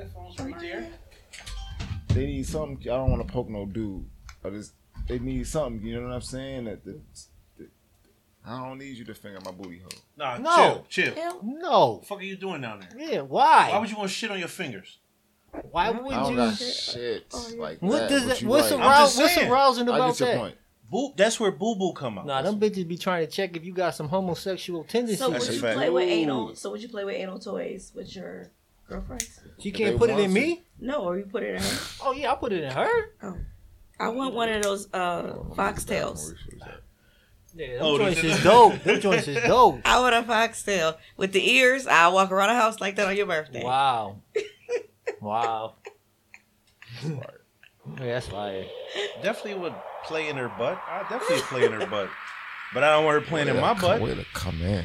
animals right there. They need something. I don't want to poke no dude. I just they need something. You know what I'm saying? That the, that- I don't need you to finger my booty hole. Nah, No. chill, chill. Hell no. The fuck are you doing down there? Yeah, Why why? would you want to shit on your fingers? Why I would don't you? Oh, got shit like What that. does but that? you What's, right. I'm just arous- what's saying. arousing I about get your that? point. Boo, that's where boo boo come out. Nah, them bitches be trying to check if you got some homosexual tendencies. So would That's a you fact. play with Ooh. anal? So would you play with anal toys with your girlfriends? she They can't put it want in to. me. No, or you put it in. Her? Oh yeah, I put it in her. I want one of those uh, foxtails. Foxtails. Yeah, them Oh, joints this- is dope. Them joints is dope. I want a foxtail with the ears. I walk around the house like that on your birthday. Wow. Wow. Yeah, that's fire. Definitely would play in her butt. I definitely would play in her butt, but I don't want her playing in my butt. Way to come in.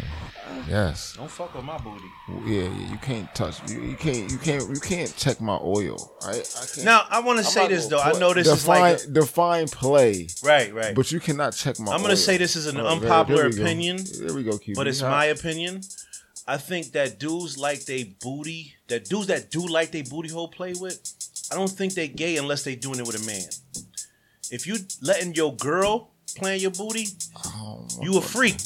Yes. Don't fuck with my booty. Yeah, yeah. You can't touch. You, you can't. You can't. You can't check my oil. I, I can't. Now I want to I'm say not this though. gonna I put- know this is define, like define play, a, right, right. but you cannot check my. I'm gonna oil. say this is an Oh, there- unpopular there we go. opinion, There we go, Q. but You it's hot. my opinion. I think that dudes like they booty. That dudes that do like they booty hole play with. I don't think they gay unless they doing it with a man. If you letting your girl playing your booty, Oh, my you a God. freak.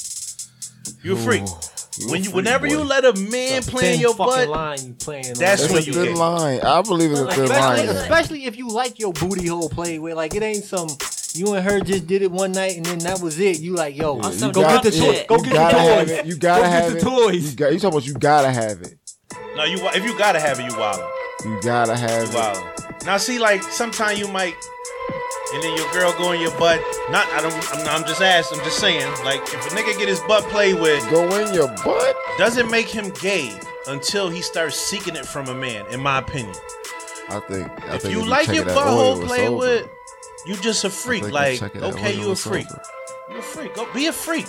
You a freak. Ooh, a When you, freak, whenever boy. you let a man play in Thin your fucking butt, line you playing. That's It's on. when a you thin get- line. I believe it's a Like, thin especially, line. especially if you like your booty hole play with. Like it ain't some you and her just did it one night and then that was it. You like yo, On you some go dumb get the shit. toy. Go you get gotta the have toys. it. You gotta Go get have the it. toys. You, got, you talking about you gotta have it. no, you if you gotta have it, you wild. You gotta have it. Wow. Now see, like sometimes you might, and then your girl go in your butt. Not, I don't. I'm, I'm just asking. I'm just saying. Like, if a nigga get his butt played with, Go in your butt. doesn't make him gay until he starts seeking it from a man. In my opinion, I think. I if think you like check your it at oil, butthole it's played over. with, I you just a freak. think you Like, check it at okay, oil, you a it's freak. over. You a freak. Go be a freak.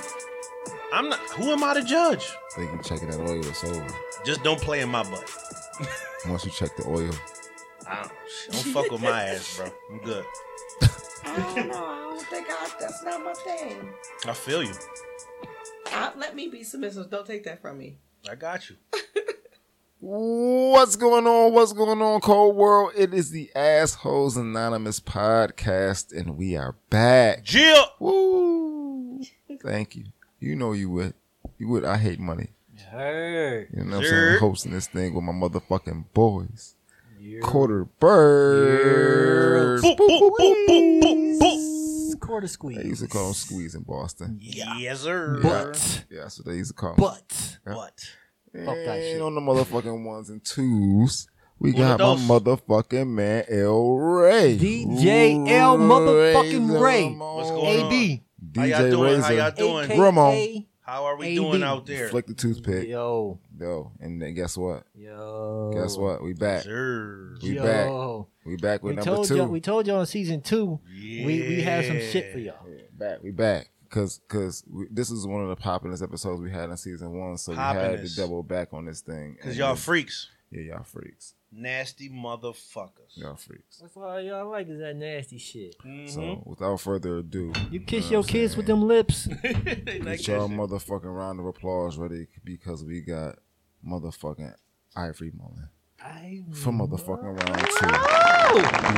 I'm not. Who am I to judge? I think you check it at oil. It's over. Just don't play in my butt. Once you check the oil. I don't, don't fuck with my ass, bro. I'm good. I don't know. I don't think I, that's not my thing. I feel you. I, let me be submissive. Don't take that from me. I got you. What's going on? What's going on, Cold World? It is the Assholes Anonymous podcast, and we are back. Jill. Woo! Thank you. You know you would. You would. I hate money. Her. You know what I'm Sure. saying? Hosting this thing with my motherfucking boys. Yeah. Quarter birds. Boop, boop, boop, boop, boop, boop. Quarter squeeze. They used to call them squeeze in Boston. Yes, sir. But Yeah, that's what they used to call them. but What? fuck that shit. And on the motherfucking ones and twos, we Uno, got my dos. motherfucking man L Ray. DJ L motherfucking Ray. What's going on? AB. How DJ y'all doing? Razor. How y'all doing? AKA Ramon. How are we AB. doing out there? Flick the toothpick. Yo. Yo, and then guess what? Yo. Guess what? We back. Sir. We Yo. back. We back Oh, We with number told two. y'all. We told y'all in season two. Yeah. We we had some shit for y'all. Yeah, back. We back. Cause, cause we, this is one of the populous episodes we had in season one, so we had Poppin'est. to double back on this thing. Cause And y'all then- freaks. yeah, y'all freaks, Nasty motherfuckers. y'all freaks. That's all y'all like is that nasty shit. Mhm. So without further ado, You kiss know your what I'm kids saying? with them lips. They like Get that y'all shit. motherfucking round of applause ready because we got motherfucking Ivory Mullen I for motherfucking round two.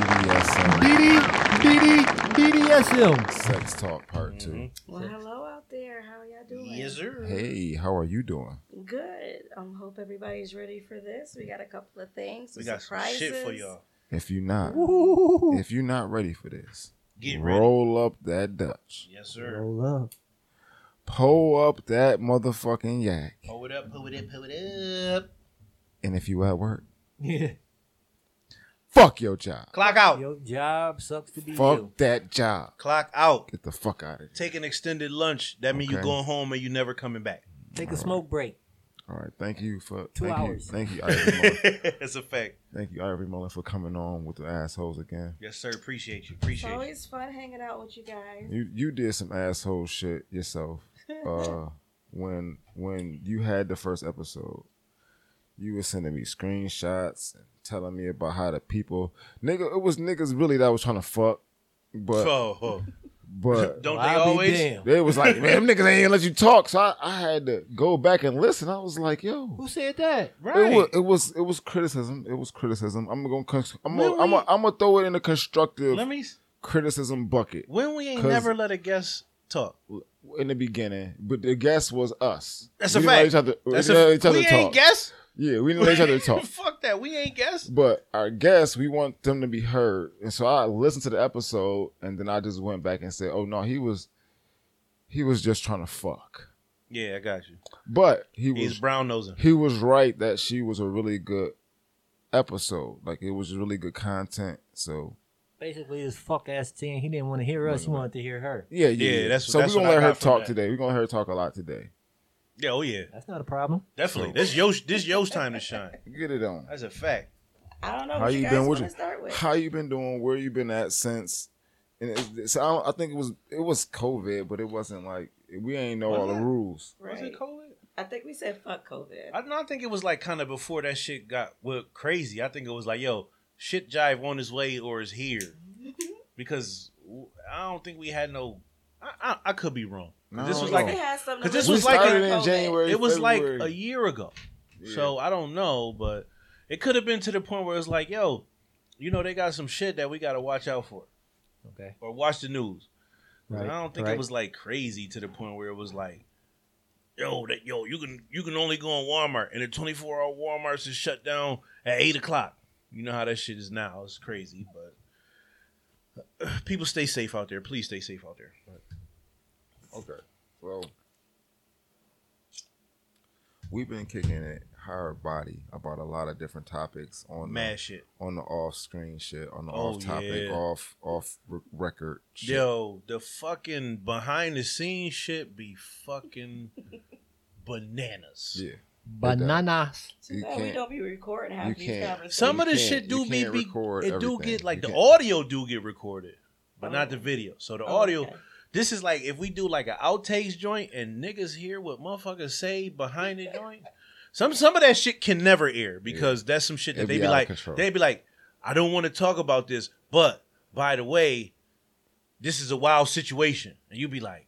BDSM BDSM. Sex Talk Part Two. Well, hello out there. How y'all doing? Yes, sir. Hey, how are you doing? Good. Um, hope everybody's ready for this. We got a couple of things. We got some surprises. shit for y'all. If you not, if you not ready for this, Get ready. roll up that Dutch, Yes, sir. Roll up. pull up that motherfucking yak, Pull it up, pull it up, pull it up. and if you at work, Yeah. fuck your job, Clock out. Your job sucks to be fuck you. that job, Clock out. get the fuck out of here. Take an extended lunch. That means you Okay. going home and you never coming back. Take a smoke break. All right, thank you for Two thank hours. You, thank you, Ivory Mullen. That's a fact. Thank you, Ivory Mullen, for coming on with the assholes again. Yes, sir. Appreciate you. It's Appreciate you. always fun hanging out with you guys. You you did some asshole shit yourself. Uh, when when you had the first episode, you were sending me screenshots and telling me about how the people nigga it was niggas really that was trying to fuck, but Oh, oh. But Don't Well, they I'll be always? damned. they was like, man, them niggas ain't gonna let you talk. So I, I had to go back and listen. I was like, yo. Who said that? It was, it was it was criticism. It was criticism. I'm gonna cons- I'm gonna, Really? I'm gonna, I'm gonna throw it in the constructive Let me. criticism bucket When we ain't 'Cause- never let a guest talk. in the beginning, but the guess was us. That's we a didn't let fact. Each other, we That's didn't a, let each other we talk. ain't guess. yeah, we didn't let each other talk. Fuck that. We ain't guess. But our guests, we want them to be heard, and so I listened to the episode, and then I just went back and said, "Oh no, he was, he was just trying to fuck." Yeah, I got you. But he He's was brown nosing. he was right that she was a really good episode. Like it was really good content. So Basically, this fuck ass team. He didn't want to hear us. He wanted to hear her. yeah, yeah. Yeah, yeah. that's- so that's we're what gonna I let her got from talk that. today. We're gonna let her talk a lot today. Yeah, oh yeah, That's not a problem. definitely. This yo's this yo's time to shine. Get it on. That's a fact. I don't know How what you, you guys been? What want to you- start with. How you been doing? Where you been at since? And it, so I, don't- I think it was it was COVID, but it wasn't like we ain't know all the Was it? rules. Was Right. it COVID? I think we said fuck COVID. I don't think it was like kind of before that shit got went crazy. I think it was like, yo, shit jive on his way or is here, because w- I don't think we had no. I, I, I could be wrong. 'Cause this No, was no. like It has something 'Cause to Oh. this do we was with like started COVID. in January. it was like February. a year ago. Yeah. So I don't know, but it could have been to the point where it's like, yo, you know, they got some shit that we got to watch out for Okay. or watch the news. Right, I don't think right. it was like crazy to the point where it was like, yo, that yo, you can you can only go on Walmart and the twenty four hour WalMarts is shut down at eight o'clock. You know how that shit is now. It's crazy, but people stay safe out there. Please stay safe out there. okay. Well, we've been kicking it hard body about a lot of different topics on the, Mad shit. on the off screen shit, on the Oh, off topic, yeah. off off re- record. Shit. Yo, the fucking behind the scenes shit be fucking bananas. yeah. Bananas. Too You bad we can't- don't be recording you half these can't. conversations. Some You of this can't- shit do you be, can't be record it do everything. get like You the can't. audio do get recorded, but not the Oh. video. So the Oh, audio, okay. this is like if we do like an outtakes joint and niggas hear what motherfuckers say behind the joint. Some some of that shit can never air because that's some shit that It'd they be be, out of like control. they be like, I don't want to talk about this, but by the way, this is a wild situation, and you be like,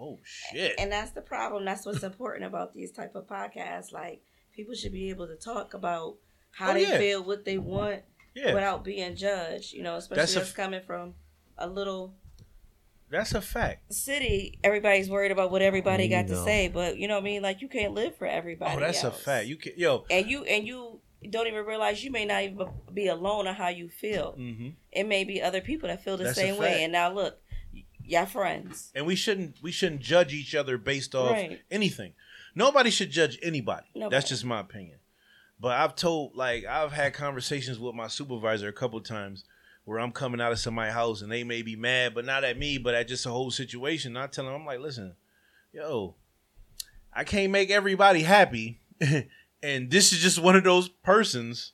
oh shit, and that's the problem. That's what's important about these type of podcasts. Like people should be able to talk about how Oh, they yeah. feel, what they want, yeah. without being judged. You know, especially That's a us f- coming from a little That's a fact. city. Everybody's worried about what everybody got to No. say, but you know what I mean. Like you can't live for everybody. Oh, that's a else. fact. You can yo. and you and you don't even realize you may not even be alone on how you feel. hmm It may be other people that feel the That's a same fact. way. And now look, y- y'all friends. and we shouldn't we shouldn't judge each other based off Right. anything. Nobody should judge anybody. Nobody. That's just my opinion. But I've told like I've had conversations with my supervisor a couple times where I'm coming out of somebody's house and they may be mad, but not at me, but at just the whole situation. And I tell them I'm like, listen, yo, I can't make everybody happy, and this is just one of those persons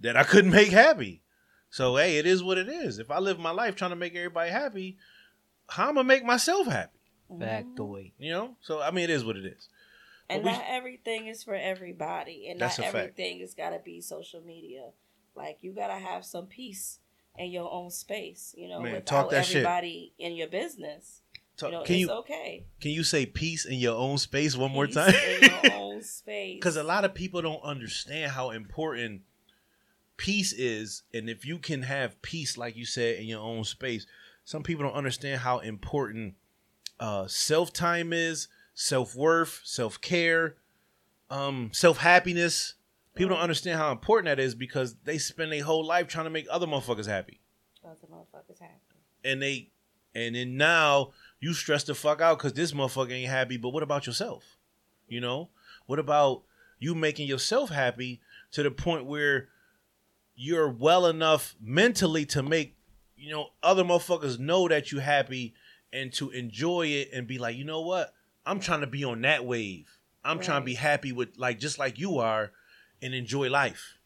that I couldn't make happy. So hey, it is what it is. If I live my life trying to make everybody happy, how am I make myself happy? Factoid. You know? So I mean it is what it is. And But we- not everything is for everybody, and That's not a fact. everything has got to be social media. Like you got to have some peace in your own space, you know, Man, without talk that shit. everybody in your business. So, you know, can it's you okay. can you say peace in your own space one more Peace time? in your own space. Cuz a lot of people don't understand how important peace is and if you can have peace like you said in your own space, some people don't understand how important uh self time is, self-worth, self-care, um self-happiness. People don't understand how important that is because they spend their whole life trying to make other motherfuckers happy. Those motherfuckers happen. and they and then now you stress the fuck out because this motherfucker ain't happy. But what about yourself? You know, what about you making yourself happy to the point where you're well enough mentally to make you know other motherfuckers know that you happy and to enjoy it and be like, you know what, I'm trying to be on that wave. I'm trying to be Right. happy with like just like you are, and enjoy life.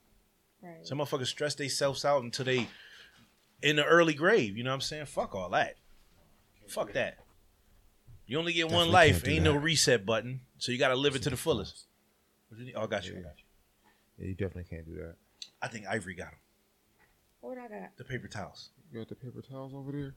Right. Some motherfuckers stress themselves out until they in the early grave. You know what I'm saying? Fuck all that. Fuck that. You only get one Definitely can't life. do Ain't that. no reset button. So you gotta live it to the fullest. What you need? Oh, I got you. I got you. Yeah, you definitely can't do that. I think Ivory got 'em. what I got? The paper towels. You got the paper towels over there.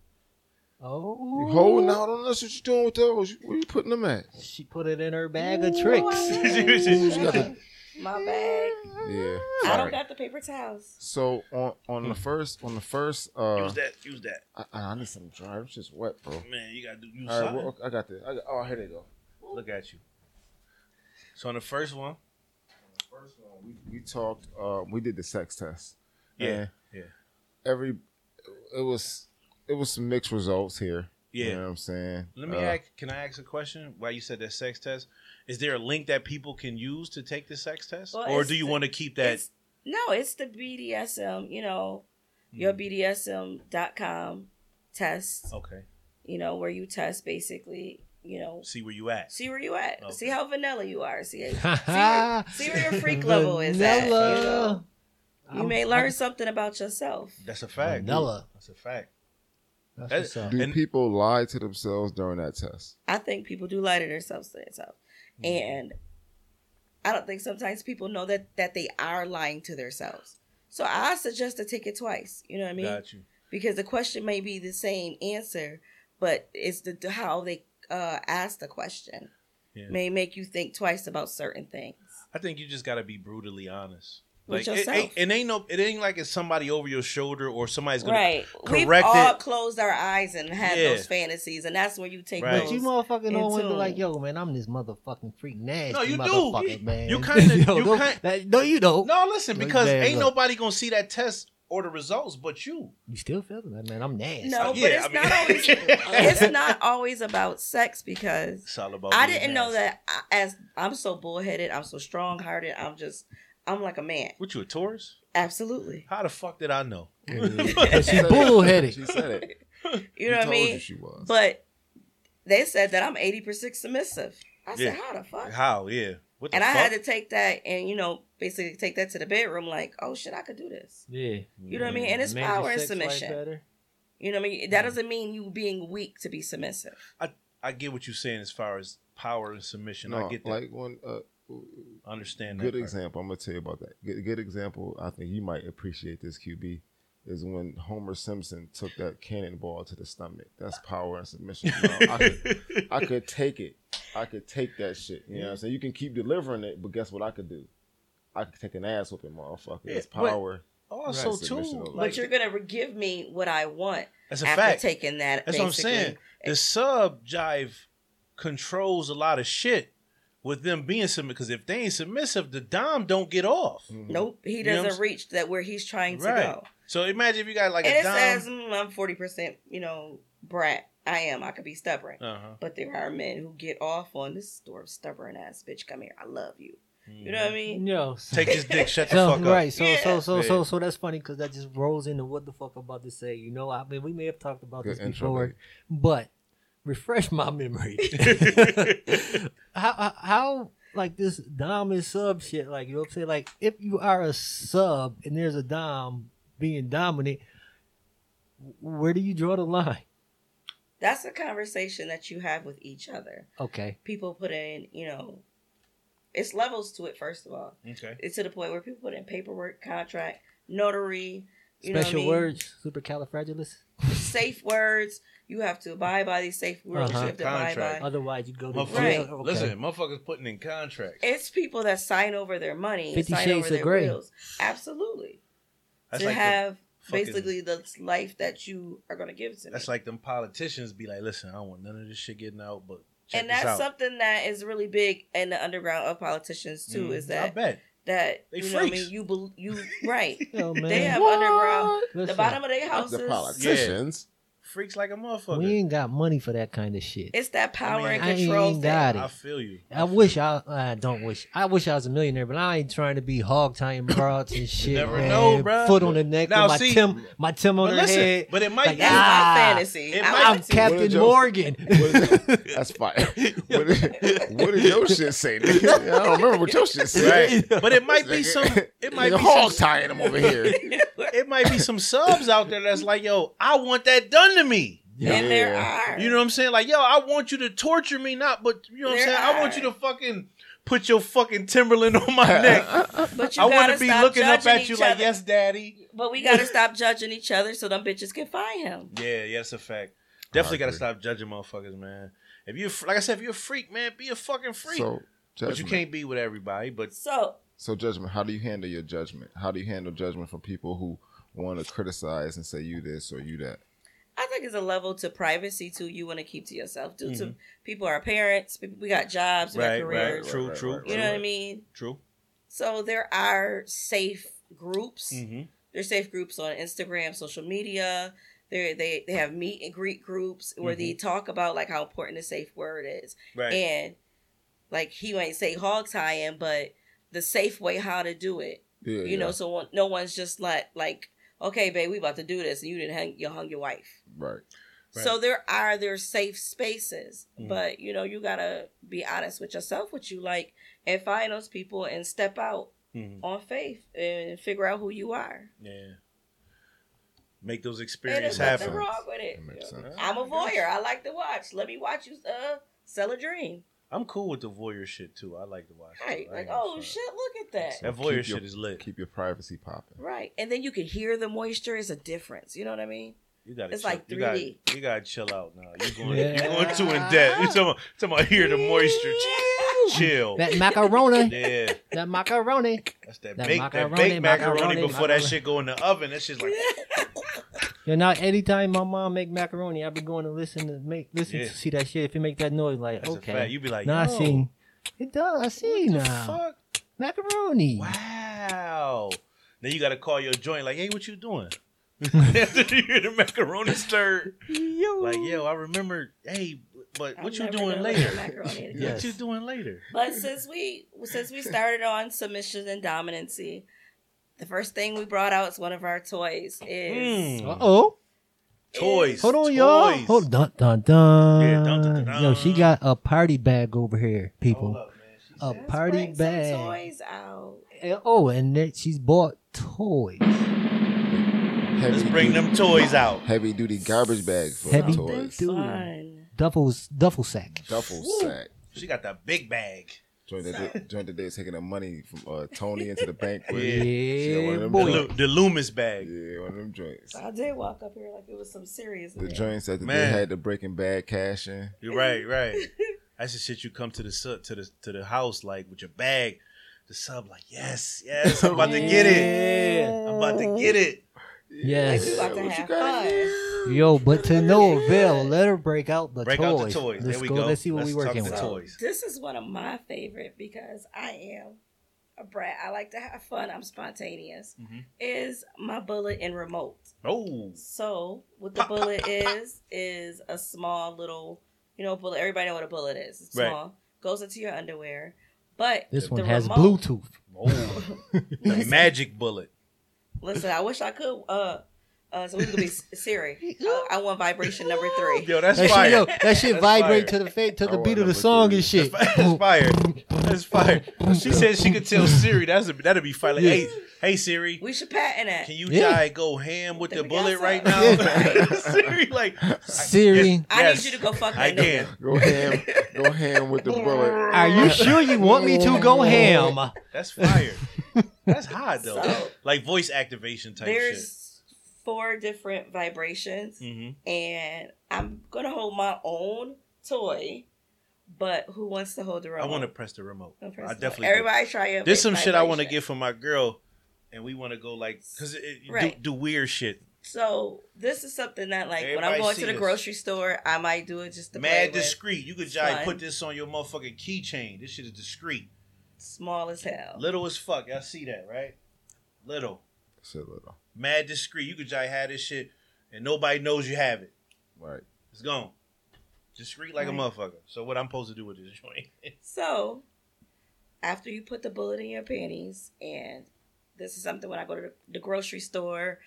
Oh, You holding out on us? What you doing with those? Where you putting them at? She put it in her bag of tricks. She's got the- My bag. Yeah. I don't Sorry. got the paper towels. So on on the first on the first uh, Use that. Use that. I, I need some dry. It's just wet, bro. Man, you gotta do use All right, something. well, I got this. I got, oh, here they go. Look at you. So on the first one, First one, we, we talked. Uh, we did the sex test. yeah, And yeah. Every it was it was some mixed results here. yeah. You know what I'm saying? Let me Uh, ask. Can I ask a question? Why you said that sex test? Is there a link that people can use to take the sex test, Well, or it's do you the- want to keep that? It's- no, it's the BDSM, you know, Mm. your BDSM.com Oh. test, Okay. you know, where you test basically, you know, See where you at. see where you at. Okay. See how vanilla you are. See, see, where, see where your freak level is at. You, know? Vanilla. You I'm- may learn I'm- something about yourself. That's a fact. dude. Vanilla. That's a fact. That's That- what's up. Do And- people lie to themselves during that test? I think people do lie to themselves to themselves. Hmm. And I don't think sometimes people know that that they are lying to themselves. So I suggest to take it twice. You know what I mean? Got you. Because the question may be the same answer, but it's the how they uh, ask the question Yeah. may make you think twice about certain things. I think you just gotta be brutally honest. With like it yourself. ain't, it ain't no. It ain't like it's somebody over your shoulder or somebody's gonna. Right. We've correct all it. closed our eyes and had Yeah. those fantasies, and that's when you take Right. those. But you motherfucking don't want to be Into- like, yo, man, I'm this motherfucking freak nasty No, you do. motherfucker, man. You kinda- Yo, you don't- kinda- that- no, you don't. No, listen, Like, because man, ain't look. nobody gonna see that test or the results but you. You still feeling that, man? I'm nasty. no, Yeah, but it's I mean- not always. it's not always about sex because It's all about. I being didn't know nasty. that. I, as I'm so bullheaded, I'm so strong hearted. I'm just, I'm like a man. What you a Taurus? Absolutely. How the fuck did I know? But she bullheaded. She said it. You know He what I told mean? she was. But they said that I'm 80% submissive. I said, Yeah. how the fuck? How? Yeah. What the and I fuck? had to take that and you know basically take that to the bedroom. Like, oh shit, I could do this. Yeah. You know what I mean? And it's Made your power and sex life submission. better. You know what I mean? Mm. That doesn't mean you being weak to be submissive. I get what you're saying as far as power and submission. no, I get that. like one uh, I understand that. good part. example. I'm gonna tell you about that. Good, good example. I think you might appreciate this QB is when Homer Simpson took that cannonball to the stomach. That's power and submission. Um, No, I, could, I could take it. I could take that shit. You know what I'm saying? You can keep delivering it, but guess what I could do? I could take an ass whooping, motherfucker. Yeah, It's but- power. Also, Right, too, submission over. like, but you're gonna give me what I want that's a after fact. taking that. That's what I'm basically. saying. The sub jive controls a lot of shit with them being submissive. Because if they ain't submissive, the dom don't get off. Mm-hmm. Nope, he You know what I'm doesn't s- reach that where he's trying to Right. go. So imagine if you got like and a it dom. says mm, I'm forty percent, you know, brat. I am. I could be stubborn, uh-huh. but there are men who get off on this store stubborn ass bitch. Come here, I love you. Mm-hmm. You know what I mean? Yo, so, Take this dick, shut the so, fuck up. right. So, Yeah. so, so, Yeah. so, so that's funny because that just rolls into what the fuck I'm about to say. You know, I mean, we may have talked about Good this intro, before, babe. but refresh my memory. how, how- how, like this dom and sub shit? Like, you know what I'm saying? Like, if you are a sub and there's a dom being dominant, where do you draw the line? That's a conversation that you have with each other. Okay. People put in, you know, it's levels to it. First of all, Okay. it's to the point where people put in paperwork, contract, notary, you know what I Special mean? words, supercalifragilistic. safe words. You have to abide by these safe words. Uh-huh. You have to abide Contract. by. Otherwers, you go to Motherfuckers, Right. jail. Okay. Listen, motherfuckers putting in contracts. It's people that sign over their money, and 50 sign Shades over of their Grey. wills. Absolutely. That's to like the- have fucking- basically the life that you are going to give to me. That's like them politicians be like, listen, I don't want none of this shit getting out, but check and this that's out. something that is really big in the underground of politicians too. Mhm. Is I that bet that They you know what I freaks. mean? You bel you right? Yo, man. They have What? underground. The Listen, bottom of their The houses. politicians. freaks like a motherfucker. we ain't got money for that kind of shit. It's that power I mean, and I control ain't thing. got I it. feel you. I wish I, I don't wish. I wish I was a millionaire, but I ain't trying to be hog tying broads and shit. never man. know, bruh. Foot on the neck, Now, with my see- Tim, my Tim on But her listen, head. but it might Like, be- That's ah, my fantasy. It I might- want I'm to- What a Captain joke. Morgan. What is- that's fire. What did, what did your shit say? nigga? I don't remember what your shit said. Right. but it might be some it might Nigga, be hog some, tying them over here. it might be some subs out there that's like, yo, I want that done to me. And there are. You know what I'm saying? Like, yo, I want you to torture me, not but you know what I'm There saying? I want are. you to fucking put your fucking Timberland on my neck. But you I got want to to be stop looking up judging at you each like, other. yes, daddy. But we gotta stop judging each other so them bitches can find him. Yeah, yeah, that's a fact. Definitely got to agree. stop judging motherfuckers, man. If you are like I said, if you're a freak, man, be a fucking freak. So but you judgment. can't be with everybody. But So So judgment. How do you handle your judgment? How do you handle judgment from people who want to criticize and say you this or you that? I think it's a level to privacy too. You want to keep to yourself due to people are parents. pe- We got jobs, we Mm-hmm. right, got right, careers. true, Right, true, right, right, You know true, what I mean? true. So there are safe groups. Mm-hmm. There's safe groups on Instagram, social media. They they they have meet and greet groups where Mm-hmm. they talk about like how important the safe word is, Right, and like he might say hog tying, but the safe way how to do it. Yeah, you know, so one, no one's just like like okay, babe, we about to do this, and you didn't hang you hung your wife. right. Mm. So Right. there are their safe spaces, Mhm. but you know you gotta be honest with yourself, what you like, and find those people and step out Mhm. on faith and figure out who you are. yeah. Make those And experiences there's happened. nothing happen. wrong with it. That You makes know, sense. Oh I'm a voyeur. I like to watch. Let me watch you uh, sell a dream. I'm cool with the voyeur shit too. I like to watch. it. Right? I Like, ain't gonna oh front. shit, look at that. So That voyeur keep your- shit is lit. Keep your privacy popping. Right, and then you can hear the moisture is a difference. You know what I mean? You gotta It's chill. like you gotta, 3D. you gotta chill out now. You're going, Yeah. you're going too in depth. You're talking about, talking about here the moisture. Chill. That macaroni. yeah. that macaroni. That's that, That baked that macaroni, baked macaroni, macaroni, before that macaroni. shit go in the oven. That shit's like You know, anytime my mom make macaroni, I be going to listen to make listen Yeah. to see that shit. If it make that noise, like that's a fact. okay, You be like, now I yo, seen it does. I see what the now fuck? macaroni. Wow. Then you gotta call your joint like, hey, what you doing? After you hear the macaroni stir, Yo. like, yo, I remember. Hey, but I'll what you never doing know later? macaroni and Yes. What you doing later? But since we since we started on submission and dominancy, the first thing we brought out is one of our toys is Mm. Uh oh. Toys. Hold on, y'all. Toys. Hold dun dun dun. Yeah, dun, dun, dun, Yo, she dun. got a party bag over here, Hold people. Uh, up, man. She A said- Let's party bring some bag. toys out. And- Oh, and then she's bought toys. Heavy Let's bring duty, them toys out. Heavy duty garbage bag full Heavy of Something toys. dude. fun. Duffels, duffel sack. Duffel Woo. sack. She got that big bag. Joined the, day, joined the day is taking the money from uh, Tony into the bank. with. Yeah. She one of Yeah, them The, joints. boy. Lu- the Loomis bag. Yeah, one of them joints. I did walk up here like it was some serious. The joints that they Man. had the breaking bad cash in. You're right, right. That's the shit you come to the sub, to the to the house like with your bag. The sub like, yes, yes, I'm about to get it. Yeah. I'm about to get it. Yes. We about to What you have got in fun. there? Yo, but to no avail. Let her break out the Break toys. out the toys. Let's there we go. go. Let's see what we talk working the with. Toys. This is one of my favorite because I am a brat. I like to have fun. I'm spontaneous. Mhm. Is my bullet and remote. Oh, So what the bullet is is a small little, you know, bullet. Everybody know what a bullet is. It's Right. small. Goes into your underwear, but This the one has remote- Bluetooth. oh, the magic bullet. Listen, I wish I could. Uh, uh, so we could be S- Siri. Uh, I want vibration number three. Yo, that's That fire. shit, yo, that shit That's vibrate fire. to the fa- to I the want beat of the number song three. and shit. That's fire. That's fire. She said she could tell Siri. That's a, that'd be fire. Like, Yeah. hey, hey Siri, We should patent that. can you Yeah. try go ham with Think the we bullet got right now? something. Siri, like Siri, I yes, need you to go fuck I that can. nigga. Go ham, go ham with the bullet. are you sure you want me to go ham? That's fire. That's hot though. So- like voice activation type shit. There's four different vibrations, Mm-hmm. and I'm gonna hold my own toy. But who wants to hold the I remote? want to press the remote. Don't press I the definitely. button. Everybody try it. do. There's some shit I want to get for my girl, and we want to go like because Right. do, do weird shit. So this is something that, like, when I'm Everybody going see to the this. grocery store, I might do it just to play Mad with. discreet. You could just fun. put this on your motherfucking keychain. This shit is discreet. Small as hell. Little as fuck. Y'all see that right? Little. Shit, little. Mad discreet. You could just have this shit, and nobody knows you have it. Right. It's gone. Discreet like a Right. motherfucker. So what I'm supposed to do with this joint? So after you put the bullet in your panties, and this is something when I go to the grocery store,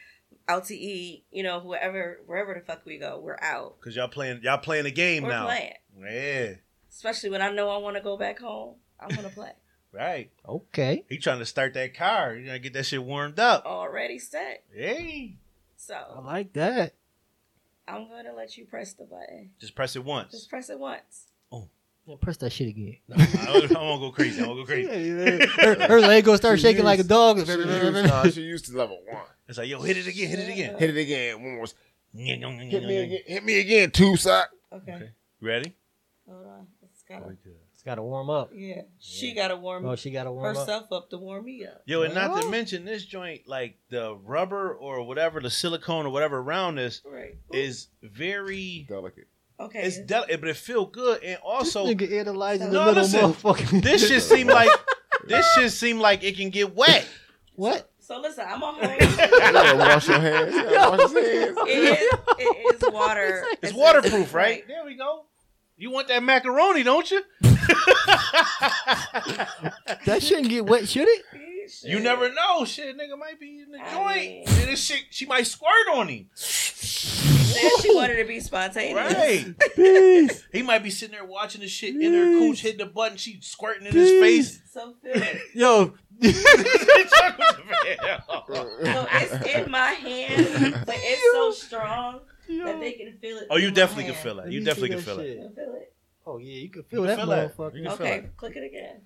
out to eat, you know, whoever, wherever the fuck we go, we're out. Cause y'all playing y'all playing a game We're now. playing. Yeah. Especially when I know I want to go back home, I want to play. Right. Okay. He trying to start that car. You gotta get that shit warmed up. Already set. Hey. I So like that. I'm going to let you press the button. Just press it once. Just press it once. Yeah, Press that shit again. I don't, I won't go crazy. I won't go crazy. her, her leg gonna start shaking like a dog. She used, nah, she used to level one. It's like, yo, hit it again, hit it again. Hit it again, one more. Hit me again. Hit me again, two sock. Okay. Okay. Ready? Oh, Hold on. It's gotta, It's got to warm up. yeah. She got to warm Oh, she got to warm up. herself up. to warm me up. Yo, and not to Well. mention this joint, like the rubber or whatever, the silicone or whatever around this Right. Ooh. is very. Delicate. okay. It's delicate, but it feel good, and also this nigga analyzing No, the little listen. motherfucking. this shit seem like this shit seem like it can get wet. what? so listen, I'm a hold. You gotta wash your hands. You gotta wash his hands. It is, it is water. It's waterproof, right? There we go. You want that macaroni, don't you? That shouldn't get wet, should it? You never know. Shit, nigga might be in the I mean- joint. Then this shit, she might squirt on him. Said she wanted to be spontaneous. Right. Peace. he might be sitting there watching the shit in her Please. cooch, hitting the button, she squirting in Please. his face. So feel it. Yo, So it's in my hand, but it's so strong that they can feel it. oh, you definitely can feel Let that. me You see definitely can that feel it. shit. Feel it. Oh yeah, you can feel can that feel that. You motherfucker. can feel Okay, it. click it again.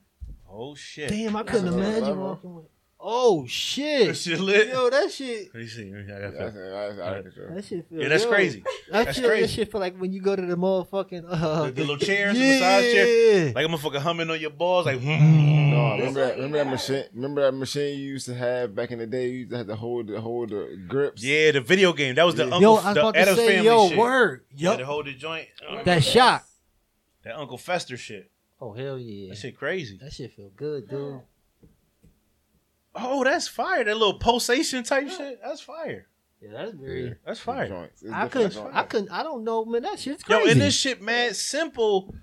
Oh shit. Damn, I couldn't another imagine level. walking with. Oh That shit. shit lit. Yo, that shit. Let me see. Let me see. I gotta feel That's, it. that's, that's, That shit feel. Yeah, that's yo, crazy. That That's shit. That crazy. shit feel like when you go to the motherfucking uh, The, the little chairs, the yeah. massage chair, like a motherfucker humming on your balls, like. Mm. No, No, remember that, remember that machine? Remember that machine you used to have back in the day? You used to have to hold the hold the grips. yeah, the video game. That was the Yo, uncle, yo, I was the about to Adams say, family yo, shit. word. Yeah, the Yo. whole the joint. Oh, That shock. That Uncle Fester shit. Oh hell yeah. That shit crazy. That shit feel good, dude. Oh, that's fire. That little pulsation type shit. That's fire. Yeah, that's very. Yeah. That's Fire. fire. I couldn't. I couldn't. I don't know, man. That shit's Yo, crazy. and this shit, mad simple.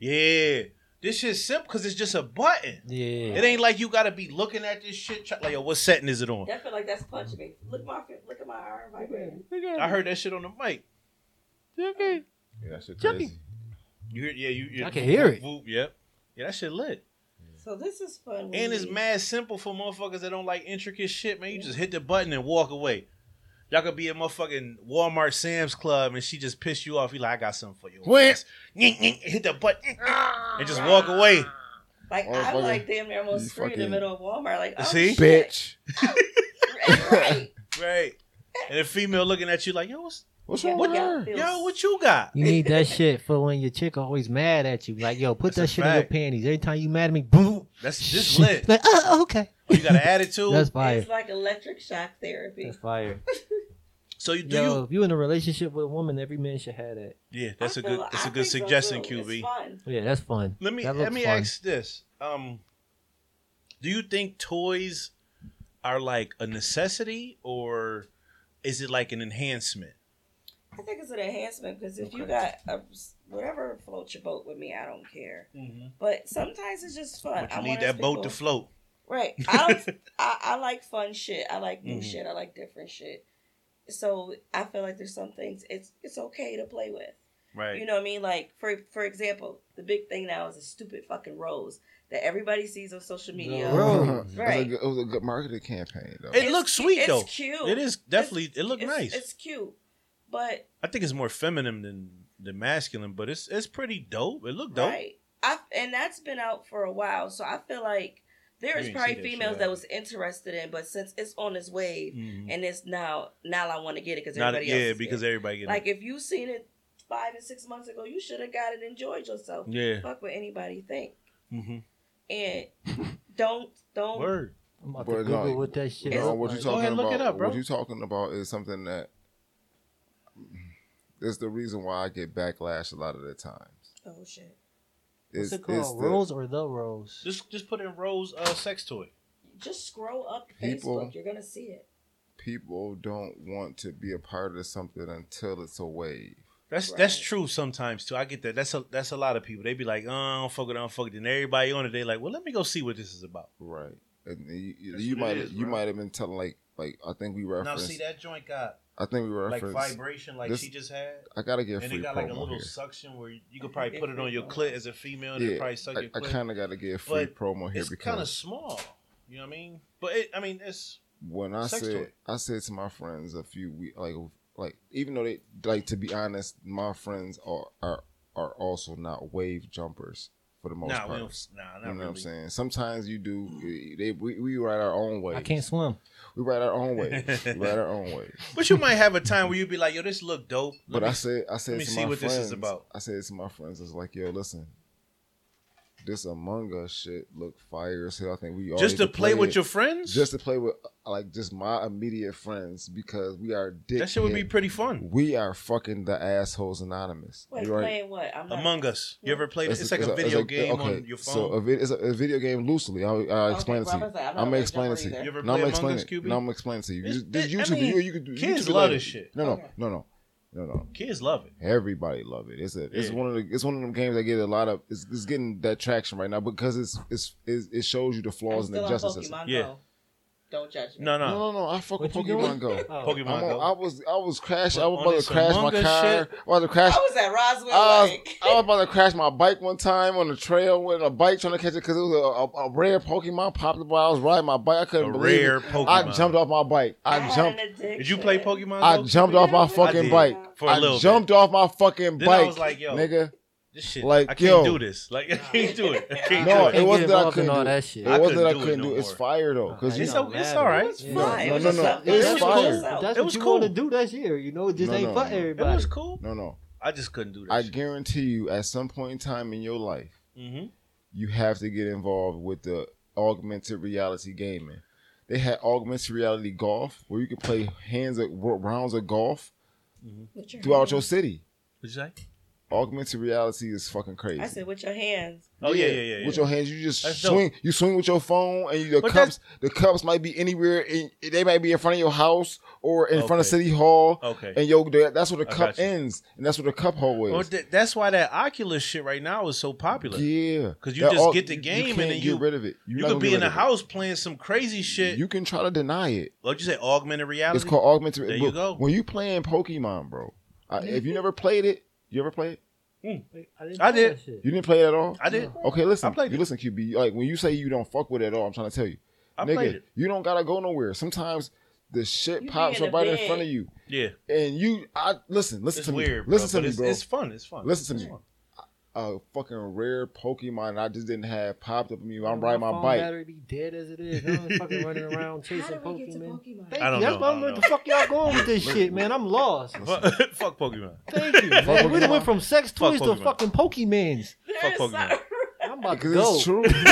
Yeah. This shit's simple because it's just a button. yeah. It ain't like you gotta be looking at this shit. try- Like, yo, what setting is it on? I feel like that's punching me. Look at my look at my arm vibrating. I heard that shit on the mic. Yeah, that shit Chucky. crazy. You hear? Yeah, you. you I can hear it. Whoop, Yep. Yeah, that shit lit. So this is fun. And it's mad simple for motherfuckers that don't like intricate shit, man. You just hit the button and walk away. Y'all could be at motherfucking Walmart Sam's Club and she just pissed you off. You like, I got something for you. What? Just nyink, nyink, Hit the button Ah. and just walk away. Like I'm Motherfucker, like damn near almost you screamed in the fucking- middle of Walmart. Like oh, See? shit. Bitch, right. Right. And the female looking at you like, yo, what's, what's Yeah, wrong with yeah, her? feels- yo, what you got? You need that shit for when your chick always mad at you. Like, yo, put That's a that shit in your fact. panties. Every time you mad at me, boom. That's just Shit. lit. Like, oh, okay. You got an attitude. That's fire. It's like electric shock therapy. That's fire. so you do Yo, if you in a relationship with a woman, every man should have that. you? Yeah, that's I a good feel- that's I a good think so, suggestion, too. It's QB. fun. Yeah, that's fun. Let me That let looks me fun. ask this. Um do you think toys are like a necessity or is it like an enhancement? I think it's an enhancement because if you got Okay. a, whatever float your boat with me, I don't care. Mm-hmm. But sometimes it's just fun. But you I'm one need of that those boat to people- float. Right. I, don't, I I like fun shit. I like new Mhm. shit. I like different shit. So I feel like there's some things it's it's okay to play with. Right. You know what I mean? Like for for example, the big thing now is a stupid fucking rose that everybody sees on social media. The rose. That's a Right. good- it was a good marketing campaign though. It looks sweet, it's though. Cute. it is definitely it looked It's- nice. It's cute, but I think it's more feminine than than masculine, but it's it's pretty dope. It looked dope. right. I and that's been out for a while, so I feel like there You is ain't probably see that shit females out. that was interested in, but since it's on this wave Mhm. and it's now now I want to get it because Not, everybody else yeah, is because getting everybody it. getting like it. if you seen it five and six months ago, you should have got it, enjoyed yourself. yeah. Fuck what anybody think, hmm and don't don't Word. I'm about But to Google no, what that shit No, look what you like. talk- talking ahead, look about? it up, bro. What you talking about is something that is the reason why I get backlash a lot of the times. oh shit. It's, What's it it's called? the Rose or the Rose? Just just put in Rose uh, sex toy. Just scroll up People- Facebook. You're gonna see it. people don't want to be a part of something until it's a wave. That's that's Right. true sometimes too. I get that. That's a that's a lot of people. They be like, oh, I don't fuck it, I don't fuck it. And everybody on it, they like, well, let me go see what this is about. Right. And you, you, That's you what it might is, you bro. might have been telling like like I think we Now referenced see that joint got I think we like referenced vibration, like This- she just had, I gotta get and free it got promo like a little here. suction where you, you could probably put it on your clit as a female, and it Yeah, probably suck your I, I clit. kind of gotta get free But promo here it's kind of because small. You know what I mean? But it, I mean, it's when I sex said toy. I said to my friends a few weeks like like even though they like to be honest, my friends are are are also not wave jumpers. for the most Nah, we part. don't, nah, not you know really. what I'm saying? Sometimes you do. They, we, we ride our own way. I can't swim. We ride our own way. we ride our own way. But you might have a time where you'd be like, "Yo, this look dope." Let But me- I said, I said let me to see my what this friends, is about. I said to my friends, it's like, yo, listen, this Among Us shit look fire as hell. I think we all just need to play, with it. your friends. just to play with uh, like just my immediate friends because we are dick. that shit would be pretty fun. We are fucking the assholes anonymous. Wait, You already- playing what? I'm not, Among Us. You ever played? it? It's, like a, it's video it's game okay, on your So a phone. vid- it's a, a video game loosely. I'll, I'll explain it bro, to I you. was like, I'm not I'm a gonna big explain it jumper to you. either. You ever no, I'm play gonna Among explain Us, it. QB? No, I'm gonna explain it to you. It's- Just- just it- I YouTube. mean, you, you could do. kids YouTube love it. this shit. No, no, Okay. no, no, no, no. Kids love it. Everybody love it. It's a it's Yeah. one of the it's one of them games that get a lot of it's, it's getting that traction right now because it's it's, it's it shows you the I'm flaws in still the on justice Pokemon system. Go. Yeah. Don't judge me. No, no. No, no, no. I fuck with What you Pokemon Go. doing? Oh. Pokemon I'm on, Go. I was I was crash. I But was on about this to crash my Among Us car. shit- I was about to crash. I was at Roswell. I was, like, I was about to crash my bike one time on the trail with a bike trying to catch it because it was a, a, a rare Pokemon popped up while I was riding my bike. I couldn't A believe rare it. Pokemon. I jumped off my bike. I had jumped. an addiction. Did you play Pokemon? I though? jumped off my I fucking did. bike. For a I little bit. jumped off my fucking Then bike. I was like, yo. nigga. This shit. like, I can't do yo. this. Like I can't do it. I can't No, do it it. Can't wasn't get that I involved in couldn't all do that it. shit. It I wasn't couldn't that I do it couldn't no do it. It's more. fire though, because Okay. you It's, It don't o- it's matter. all right. It's Yeah. fine. No, It was no, just no. something. It's It was fire. cool. If It that's what was you cool. want to do. That's here. You know, it just No, ain't no, for no. It everybody. was cool. no, no. I just couldn't do I that. shit. guarantee you, at some point in time in your life. Mhm. you have to get involved with the augmented reality gaming. They had augmented reality golf where you could play hands of ro- rounds of golf With your throughout your hands. city. What'd you say? Augmented reality is fucking crazy. I said with your hands. Oh yeah, yeah, yeah. yeah. With your hands, you just That's dope. swing. You swing with your phone, and you, the But cups. The cups might be anywhere. In, they might be in front of your house or in front of Okay. city hall. Okay. And yo, that's where the I cup got you. ends, and that's where the cup hole is. Well, th- that's why that Oculus shit right now is so popular. yeah, 'Cause you That just all- get the game and can't then you- get rid of it. You're You not could gonna be get in rid a of it. house playing some crazy shit. You can try to deny it. What'd you say? Augmented reality. It's called augmented. There but you go. When you playing Pokemon, bro, I, if you Mm-hmm. never played it, you ever play it? didn't I do did. that shit. You didn't play it at all. I did. Okay, listen. I played you it. listen, QB. Like when you say you don't fuck with it at all, I'm trying to tell you, I nigga, played it. you don't gotta go nowhere. Sometimes the shit You be pops in up the right in bed. front of you, Yeah, and you. I listen. Listen it's to me. weird. Bro, listen but to me, it's, bro. It's fun. It's fun. Listen to It's me. fun. a fucking rare Pokemon I just didn't have popped up on me. I'm My riding my phone bike. Battery be dead as it is. I'm fucking running around How chasing did we get to Pokemon. Pokemon? Thank I don't you. know, That's why I'm I don't like, the fuck y'all going with this shit, man? I'm lost. Fuck, fuck Pokemon. Thank you. man. We Pokemon. done went from sex Fuck toys to Pokemon. fucking Pokemans. Pokemon. There's something- I'm about to Because go. it's true.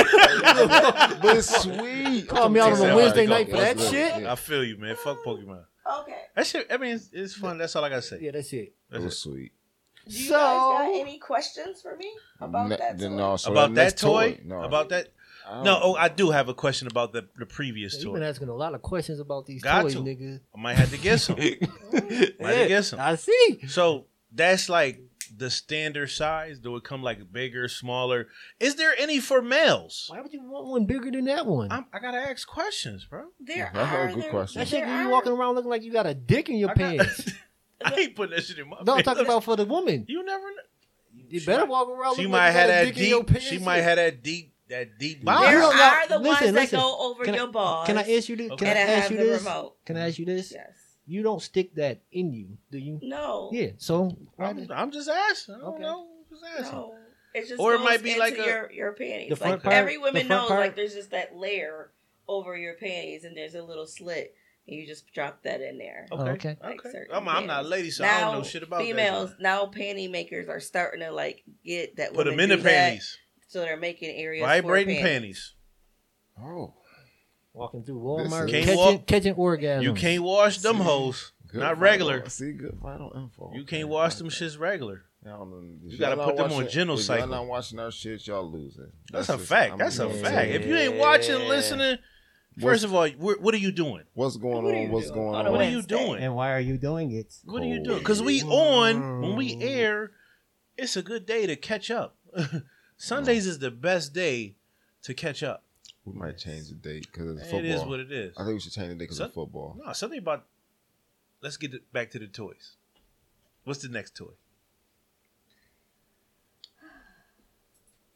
but it's sweet. Call me out on a Wednesday night for that That's shit? lit. Yeah. I feel you, man. Fuck Pokemon. Okay. That shit. I mean, it's, it's fun. That's all I gotta say. Yeah, that's it. It That's was it. sweet. Do you So- guys got any questions for me about Ne- that? then toy? no, so about that next toy. No, About that. I don't- No. Oh, I do have a question about the the previous You've been toy. asking a lot of questions about these Got toys, to. nigga. I might have to get some. Might Yeah, have to get some. I see. So that's like the standard size. Do it come like bigger, smaller? Is there any for males? Why would you want one bigger than that one? I'm, I gotta ask questions, bro. There That's a are. good there- question. that shit, there you are- walking around looking like you got a dick in your I got- pants. I ain't putting that shit in my. no, I'm pants. talking about for the woman. You never. kn- You better walk around. She looking might like you have got that a dick in your deep. pants. She might have that deep. That deep I There don't box. know. are the Listen, ones that listen. go over Can I- your balls. Can I ask you this? Okay. Can And I I ask have you the this? remote. Can I ask you this? Yes. You don't stick that in you, do you? No. Yeah. So why I'm, did- I'm just asking. I don't Okay. know. I'm Just asking. No. It just Or it goes might be into like a- your your panties. The like front part- every woman the front knows, part- like there's just that layer over your panties, and there's a little slit, and you just drop that in there. Oh, okay. Like certain I'm, I'm not a panties. lady, so I now don't know shit about that. females. Now panty makers are starting to like get that. Put them women in the do that, panties. so they're making areas Vibrating for panties. Oh, walking through Walmart, Listen. Can't catching, walk- catching orgasm. You can't wash them See. hoes. good Not vital- regular. See, good vital info. You can't Okay, wash I them got shits regular. that. Y'all don't- if You gotta y'all put not them on watching- If genocycle. y'all not watching our shit, y'all losing. That's, a just- fact. I'm That's a gonna fact. say it. If you ain't watching, Yeah. listening, What's- first of all, wh- what are you doing? What's going What are on? you What's doing? going I on? don't What are you Wednesday. doing? why are you doing it? What are you Cold. doing? Because we on when we air, it's a good day to catch up. Sundays is the best day to catch up. We might change the date because it's football. It is what it is. I think we should change the date because Son- of football. No, something about. Let's get it back to the toys. What's the next toy?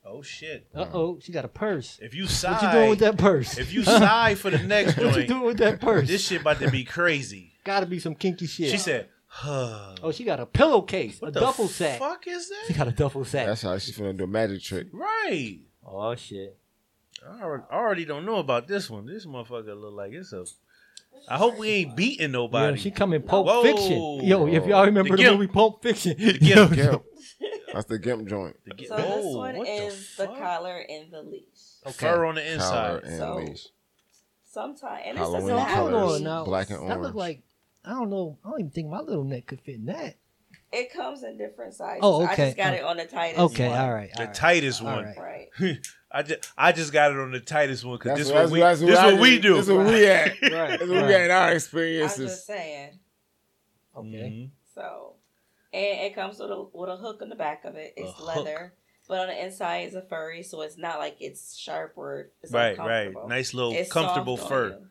Oh shit! Uh oh, she got a purse. If you What you doing sigh, with that purse? if you sigh for the next what you joint, doing with that purse? this shit about to be crazy. Gotta be some kinky shit. She said, Oh, she got a pillowcase, What a the duffel sack. Fuck is She that? got a duffel sack. That's how she's gonna do a magic trick. Right. oh shit. I already, I already don't know about this one. This motherfucker look like it's a. I hope we ain't beating Yeah, nobody. she come in Pulp Whoa. Fiction. Yo, if y'all remember The the, Gimp. movie Pulp Fiction, Gimp. Yo, Gimp. That's the gimp joint. To get- So this Whoa, one what is the, fuck? collar and the leash. Fur on the Collar inside. and So- leash. Sometimes and this Halloween is a colors. Hold on Halloween. now. Black and that orange. look like I don't know. I don't even think my little neck could fit in that. It comes in different sizes. Oh, I okay. just got Oh. it on the tightest. Okay, one. all right. The all right. tightest All one. right. Right. I just I just got it on the tightest one because That's this what- what that's we what- that's this what I what we did. do. This what we at. Right, That's what we right. at in our I'm experiences. just saying. Okay. Mhm. So, and it comes with a with a hook on the back of it. It's A hook. leather, but on the inside is a furry, so it's not like it's sharp or it's Right, right. uncomfortable. Nice little It's comfortable soft on fur. you.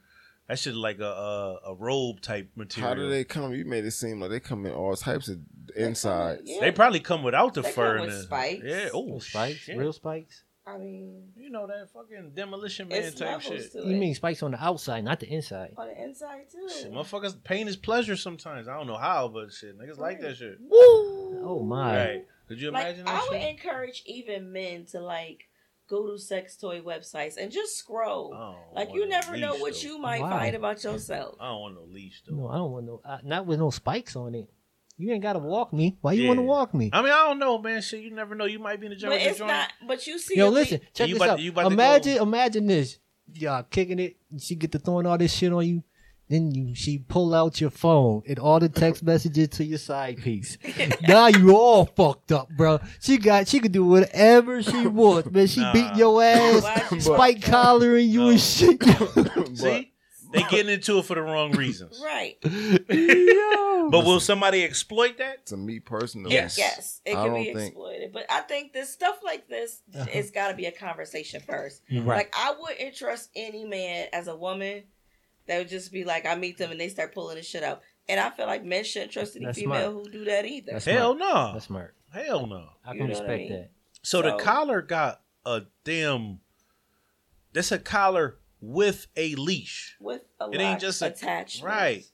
That shit like a, a a robe type material. How do they come? You made it seem like they come in all types of insides. Yeah. They probably come without the They fur come in with it. spikes. Yeah. Oh, Little spikes, shit. real spikes. I mean, You know that fucking demolition man it's type levels shit. to it. You mean spikes on the outside, not the inside? on the inside too? Shit, motherfuckers, pain is pleasure sometimes. I don't know how, but shit, niggas like that shit. Oh my! Right? Could you Like, imagine that I would shit? encourage even men to like go to sex toy websites and just scroll. I don't like want you no never know leash, what though. you might Why? find about yourself. I don't want no leash though. No, I don't want no. Uh, not with no spikes on it. You ain't gotta walk me. Why you want to Yeah. walk me? I mean, I don't know, man. Shit, you never know. You might be in the jail. But with the it's joint. not. But you see, a Yo, le- listen, check You this about to- out. you about to imagine, go- imagine this. Y'all kicking it. and She get to throwing all this shit on you. Then you, she pull out your phone and all the text messages to your side piece. now you all fucked up, bro. She got, she could do whatever she wants, man. She Nah. beat your Why'd you ass, spike fuck up? collaring you No. and shit. See, they getting into it for the wrong reasons. right? Yo. But will somebody exploit that? To me personally, Yes. Yes, it I can be don't think- exploited. But I think this stuff like this, Uh-huh. it's got to be a conversation first. right. Like I wouldn't trust any man as a woman that would just be like, I meet them and they start pulling this shit out. And I feel like men shouldn't trust any That's female smart. who do that either. That's Hell smart. no. That's smart. Hell no. I You can know what I respect mean? that. So, the So- collar got a damn. That's a collar with a leash. With a It it ain't ain't just a- attachment, right.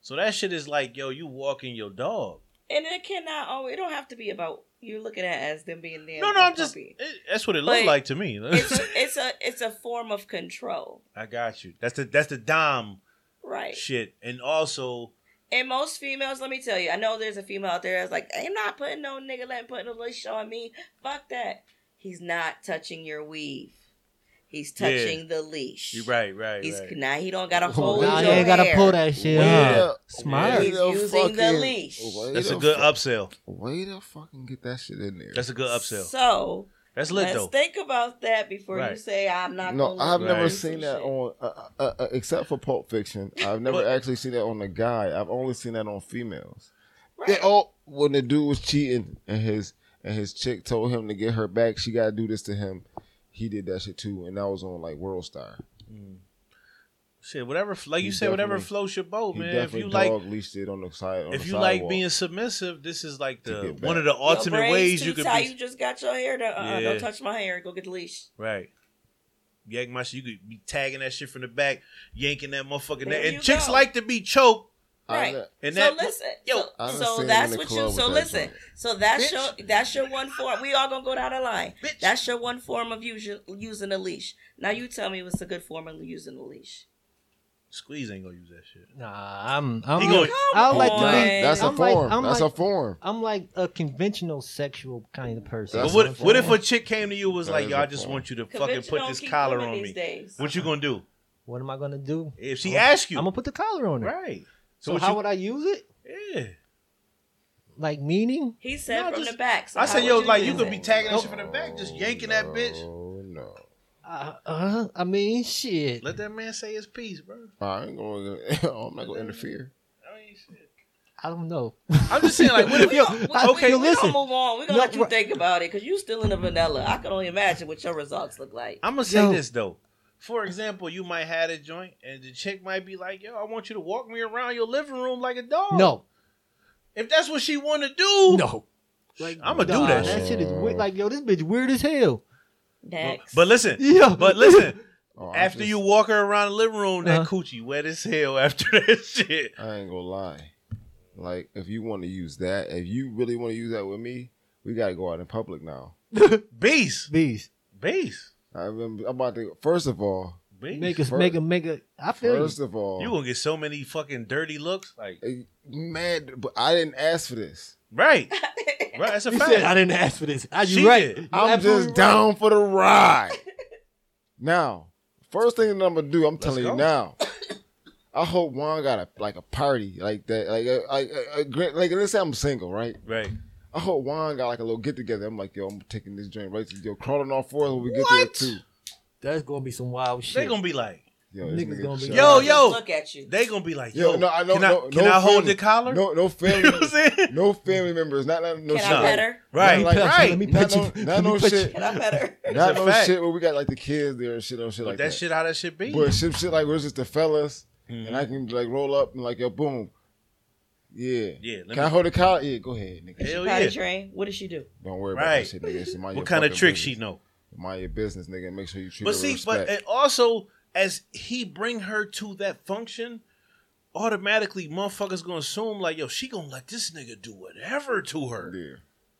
So that shit is like, yo, you walking your dog. And it cannot. Oh, it don't have to be about you're looking at it as them being there. No, no, I'm just. It, that's what it looked But like to me. it's, a, it's a it's a form of control, I got you. That's the that's the dom right? shit, and also And most females, let me tell you, I know there's a female out there that's like, I'm not putting no nigga letting put no leash on me. Fuck that. He's not touching your weave. He's Yeah. touching the leash. you right, right, He's right. Oh, now he don't gotta Now hold Nah, you your ain't gotta hair. pull that shit. Yeah. Huh? Smart. He's using the leash. way That's to a good fu- upsell. Way to fucking get that shit in there. That's a good upsell. So That's lit let's though. think about that before you Right. say I'm not. no, gonna I've let Right. you never do seen some that shit." on, uh, uh, uh, except for Pulp Fiction. I've never But- actually seen that on a guy. I've only seen that on females. Right. It, oh, when the dude was cheating and his and his chick told him to get her back, she gotta do this to him. He did that shit too, and that was on like World Star. Mm. Shit, whatever, like He you said, whatever definitely- floats your boat, He man. If definitely you like, dog leashed it on the side. On if the you like sidewalk. being submissive, this is like To the get back. one of the Your ultimate braids ways too you could tight, be You just got your hair done. Uh-uh, Yeah. Don't touch my hair. Go get the leash. right. Yank my shit. You could be tagging that shit from the back, yanking that motherfucking. There neck. you And chicks go. like to be choked. I- Right. And so that listen, Yo. so- I done so, seen him in that's the what club you. with So that listen, joint. so that's Bitch. your that's your one form. We all gonna go down the line. Bitch. That's your one form of using using a leash. Now you tell me what's a good form of using a leash. Squeeze ain't gonna use that shit. Nah, I'm. I'm He gonna- I Come like on. to be. Man, Oh, That's a I'm like- form. I'm That's like- a form. I'm like a conventional sexual kind of person. But That's what, what I'm what if saying. a chick came to you and was That like, is "Yo, a I just form. want you to fucking Convention put don't this keep collar on women these me"? days. What you gonna do What am I gonna do? if she asks you? I'm gonna put the collar on her. right. So, So, what how you, would I use it? yeah. Like meaning? He said No, from just- the back. So I how said, would yo, like use you could it? be tagging that shit from the back, just yanking that bitch. Oh no. Uh, uh, I mean, shit. Let that man say his piece, bro. I ain't going. to I'm not going to interfere. I mean, shit. I don't know. I'm just saying, like, what if We yo? gon- we- Okay, we, we listen. gonna move on. We're gonna No, let you right. think about it because you still in the vanilla. I can only imagine what your results look like. I'm gonna say Yo. this though. For example, you might have a joint, and the chick might be like, "Yo, I want you to walk me around your living room like a dog." No, if that's what she want to do, no. Like I'ma do nah, that shit. shit is weird. Like yo, this bitch weird as hell. Next. But listen, Yeah. but listen. Oh, I after just- you walk her around the living room, that Uh-huh. coochie wet as hell. After that shit, I ain't gonna lie. Like, if you want to use that, if you really want to use that with me, we got to go out in public now. Beast. Beast. Beast. I remember, I'm about to, first of all, Beast. Make us First- make a make a I feel first of all, you gonna get so many fucking dirty looks. Like eh, mad, but I didn't ask for this. right, right. That's a you. You fact. said I didn't ask for this. I She you right. did. You I'm absolutely just right. down for the ride. now, first thing that I'm gonna do, I'm telling go. you now. I hope Juan got a like a party like that, like a, like a, a great, like let's say I'm single, right? right. I hope Juan got like a little get together. I'm like, yo, I'm taking this joint right to yo, crawling on fours when we get there What? too. That's gonna be some wild shit. They gonna be like, Yo, Niggas gonna be- Yo, Oh, yo. Look at you. they gonna be like, yo, yo, no, I know, can I, no, can no I hold family- the collar? No, no you know family, what I'm saying? no family members, not not no Can shit I No. pet like- her? Right, Like, right. Let me Not pet you. no- Let not me no pet you. shit. Can I pet her? not That's a no fact. shit where we got like the kids there and shit on shit But like that, shit, how that shit be? But shit, shit like where's just the fellas, Mm-hmm. and I can like roll up and like yo, boom, yeah, Yeah, let Can me- I hold a collar? Yeah, go ahead, nigga. Hell Potty yeah. train. What does she do? Don't worry about Right. that shit, nigga. It's What mind your kind of fucking trick business. she know? Mind your business, nigga. and Make sure you treat But her see, with but respect. and also as he bring her to that function, automatically motherfuckers gonna assume like, yo, she gonna let this nigga do whatever to her. yeah. You know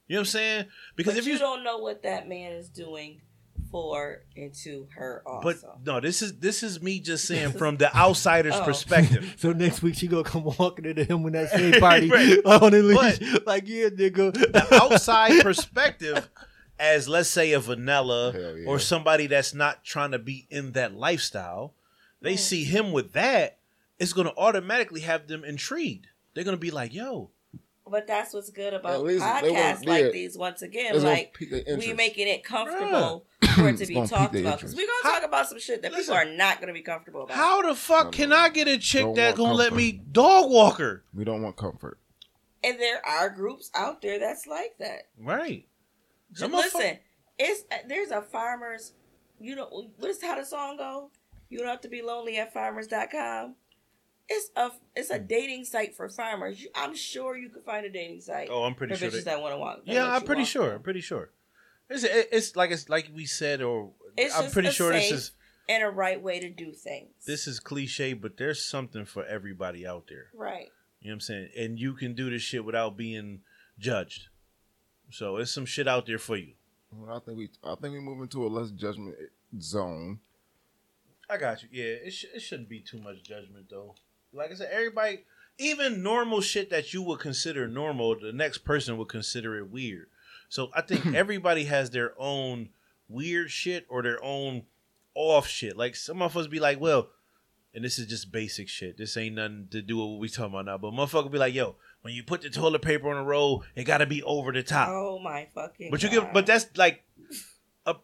what I'm saying? Because But if you, you, don't know what that man is doing for and to her but also. no, this is this is me just saying from the outsider's Oh. perspective. So next week she gonna come walking into him when that same party Right. on the leash, But- like yeah, nigga. the outside perspective as let's say a vanilla Hell yeah. or somebody that's not trying to be in that lifestyle they Yeah. see him with that it's going to automatically have them intrigued they're going to be like yo But that's what's good about At least they podcasts won't- like yeah. these. Once again, It's gonna like pique their we interest. making it comfortable for it to It's be gonna pique talked their about because interest. we're gonna talk about some shit that Listen. people are not gonna be comfortable about. how the fuck No, can no. i get a chick Don't that's going want to let comfort. me dog walk her we don't want comfort. And there are groups out there that's like that. right Some And listen, motherfuck- it's uh, there's a farmers. You know what is how the song go? You don't have to be lonely at farmers.com. It's a it's a dating site for farmers. You, I'm sure you could find a dating site. oh i'm pretty for sure bitches they- that want to walk. that yeah let i'm you pretty walk sure i'm them. pretty sure it's, it- it's like it's like we said or It's i'm just pretty a sure this safe- is And a right way to do things. this is cliche but there's something for everybody out there right. You know what I'm saying? And you can do this shit without being judged. So it's some shit out there for you. Well, I think we, I think we move into a less judgment zone. I got you. Yeah, it, sh- it shouldn't be too much judgment though. Like I said, everybody, even normal shit that you would consider normal, the next person would consider it weird. So I think everybody has their own weird shit or their own off shit. Like some of us be like, well, and this is just basic shit. This ain't nothing to do with what we talking about now. But motherfucker be like, yo, when you put the toilet paper on a roll, it gotta be over the top. Oh my fucking. Ah. But you give, God. but that's like, a,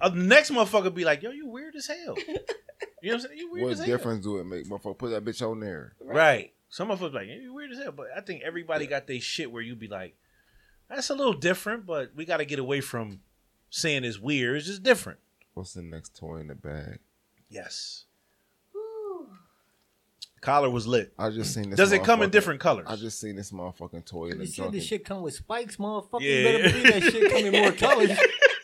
a next motherfucker be like, yo, you weird as hell. You know what I'm saying? You weird as What hell. difference do it make, motherfucker? Put that bitch on there. Right. Some of us like, you weird as hell. But I think everybody got they shit where you be like, that's a little different, but we got to get away from saying it's weird. It's just different. What's the next toy in the bag? Yes. Whew. Collar was lit. I just seen this. Does it come in motherfucker- different colors? I just seen this motherfucking toy in You the said junk. this shit come with spikes, motherfucker. Yeah. You better believe that shit come in more colors.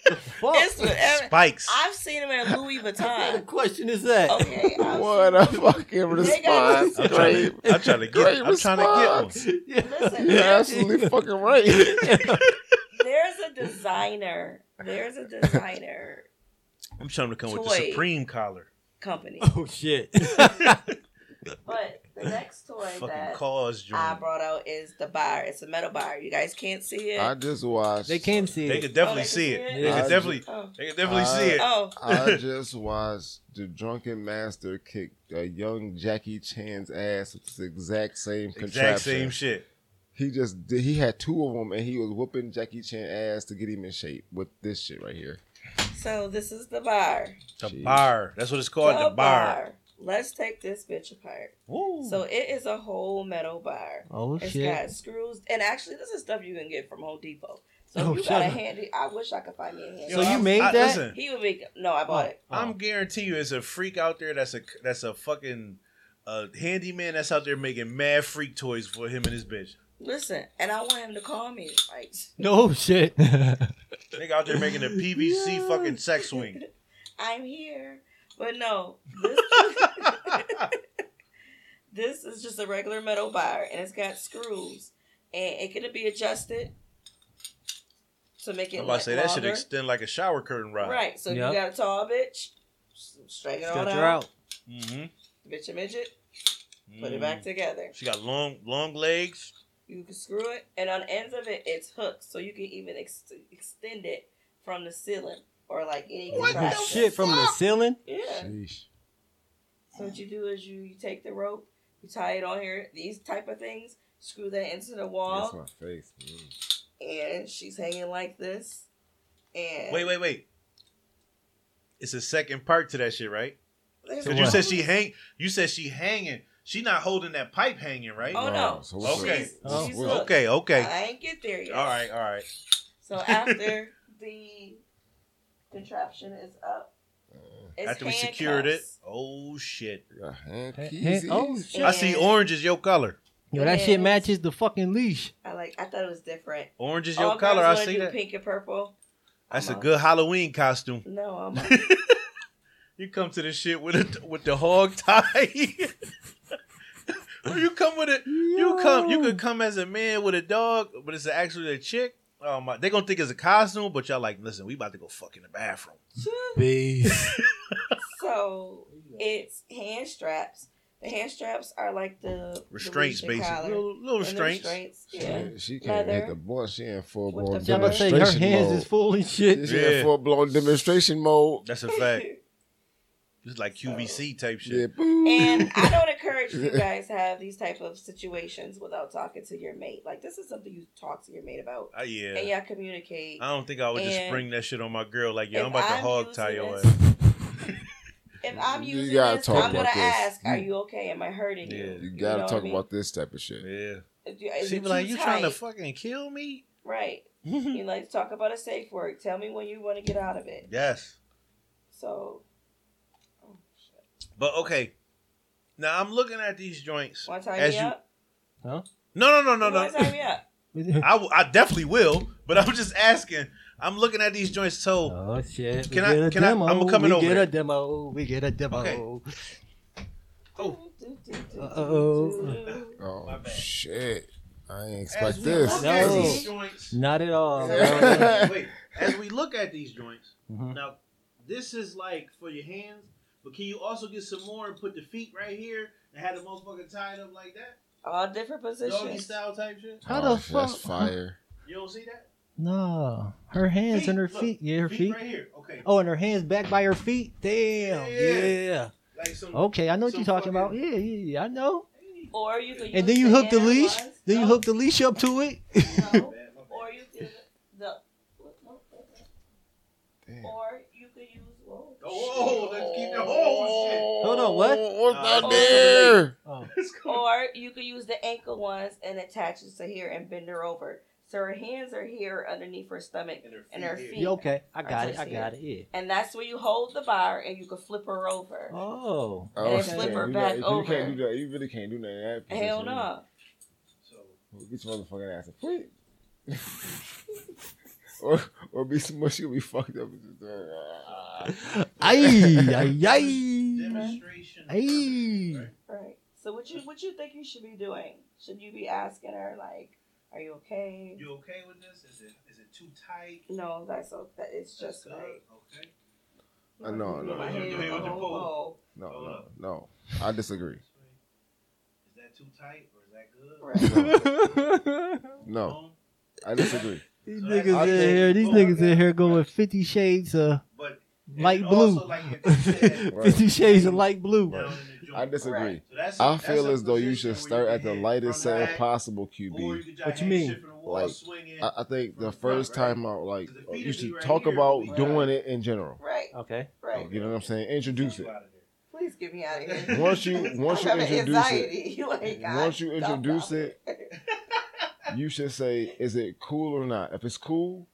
the fuck? It's whatever. Spikes. I've seen him in Louis What kind of Vuitton. question is that? Okay. I've What a fucking got- response! I'm trying, Great. to, I'm trying to get. Great I'm trying to get one. response. Listen, You're absolutely fucking right. There's a designer. There's a designer I'm trying to come with the Toy. Supreme collar. company. oh shit. But the next toy Fucking that cause I joint. brought out is the bar. It's a metal bar. You guys can't see it. I just watched. they can see They it. could definitely Oh, they see can it. see it? They I could ju- definitely. oh. They could definitely I- see Uh, it. oh, I just watched the drunken master kick a young Jackie Chan's ass with this exact same contraption. Exact same shit. He just did, he had two of them and he was whooping Jackie Chan ass to get him in shape with this shit right here. so this is the bar. The Jeez. bar. That's what it's called. The, bar. Let's take this bitch apart. Woo. So it is a whole metal bar. Oh It's shit. got screws, and actually, this is stuff you can get from Home Depot. So Oh, if you shut got a up. handy. I wish I could find me a handy. So you made that? He would make. No, Oh, I bought it. I'm guarantee you, there's a freak out there that's a that's a fucking uh, handyman that's out there making mad freak toys for him and his bitch. Listen, and I want him to call me. Like, No oh, shit. Nigga out there making a PVC Yeah. fucking sex swing. I'm here. But no, this, This is just a regular metal bar, and it's got screws, and it can be adjusted to make it. I'm about to say that should longer. extend like a shower curtain rod. Right. So if Yep. you got a tall bitch, s- straighten it on Stretch out. her out. Mm-hmm. Bitch a midget, put it Mm. back together. She got long, long legs. You can screw it, and on the ends of it, it's hooks, so you can even ex- extend it from the ceiling or like any. What Oh, Right. contraption. shit from the ceiling. Yeah. Sheesh. So what you do is you, you take the rope, you tie it on here, these type of things, screw that into the That's wall, my face. Mm. and she's hanging like this. And Wait, wait, wait. It's a second part to that shit, right? there's Because So you what? said she hang. You said she hanging. She not holding that pipe hanging, right? Oh no. Wow, so what's Okay. She's, Oh, she's hooked. Okay, okay. I ain't get there yet. All right, all right. So after the contraption is up, it's After we secured it. handcuffs. Oh shit. Got hand Hey, keys. hey, oh, Easy. shit. I see And- orange is your color. Yo, that Yeah. shit matches the fucking leash. I like. I thought it was different. Orange is All your girls color. I wanna see do that. Pink and purple. That's a I'm out. good Halloween costume. No, I'm out. You come to this shit with a, with the hog tie. or you come with it. You come. You could come as a man with a dog, but it's actually a chick. Oh my! They gonna think it's a costume, but y'all like, listen, we about to go fuck in the bathroom. Beast. so it's hand straps. The hand straps are like the the Restraints, leash and basically. collar. Little, little And the restraints. restraints, She, Yeah. she can't Leather. hit the boy. She in full What blown the I'm about to say demonstration her hands mode. is full and shit. She Yeah. in full blown demonstration mode. That's a fact. It's like QVC type Yeah. shit. boo. and I don't encourage you guys to have these type of situations without talking to your mate. Like this is something you talk to your mate about, I, yeah. and y'all communicate. I don't think I would just And bring that shit on my girl. Like, yeah, if I'm about to I'm hog tie using your this- ass. If I'm You using gotta this, talk I'm gonna about this. ask, "Are You- you okay? Am I hurting you?" Yeah. You know gotta what I talk mean? about this type of shit. Yeah. Is you- is She it be like, too you trying to tight?" fucking kill me? right? You like talk about a safe word. Tell me when you want to get out of it. yes. So, oh, shit. But okay. Now I'm looking at these joints. want to tie As me you- up? No, no, no, no, want to tie no. me up? I, w- I definitely will, but I'm just asking. I'm looking at these joints. So Oh shit! Can we I- Get a can I- demo. I'ma come in we over get there. a demo. We get a demo. Oh. Uh-oh. My Oh bad. shit! I ain't as expect we this. look at No. these joints, Not at all. Yeah. Wait, wait. as we look at these joints, Mhm. now this is like for your hands, but can you also get some more and put the feet right here and have the motherfucker tied up like that? All different Doggy positions. style type shit? How Oh, the shit, That's fuck- fire. You don't see that? No, her hands and her Look, feet. Yeah, her feet. right here. Okay. Oh, and her hands back by her feet. Damn. Yeah. Yeah. Like some, Okay, I know what Some you're talking about. fucking- Yeah, yeah, yeah, I know. Or you can And then you hook the hand leash. ones. Then you No, hook the leash up to it. no. Or you can the. Damn. Or you could use. Whoa. Oh, let's keep the whole shit. Hold on, what? What's Uh, out oh, there? Oh, Or you could use the ankle ones and attach it to here and bend her over. So her hands are here underneath her stomach. And her feet. yeah, okay, I Alright, got so it. I see got it. Yeah. And that's where you hold the bar and you can flip her over. Oh, Oh, And shit. flip her You back got- you over. can't do that. You really can't do that. in that position. Hell no. Get your motherfucking ass a quit. or or be some she gonna be fucked up. and just, uh, ay, ay, Demonstration. ay, Right. So what you what you think you should be doing? Should you be asking her like, "Are you okay?" You okay with this? Is it is it too tight? No, that's so that it's just right. Okay. Uh, no, no, My no, head no, is no, a no. whole bowl. no, no, no. I disagree. Is that too tight or is that good? Right. No, I disagree. These So niggas that's- in I think- here, these Oh, niggas okay. in here going Fifty Shades of But light and blue. also, like, if you said Right. Fifty Shades of light blue. down in the joint, I disagree. Right. so that's a- I that's feel a as though you position where should start you at can the hit lightest from the setting back, possible, or QB. could just What you hang mean? shit from the wall, Like, swing it. I, I think the first time out, like Because the feet you would be should right talk here, about right? doing it in general. Right. Okay. Right. You know what I'm saying? Introduce You it. out of there. Please get me out of here. Once you once you I'm having introduce it, anxiety. You ain't got once you stop, introduce stop. it, you should say, "Is it cool or not?" If it's cool,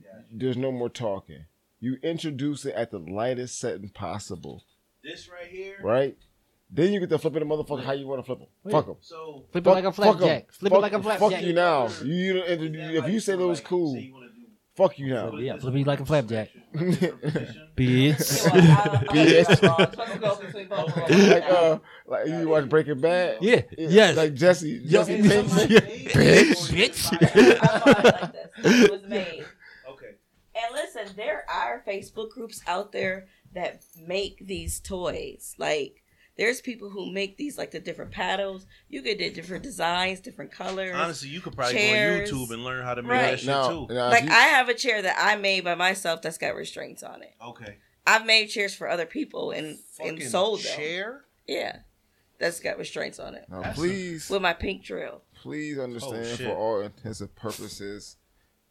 Yeah. there's no more talking. You introduce it at the lightest setting possible, This right here. right? Then you get to flipping the motherfucker how you want to flip him. Wait. Fuck him. So Flip it Fuck- like a fuck 'em. flapjack. Flip it Fuck- like a Fuck flapjack. you now. You, you don't is introduce, that if you like- said it like, was cool, say you wanna do Fuck you now. Yeah, flip me like a flapjack. Yeah, Bitch. well, I don't- I don't Yes. think I'm wrong. It's supposed to go between both of us. like uh, like you watch Breaking Bad. Yeah, yes. Like Jesse, Jesse Pinkman. Bitch. I thought it like this. It was made. Okay. And listen, there are Facebook groups out there that make these toys. Like, there's people who make these, like the different paddles. You could do different designs, different colors. Honestly, you could probably Chairs. go on YouTube and learn how to make Right. that shit Now, too. now like, if Uh, you- I have a chair that I made by myself that's got restraints on it. Okay. I've made chairs for other people and, and Fucking sold them. chair. Yeah, that's got restraints on it. now That's a- please, With my pink drill. please understand oh, shit. for all intents and purposes,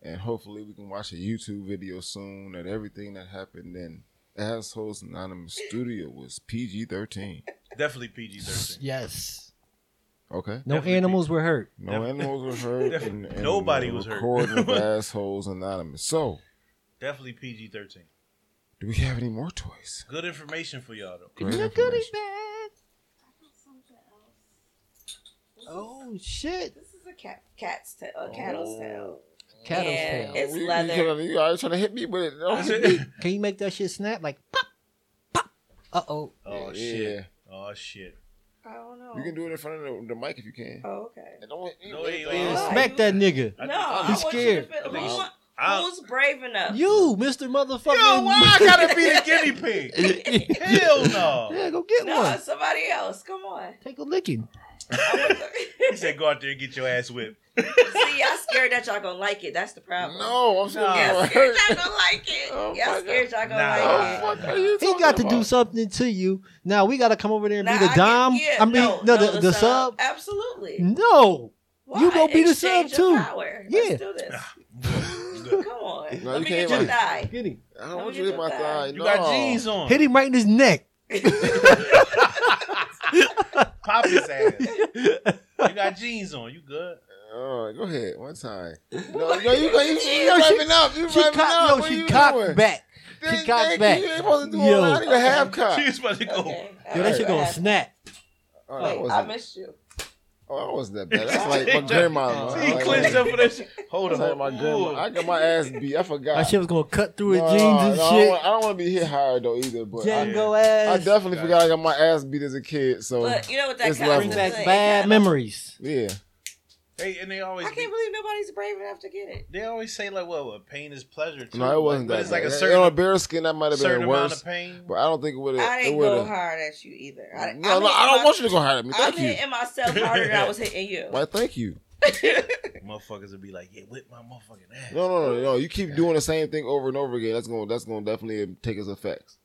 and hopefully we can watch a YouTube video soon that everything that happened in Assholes Anonymous Studio was PG thirteen. Definitely PG thirteen. Yes. Okay. No Definitely. animals were hurt. No Def- animals were hurt. Def- and, and nobody the was hurt. recording of assholes anonymous. So, Definitely PG thirteen. do we have any more toys? Good information for y'all though. Great The information. goodie bag. Oh shit! This is a cat, cat's tail, a cattle's tail. Cattle's Yeah. tail. It's You- you leather. tryna- You already trying to hit me with it. That's Don't- it. Can you make that shit snap? Like pop, pop. Uh oh. Oh Yeah. shit. Oh shit. I don't know. You can do it in front of the, the mic if you can. Oh, okay. And don't hit me No, it with ain't the- like- Why? Smack that nigga. I think- No, I He's want scared. you to I feel, think who, he's- wa- who's brave enough? You, Mister Motherfucker. Yo, why I gotta be the guinea pig? Hell no. yeah, go get no, one. it's somebody else. Come on. Take a licking. I want He to- said, "Go out there and get your ass whipped." See, y'all scared that y'all gonna like it. That's the problem. No, I'm Nah. sorry. Y'all No. scared y'all gonna like it. Oh, y'all my scared y'all gonna Nah. like it. Oh, fuck are you He talking got to do about? something to you. Now we gotta come over there and Nah, be the I dom. can- yeah, I mean, no, the, the, sub. Absolutely. No. Why? You gonna be the sub, Exchange of too. Power. Yeah. Let's do this. Come on. No, Let you me get can't your like- thigh. Hit him. I Let don't me want get you to hit my your thigh. thigh. You no. got jeans on. Hit him right in his neck. Pop his ass. You got jeans on. You good? Oh, go ahead. One time. No, no you, you, you, you Yo, she- revving up. You She revving up. cocked. No, What she you cocked doing? back. Dang, She cocked thank back. You You ain't supposed to do Yo. all that. I even half cock. She's about to go. Okay. Yo, that Alright, shit go gonna ahead. snap. Oh, that Wait, I wasn't, missed you. oh, that wasn't that bad. That's like my grandma. See, he Like, clenched up for that shit. Hold That's on. like my grandma. I got my ass beat. I forgot. That shit was gonna cut through his No, jeans and no, I don't shit. wanna- I don't want to be hit higher though either. But I, Django I ass. definitely forgot I got my ass beat as a kid. So But you know what that It's kind of level. Bring does? back It bad kinda- memories. yeah, They and they always I be- can't believe nobody's brave enough to get it. they always say like, "Well, well, pain is pleasure." Too. no, it wasn't But that. it's like bad. a on a certain, bear skin that might have certain been amount worse. of pain. But I don't think it would have. I It didn't would go have. hard at you either. I, I'm No, no, I hitting don't want you to go hard at me. I'm Thank you. hitting myself harder than I was hitting you. Why? Thank you. Motherfuckers would be like, "Yeah, whip my motherfucking ass." No, no, no, no. You keep doing the same thing over and over again. That's gonna. That's gonna definitely take its effects.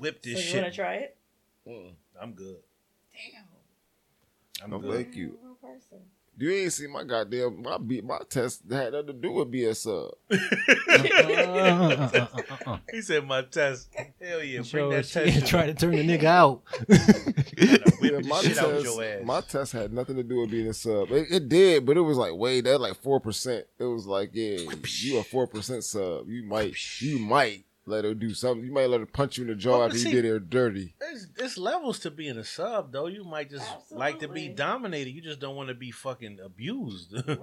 Whip So this you want shit. to try it? I'm good. Damn. I'm No, good. thank you. I'm a real person. You ain't see my goddamn my beat my test that had nothing to do with being a sub. Uh-uh, Uh-huh. He said, "My test." Hell yeah, bring Yo, that uh-uh. she test. try to turn the nigga out. whip Yeah, the my, shit out test, your ass. my test had nothing to do with being a sub. It, it did, but it was like way that like four percent. It was like, yeah, you a four percent sub. You might, you might let her do something. You might let her punch you in the jaw Well, after you see- did her dirty. It's, it's levels to being a sub, though. You might just like to be Absolutely. dominated. You just don't want to be fucking abused. Right.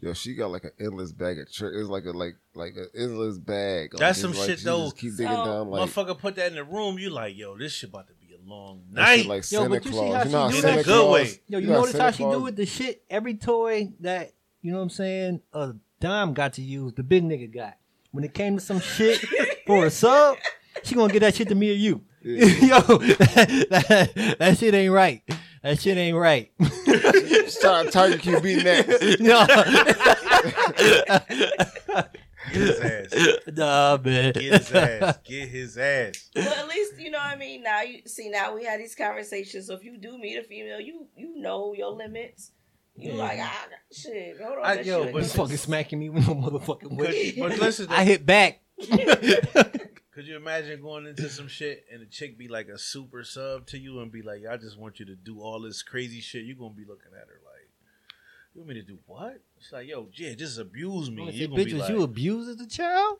Yo, she got like an endless bag of tricks. It was like a like like an endless bag. Like, That's it's some like shit, she though. Just keep digging So, down like, Motherfucker, put that in the room. You like, yo, this shit about to be a long that night. shit, like Yo, Santa but you see Claus. how she know do Santa that? Good Claus- way. Yo, you know notice Santa how she Claus- do with the shit? Every toy that you know what I'm saying, a dime got to use, the big nigga got. When it came to some shit for a sub, she gonna get that shit to me or you. Yeah. Yo, that, that shit ain't right. That shit ain't right. She's trying to target QB next. no, Get his ass. nah, man. Get his ass. Get his ass. Well, at least you know what I mean. Now you see. Now we had these conversations. So if you do meet a female, you you know your limits. You Yeah. like ah shit. Hold on. I- that yo, shit- but You fucking smacking me with no motherfucking way. But, but listen, I hit back. could you imagine going into some shit and a chick be like a super sub to you and be like, I just want you to do all this crazy shit? You're going to be looking at her like, you want me to do what? She's like, yo, yeah, just abuse me. Bitch, You're going to be was like, you abused as a child?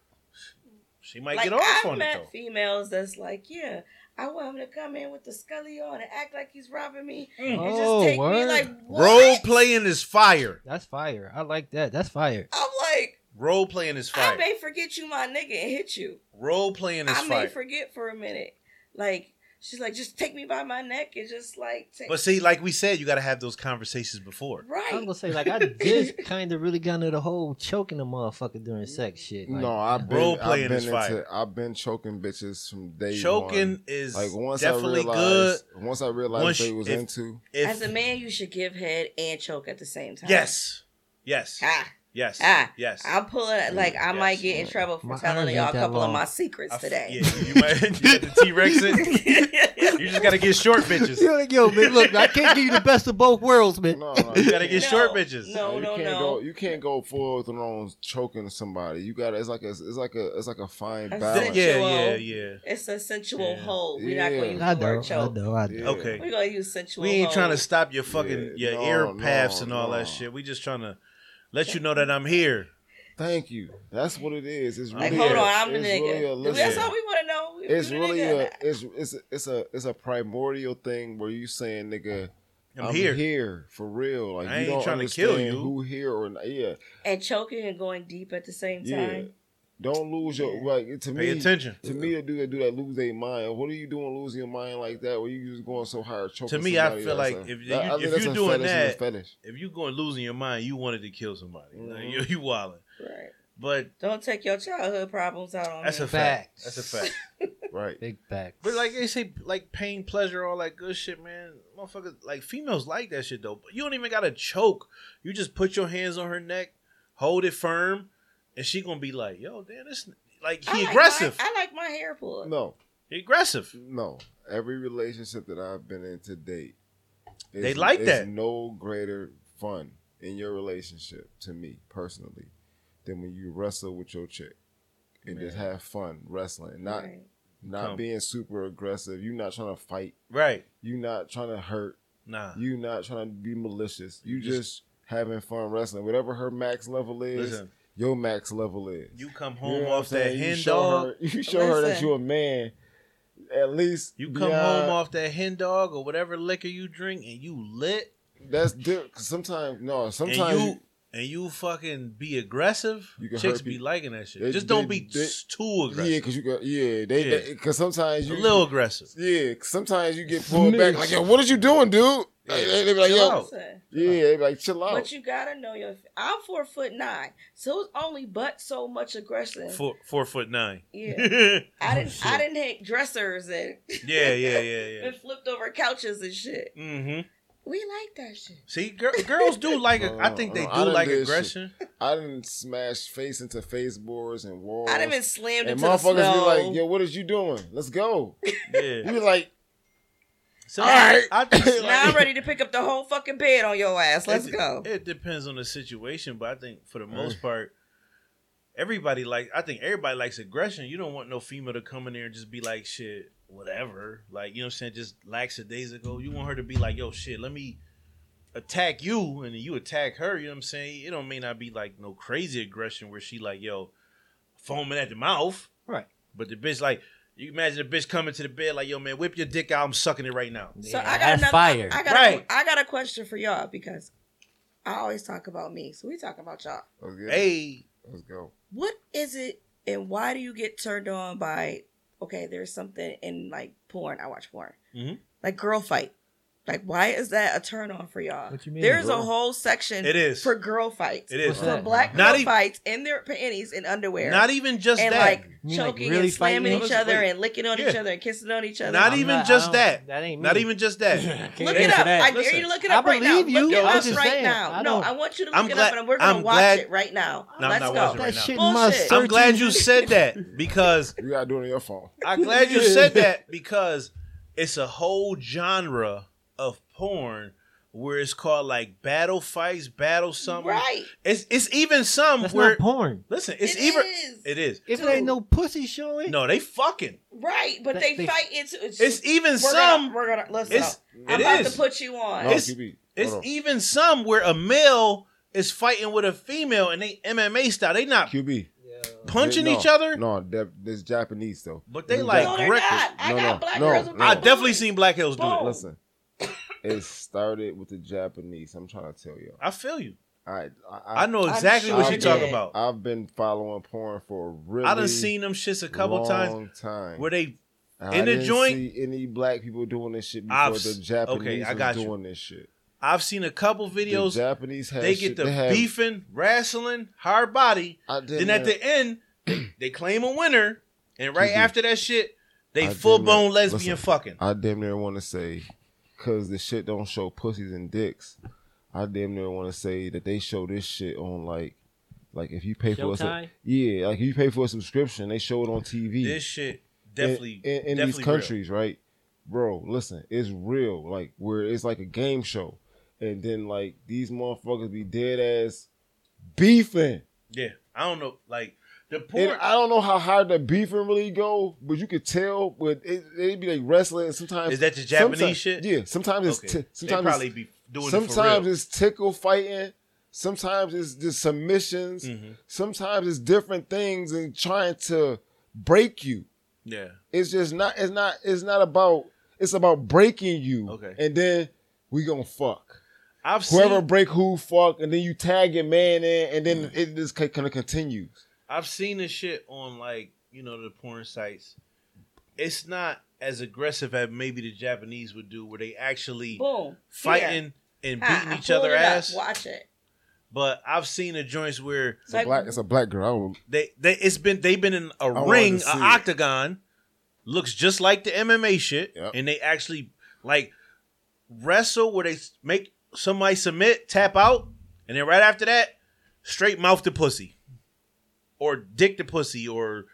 she might like get off I've on met it, though. females that's like, yeah, I want him to come in with the scully on and act like he's robbing me and Oh, just take me word. like what? Role playing is fire. That's fire. I like that. That's fire. I'm like, Role playing is I fire. may forget you, my nigga, and hit you. Role playing is I may fire. forget for a minute. Like she's like, just take me by my neck and just like take. But see, like we said, you got to have those conversations before. I was right. gonna say like I just kind of really got into the whole choking a motherfucker during sex shit. Like, no, I've been, Role I've playing been is fire. into, I've been choking bitches from day Choking one. is Like once definitely I good. realized, once I realized Once they you- was if- into, If, As a man, you should give head and choke at the same time. yes, yes, Ah, yes, ah, yes. I'm pulling. Like I Yes. might get in trouble for My telling arms y'all a ain't that couple of long. my secrets I f- today. Yeah, you might you got the T Rex it. You just got to get short bitches. You're like, yo, man, look, I can't give you the best of both worlds, man. no, no, You got to get No, short bitches. No, you no, can't no. Go, you can't go full thrown choking somebody. You got to it's like a, it's like a, it's like a fine That's Yeah, balance. yeah, yeah. It's a sensual Yeah. hold. We're not Yeah. going to I use the know, word I choke. know, I know. Yeah. Okay. We're going to use sensual We ain't trying to hold. stop your fucking Yeah, your no, ear paths no, and all that no. shit. We just trying to let you know that I'm here. Thank you. That's what it is. It's Like, really Like, hold a, on, I'm the it's nigga. Really a That's listen. all we want to know. If It's you the really nigga or a not. it's it's it's a it's a primordial thing where you saying nigga I'm, here. for real like I you ain't don't trying to understand kill you. who here or not. yeah and choking and going deep at the same Yeah. time. don't lose your like to Pay me attention. to me a dude that do that lose their mind what are you doing losing your mind like that where you just going so hard choking To me, I somebody feel that's like a- if you- I- I if think you that's a doing fetish and a that- fetish. If you going losing your mind, you wanted to kill somebody. Like, Mhm. you you wilding. Right. But Don't take your childhood problems out on that's a me. fact. Facts. That's a fact. right Big facts. But like they say, like pain, pleasure, all that good shit, man. Motherfuckers, like females like that shit though. But you don't even gotta choke. You just put your hands on her neck, hold it firm, and she gonna be like, "Yo, damn, this like I he like aggressive, Oh My, I like my hair pulled. no he aggressive." no every relationship that I've been in to date is, They like is that. no greater fun in your relationship to me personally than when you wrestle with your chick and just have fun wrestling not Right. not Come. being super aggressive. You not trying to fight. Right? You not trying to hurt. Nah. You not trying to be malicious. You You just, just- having fun wrestling. Whatever her max level is, Listen, your max level is. you come You home know what I'm off that saying? you hen show dog. Her, you show her that Listen. you're a man. At least You come yeah, home off that hen dog or whatever liquor you drink, and you lit, That's di- 'cause sometimes no. Sometimes and you. you, and you fucking be aggressive. You can Chicks hurt be people. liking that shit. They- Just don't they- be they- too yeah, aggressive. because you got yeah. They Yeah. because sometimes you a little aggressive. yeah. 'cause sometimes you get pulled back like yo, what is you doing, dude? Like, they, they be like Chill yo, out. Listen, yeah. They be like chill out. But you gotta know your. I'm four foot nine, so it's only but so much aggression. Four four foot nine. yeah, yeah, I didn't. I didn't hit dressers and yeah, yeah, yeah. and flipped over couches and shit. Mm-hmm. We like that shit. See, gir- girls do like. No, I think they do no, Oh, I done like did shit. aggression. I didn't smash face into faceboards and walls. I done been slammed into and the snow. motherfuckers be like, "Yo, what is you doing? Let's go." You Yeah. be like, So All right. I think like, now I'm ready to pick up the whole fucking bed on your ass. Let's it, go. It depends on the situation, but I think for the Uh. most part, everybody like. I think everybody likes aggression. You don't want no female to come in there and just be like, "Shit, whatever." Like you know what I'm saying? Just lackadaisical. You want her to be like, "Yo, shit, let me." Attack you and then you attack her, you know what I'm saying? It don't may not be like no crazy aggression where she like, yo, foaming at the mouth. Right. But the bitch like you imagine the bitch coming to the bed like, yo man, whip your dick out, I'm sucking it right now. So Yeah, I got another. fire. I got. Right. A, I got a question for y'all because I always talk about me, so we talking about y'all. "Let's get it. Hey. let's go." What is it, and why do you get turned on by? Okay, there's something in like porn. I watch porn, Mhm. like girl fight. Like, why is that a turn on for y'all? What you mean, There's girl? a whole section. It is. for girl fights. It is. What's that? for black Not girl even- fights in their panties and underwear. Not even just and that. like You mean, like, choking really and slamming fighting? each other Wait. and licking on Yeah. each other and kissing on each other. Not I'm even not- I just don't- that. That ain't me. Not even just that. Mm. Can't Look Listen, it answer up. that. I dare listen, you to look it I up right now. believe you. Look it I'm up just right saying, now. I no, don't- I want you to look I'm it glad- up, and we're gonna I'm watch glad- it right now. No, I'm Let's not go. watching that right now. shit in my Bullshit. I'm glad searches. you said that because You gotta do it on your phone. I'm glad you said that because it's a whole genre of porn where it's called like battle fights, battle something. Right. It's it's even some That's where not porn. listen, it's It even is. it is. If Dude. there ain't no pussy showing, No, they fucking. Right, but That- they, they- fight into it's, It's even we're some Gonna, we're gonna listen. it's I'm it about is. to put you on. No, It's- QB. It's E Hold on. even some where a male is fighting with a female and they MMA style. They not QB punching No, each other. No, that, this Japanese though. But they This like no, Jap- they're correct not. it. I No, got no, black no, girls. with no. I black definitely booties. seen black girls do Boom. it. Listen, it started with the Japanese. I'm trying to tell you. I feel you. I I, I know I'm exactly what you're shocked. talking about. I've been following porn for a really. I done seen them shits a couple long times Time. where they I in the didn't joint? See any black people doing this shit before I've s- the okay, Japanese I was got you. doing this shit. I've seen a couple videos the Japanese had they shit- get the had- beefing, wrestling, hard body. I Then didn't at have- the end, they, they claim a winner, and right Mhm. after that shit, they I full damn blown near- lesbian listen, fucking. I damn near want to say, because the shit don't show pussies and dicks. I damn near want to say that they show this shit on like, like if you pay for a, Showtime? yeah, like if you pay for a subscription, they show it on TV. this shit In- definitely in, in definitely these countries, right, bro? Listen, it's real. Like where it's like a game show, and then like these motherfuckers be dead ass beefing. Real. Yeah, I don't know, like the porn. And I don't know how hard the beefing really go, but you could tell. But it, they be like wrestling. and Sometimes is that the Japanese sometimes- shit? Yeah, sometimes it's okay. ti- they sometimes probably it's, be doing sometimes it it's tickle fighting. Sometimes it's just submissions. for real. Mhm. Sometimes it's different things and trying to break you. Yeah, It's just not. It's not. It's not about. It's about breaking you. Okay. And then we gonna fuck. I've Whoever seen break who fuck, and then you tag your man in, and Mm. then it just kind of continues. I've seen this shit on like you know the porn sites. It's not as aggressive as maybe the Japanese would do, where they actually Boom. Here. fighting and beating Ha, I each pulled other it up. ass. Watch it. But I've seen the joints where It's a black. It's a black girl. I don't, they they it's been they've been in a wanted ring, to an see it. octagon, looks just like the MMA shit, Yep. and they actually like wrestle where they s- make somebody submit, tap out, and then right after that, straight mouth to pussy, or dick to pussy, or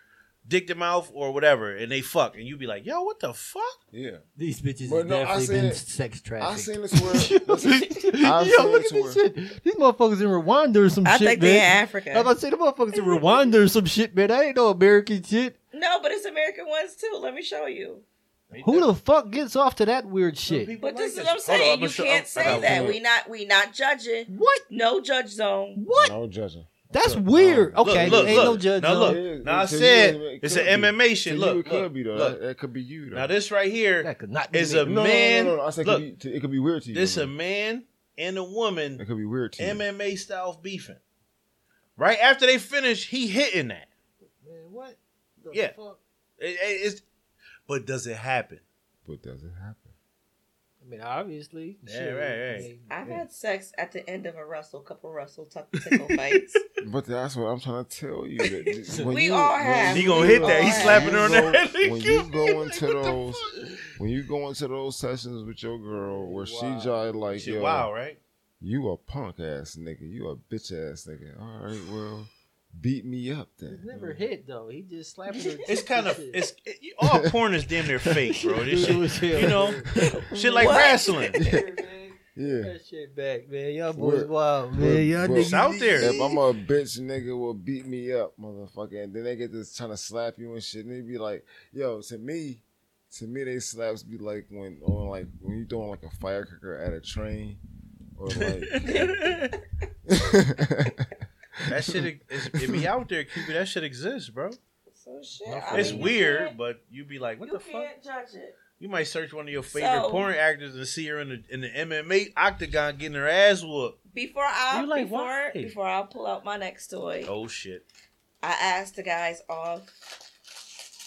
dick to mouth, or whatever, and they fuck, and you be like, yo, what the fuck? yeah. These bitches But have no, I definitely seen been it. sex I trafficked. seen this where. listen, I've Yo, seen look it at to this shit. These motherfuckers in Rwanda or some I shit. think they in man. Africa. I was about to say the motherfuckers in Rwanda or some shit, man. That ain't no American shit. No, but it's American ones too. Let me show you. Who the fuck gets off to that weird Some shit? people But this like is what I'm Hold on, saying. I'ma you show- can't I got say one. that. We not we not judging. What? No judge zone. What? No judging. That's weird. Look, Okay, look, ain't look. no judge. Now on look. it. now I to you, said it it's could an be. MMA shit. To you, Look, it could look, be though. look. That, that could be you. Though. Now this right here, That could not Is be a me. no, man- No, no, no, no. I said it look. could be, to- it could be weird to you. this though. a man and a It woman could be weird to you. MMA style beefing. Right after they finish, he hitting that. Man, what? the Yeah. fuck? It- it- it's- but does it happen? But does it happen? I mean, obviously. Yeah, shit, right, right. they- I've they- had sex at the end of a wrestle, couple wrestle tuck tickle fights. But that's what I'm trying to tell you. That when We you, all when have. you He gonna hit that. Oh, He yeah. slapping her on the When you head. go- when you go Like, into what the those- fuck? When you go into those sessions with your girl where Wow. she just like, Shit, yo, wow, right? you a punk ass nigga. You a bitch ass nigga. All right, well, beat me up then. He's never hit though. He just slapped her. It's kind of it's it, you- all porn is damn near fake, bro. This shit, you know, shit like What? wrestling. Yeah. That shit back, man. Y'all Word. boys wild, man. Y'all Word. niggas It's out there. If I'm a bitch, nigga will beat me up, motherfucker. And then they get this trying to slap you and shit. And they be like, yo, to me, to me, they slaps be like when on like when you doing like a firecracker at a train or like. that that shit is, it be out there, Cupid. That shit exists, bro. So shit. No, I It's mean, you weird, can't- but you be like, what you the fuck? can't judge it. You might search one of your favorite So- porn actors and see her in the in the MMA octagon getting her ass whooped. Before I You like, before why? before I pull out my next toy, Oh shit! I asked the guys off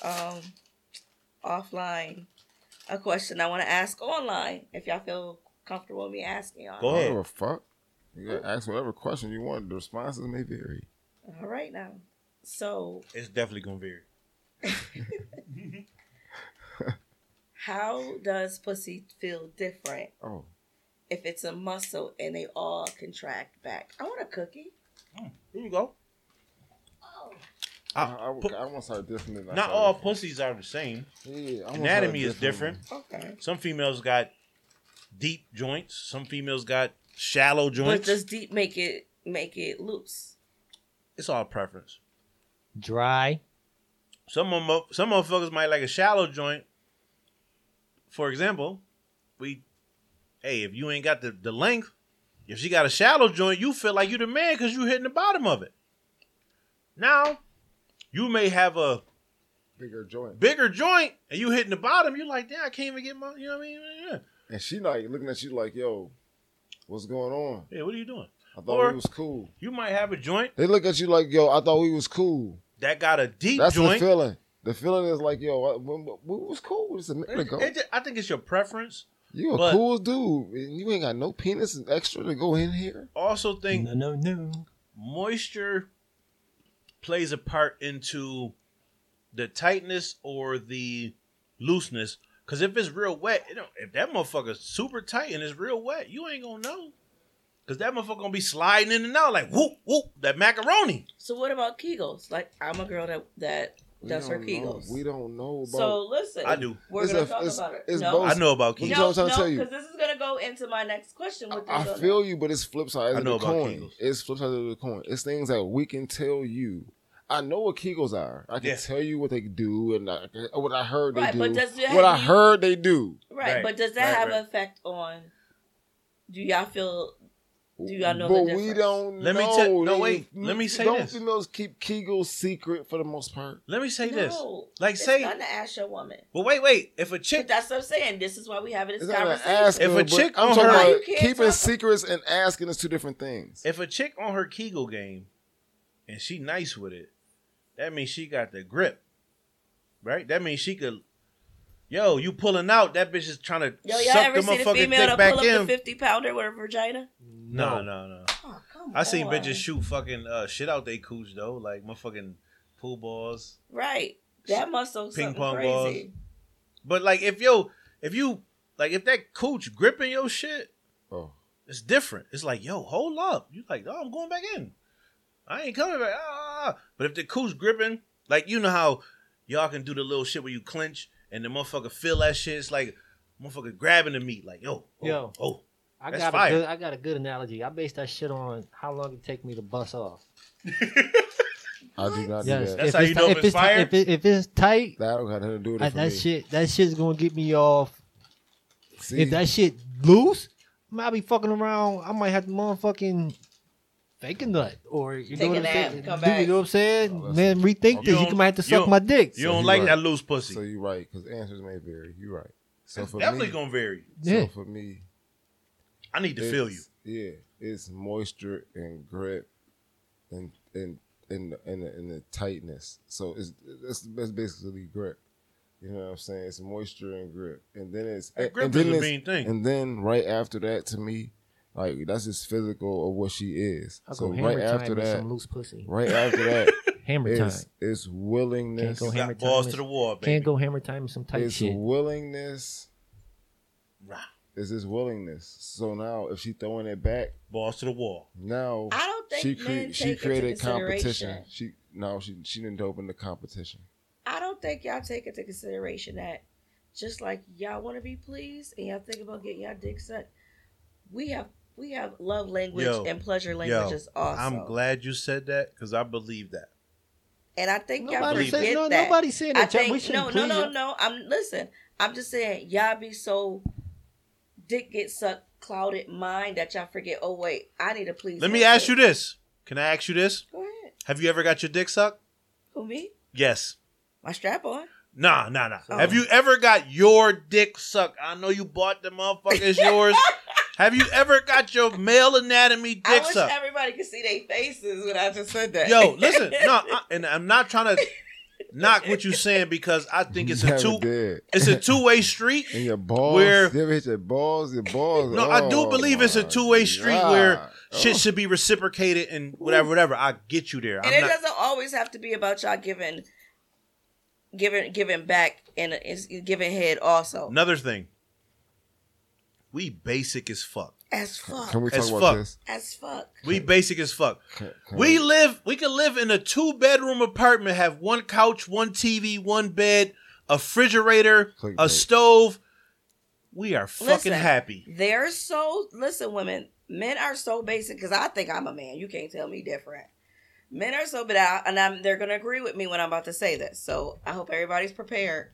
um offline a question I want to ask online. If y'all feel comfortable with me asking on. Go I ahead. don't give a fuck. You gotta ask whatever question you want. The responses may vary. All right now. So It's definitely gonna vary. how does pussy feel different Oh, if it's a muscle and they all contract back? I want a cookie. Here you go. I, Ah, I, pu- I want to start different. not all pussies are the same. Yeah, I wanna Anatomy start is different. Okay. Some females got deep joints. Some females got shallow But joints. does deep make it make it loose? it's all preference. dry. Some mo- some motherfuckers might like a shallow joint. For example, we, hey, if you ain't got the, the length, if she got a shallow joint, you feel like you the man because you hitting the bottom of it. Now, you may have a Bigger joint. bigger joint and you hitting the bottom, you're like, damn, I can't even get my, you know what I mean? Yeah. And she like looking at you like, yo, what's going on? Hey, what are you doing? I thought Or- we was cool. You might have a joint They look at you like, yo, I thought we was cool. that got a deep That's joint. the feeling. The feeling is like, yo, I- we, we was cool just a minute It- ago. it ju- I think it's your preference. You a but- cool dude. and You ain't got no penis extra to go in here. Also, think No, no, no. moisture plays a part into the tightness or the looseness. Cause if it's real wet, it don't, if that motherfucker's super tight and it's real wet, you ain't gonna know. Cause that motherfucker gonna be sliding in and out like whoop whoop that macaroni. So what about Kegels? Like I'm a girl that that We does her don't know. Kegels. We don't know about. so listen, I do. We're It's gonna a- talk it's- about it. it's no, both. I know about What Kegels. y'all no, trying to no, tell you? because this is gonna go into my next question. With I, I this on feel it. you, but it's flip side I of know the about coin. Kegels. It's flip side of the coin. It's things that we can tell you. I know what Kegels are. I can Yeah. tell you what they do and I, what I heard they Right, do. but does it- what I you- heard they do. right, Right, but does that right, have right. an effect on? Do y'all feel? Do y'all know the But we difference? don't. Let me know. tell- no, They- wait. Let me say Don't this. females keep Kegels secret for the most part? Let me say no, this. Like, it's say- not to ask your woman. Well, wait, wait. If a But chick, that's what I'm saying. This is why we having this It's not an conversation. ask. If a but chick I'm on talking her- Why you about can't keeping talk- secrets and asking is two different things. if a chick on her Kegel game, and she nice with it, that means she got the grip, right? That means she could. Yo, you pulling out? That bitch is trying to Yo, y'all suck the ever seen a motherfucking female dick that back pull up the in. fifty pounder with a vagina? No, no, no. Oh, come I seen on. bitches shoot fucking uh, shit out they cooch though, like motherfucking pool balls. Right. That must have Ping something pong crazy. balls. But like, if yo, if you like, if that cooch gripping your shit, Oh. it's different. It's like, yo, hold up. You like, oh, I'm going back in. I ain't coming back. Ah. But if the cooch gripping, like you know how y'all can do the little shit where you clench and the motherfucker feel that shit. It's like motherfucker grabbing the meat, like yo, oh, Yo. oh. I That's got fire. a good. I got a good analogy. I based that shit on how long it take me to bust off. I do not Yes, do that. That's how you ti- know if it's ti- fire? If, it, if it's tight, That don't got nothing to do with it I- for that me. shit. That shit's gonna get me off. See, If that shit loose, I might be fucking around. I might have to motherfucking fake a nut or you Take know what a I'm nap saying. and come Do You back. know what I'm saying? Oh, that's- Man, rethink You this. You don't- might have to you suck don't- my dick. You don't you like right. that loose pussy. so you're right because answers may vary. You're right. So it's for definitely me, gonna vary. Yeah. so for me, I need to feel you. it's- Yeah, it's moisture and grip, and and and and the, and the tightness. So it's it's, it's basically grip. You know what I'm saying? It's moisture and grip, and then it's That and- grip and is then a it's- mean thing. And then right after that, to me, like that's just physical of what she is. I'll so go hammer right after time and that, some loose pussy. right after that, Hammer it's time. it's willingness. Can't go You hammer got balls to time is- the wall, baby. Can't go hammer time and some tight It's shit. willingness. Rah. It's his willingness. So now, if she throwing it back, Balls to the wall. now I don't think she men cre- take she into created competition. consideration. She no, she she didn't open the competition. I don't think y'all take into consideration that just like y'all want to be pleased and y'all think about getting y'all dick sucked, we have we have love language Yo. and pleasure Yo, languages also. I'm glad you said that because I believe that. and I think y'all Nobody forget said- said, no, that. nobody said I that. we think shouldn't no, no, please no, you. no. I'm listen. I'm just saying y'all be so dick get sucked clouded mind that y'all forget. Oh wait, I need to please. Let him me ask too." you this. Can I ask you this? Go ahead. Have you ever got your dick sucked? Who me? Yes. My strap on. Nah, nah, nah. So- Have you ever got your dick sucked? I know you bought the motherfuckers yours. Have you ever got your male anatomy I dick wish sucked? everybody could see their faces when I just said that. Yo, listen. No, I, and I'm not trying to knock what you're saying because I think it's a Never two did. it's a two way street. And your balls, Where- you ever hit your balls, your balls. No, I do Oh, believe it's a my two-way street God. where Oh. Shit should be reciprocated and whatever, whatever. I get you there. and I'm it not, doesn't always have to be about y'all giving, giving, giving back and it's giving head also. another thing. We basic as fuck. As fuck. Can we As talk about fuck. this? As fuck. We basic as fuck. Can- can We live. We could live in a two bedroom apartment, have one couch, one TV, one bed, a refrigerator, a Clickbait. stove. We are fucking Listen. happy. They're so listen, women. Men are so basic because I think I'm a man. You can't tell me different. Men are so, but I, and I'm, they're going to agree with me when I'm about to say this. So I hope everybody's prepared.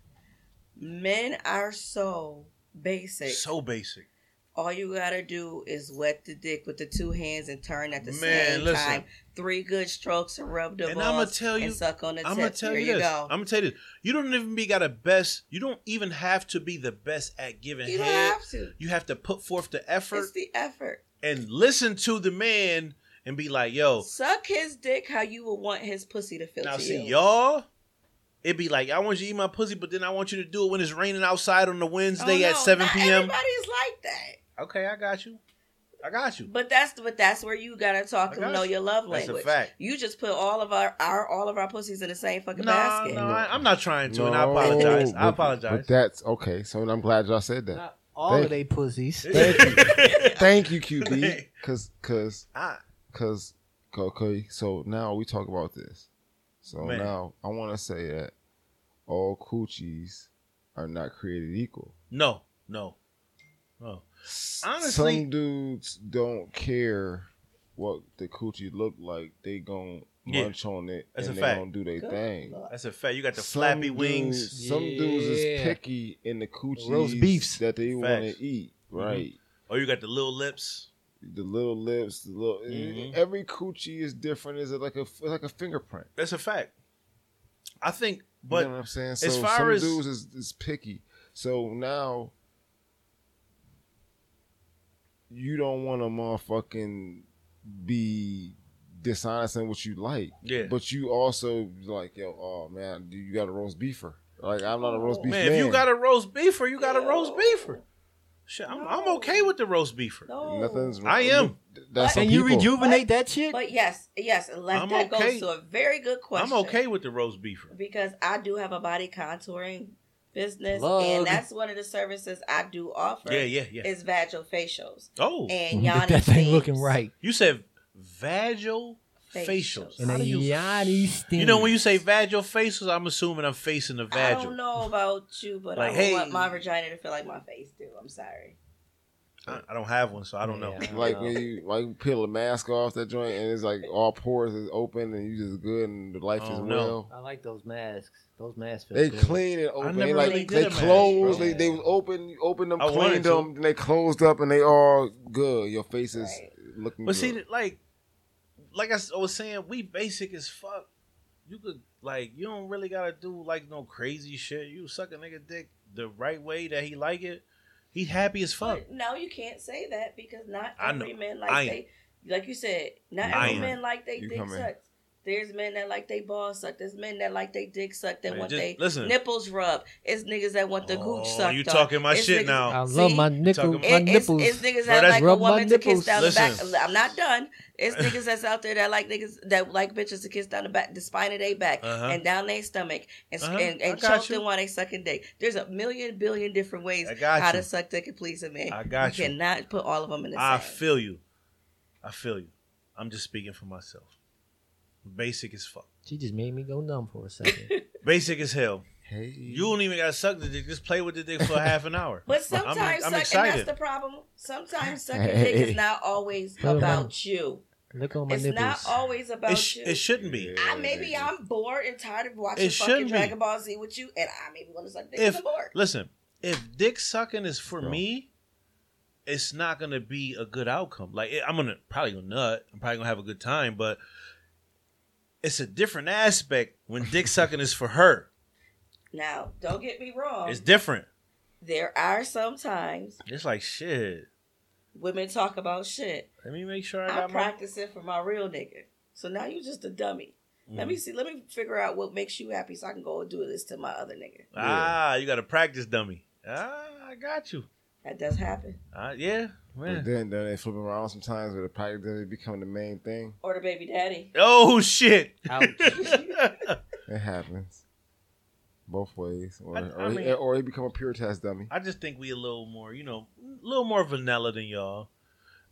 Men are so basic. So basic. All you gotta do is wet the dick with the two hands and turn at the Man, same listen. time. Three good strokes and rub the And balls I'ma tell you- and suck on the I'm gonna tip. tell Here you you this. go. I'm gonna tell you this. You don't even be got a best. You don't even have to be the best at giving you don't head. have to. You have to put forth the effort. It's the effort. and listen to the man and be like, yo, Suck his dick how you would want his pussy to feel Oh. now to see you. y'all. It'd be like, I want you to eat my pussy, but then I want you to do it when it's raining outside on the Oh, Wednesday at no, 7 not p.m. Everybody's like that. Okay, I got you. I got you. But that's but that's where you gotta talk I and got know you. your love That's a language. fact. You just put all of our, our all of our pussies in the same fucking No, basket. no, I, I'm not trying to, and I apologize. I but- apologize. But that's okay. So I'm glad y'all said that. Not all Thank of they pussies. Thank you, QB. Cause, cause, Ah, cause, okay. So now we talk about this. So Man. now I want to say that all coochies are not created equal. no, no, no. S- Honestly- some dudes don't care what the coochie look like. They gon' Yeah. munch on it That's and a they fact. gon' do their Good thing. Lord. That's a fact. You got the Some flappy dudes- wings. Some dudes is Yeah. picky in the coochies roast beefs. that they want Facts. to eat. Right. Oh, you got the little lips. The little lips, the little eh, Mhm. every coochie is different. Is it like a like a fingerprint? That's a fact. I think, you but know what I'm saying? So as far some as- dudes is, is picky. So now you don't want to motherfucking be dishonest in what you like, yeah, but you also like, yo, oh man, you got a roast beefer. Like I'm not a roast Oh, beef man, man. if you got a roast beefer, you got a roast No. beefer. Shit, I'm, I'm No. okay with the roast beefer. No. Nothing's wrong. I am. That's some Can you people. rejuvenate that shit? But yes, yes, unless I'm that okay. goes to a very good question. I'm okay with the roast beefer. Because I do have a body contouring business Plug. and that's one of the services I do offer Yeah, yeah, yeah. is vaginal facials. Oh, And Get Yanni that thing Steams. looking right. you said vaginal facials. Facials. And How a do you Yanni Steam. You know, when you say vaginal faces, I'm assuming I'm facing the I vaginal. don't know about you, but Like, I don't hey. want my vagina to feel like my face do. I'm sorry. I, I don't have one, so I don't know. Yeah. Like when you like you peel the mask off that joint and it's like all pores is open and you just good and the life is Oh, no. well. I like those masks. Those masks feel They good. cleaned it open. They, never like really did they a mask, closed. bro. They they was open. You opened them, I wanted cleaned to. them, and they closed up, and they all good. Your face is Right. looking. But good. see, like, like I s- I was saying, we basic as fuck. You could like, you don't really gotta do like no crazy shit. You suck a nigga dick the right way that he like it. He happy as fuck. But No, you can't say that because not I every man like I am. they like you said, not I every am. man like they You dick come in. sucked. There's men that like they balls sucked. There's men that like they dick sucked that Man, want just- they listen. nipples rubbed. It's niggas that want the gooch Oh, sucked. you on. talking my It's shit niggas- now. I See? love my nickel, Talking my about- It- it's, nipples. it's Bro, niggas that that's- like a Rub my woman to kiss nipples. down the back. Listen. I'm not done. It's niggas that's out there that like niggas that like bitches to kiss down the back, the spine of their back, Uh-huh. and down their stomach, and Uh-huh. and, I and got choke you. them while they sucking dick. There's a million billion different ways I got how you. to suck dick and please a man. I got you. cannot put all of them in the I same. feel you. I feel you. I'm just speaking for myself. Basic as fuck. She just made me go numb for a second. Basic as hell. hey, You don't even gotta suck the dick. Just play with the dick for half an hour. But sometimes I'm, I'm suck, and excited. that's the problem. Sometimes sucking dick is not always Hold on. about you. Look on my It's nipples. not always about It, sh- you. it shouldn't be. I maybe I'm bored and tired of watching It fucking shouldn't be. Dragon Ball Z with you, and I maybe want to suck dick If- some more. Listen, if dick sucking is for No. me, it's not gonna be a good outcome. Like it- I'm gonna probably gonna nut. I'm probably gonna have a good time, but it's a different aspect when dick sucking is for her. Now, don't get me wrong. It's different. There are sometimes It's like shit. women talk about shit. Let me make sure I I'm got my. practicing for my real nigga. So now you just a dummy. Let Mhm. me see. Let me figure out what makes you happy so I can go and do this to my other nigga. Ah, you got to practice, dummy. Ah, I got you. That does happen. Ah, yeah, But man. then, then they flip around sometimes, but it probably doesn't become the main thing. Or the baby daddy. Oh shit. Ouch. It happens both ways, or I- or, I he, mean- or he become a pure test dummy. I just think we a little more, you know, a little more vanilla than y'all.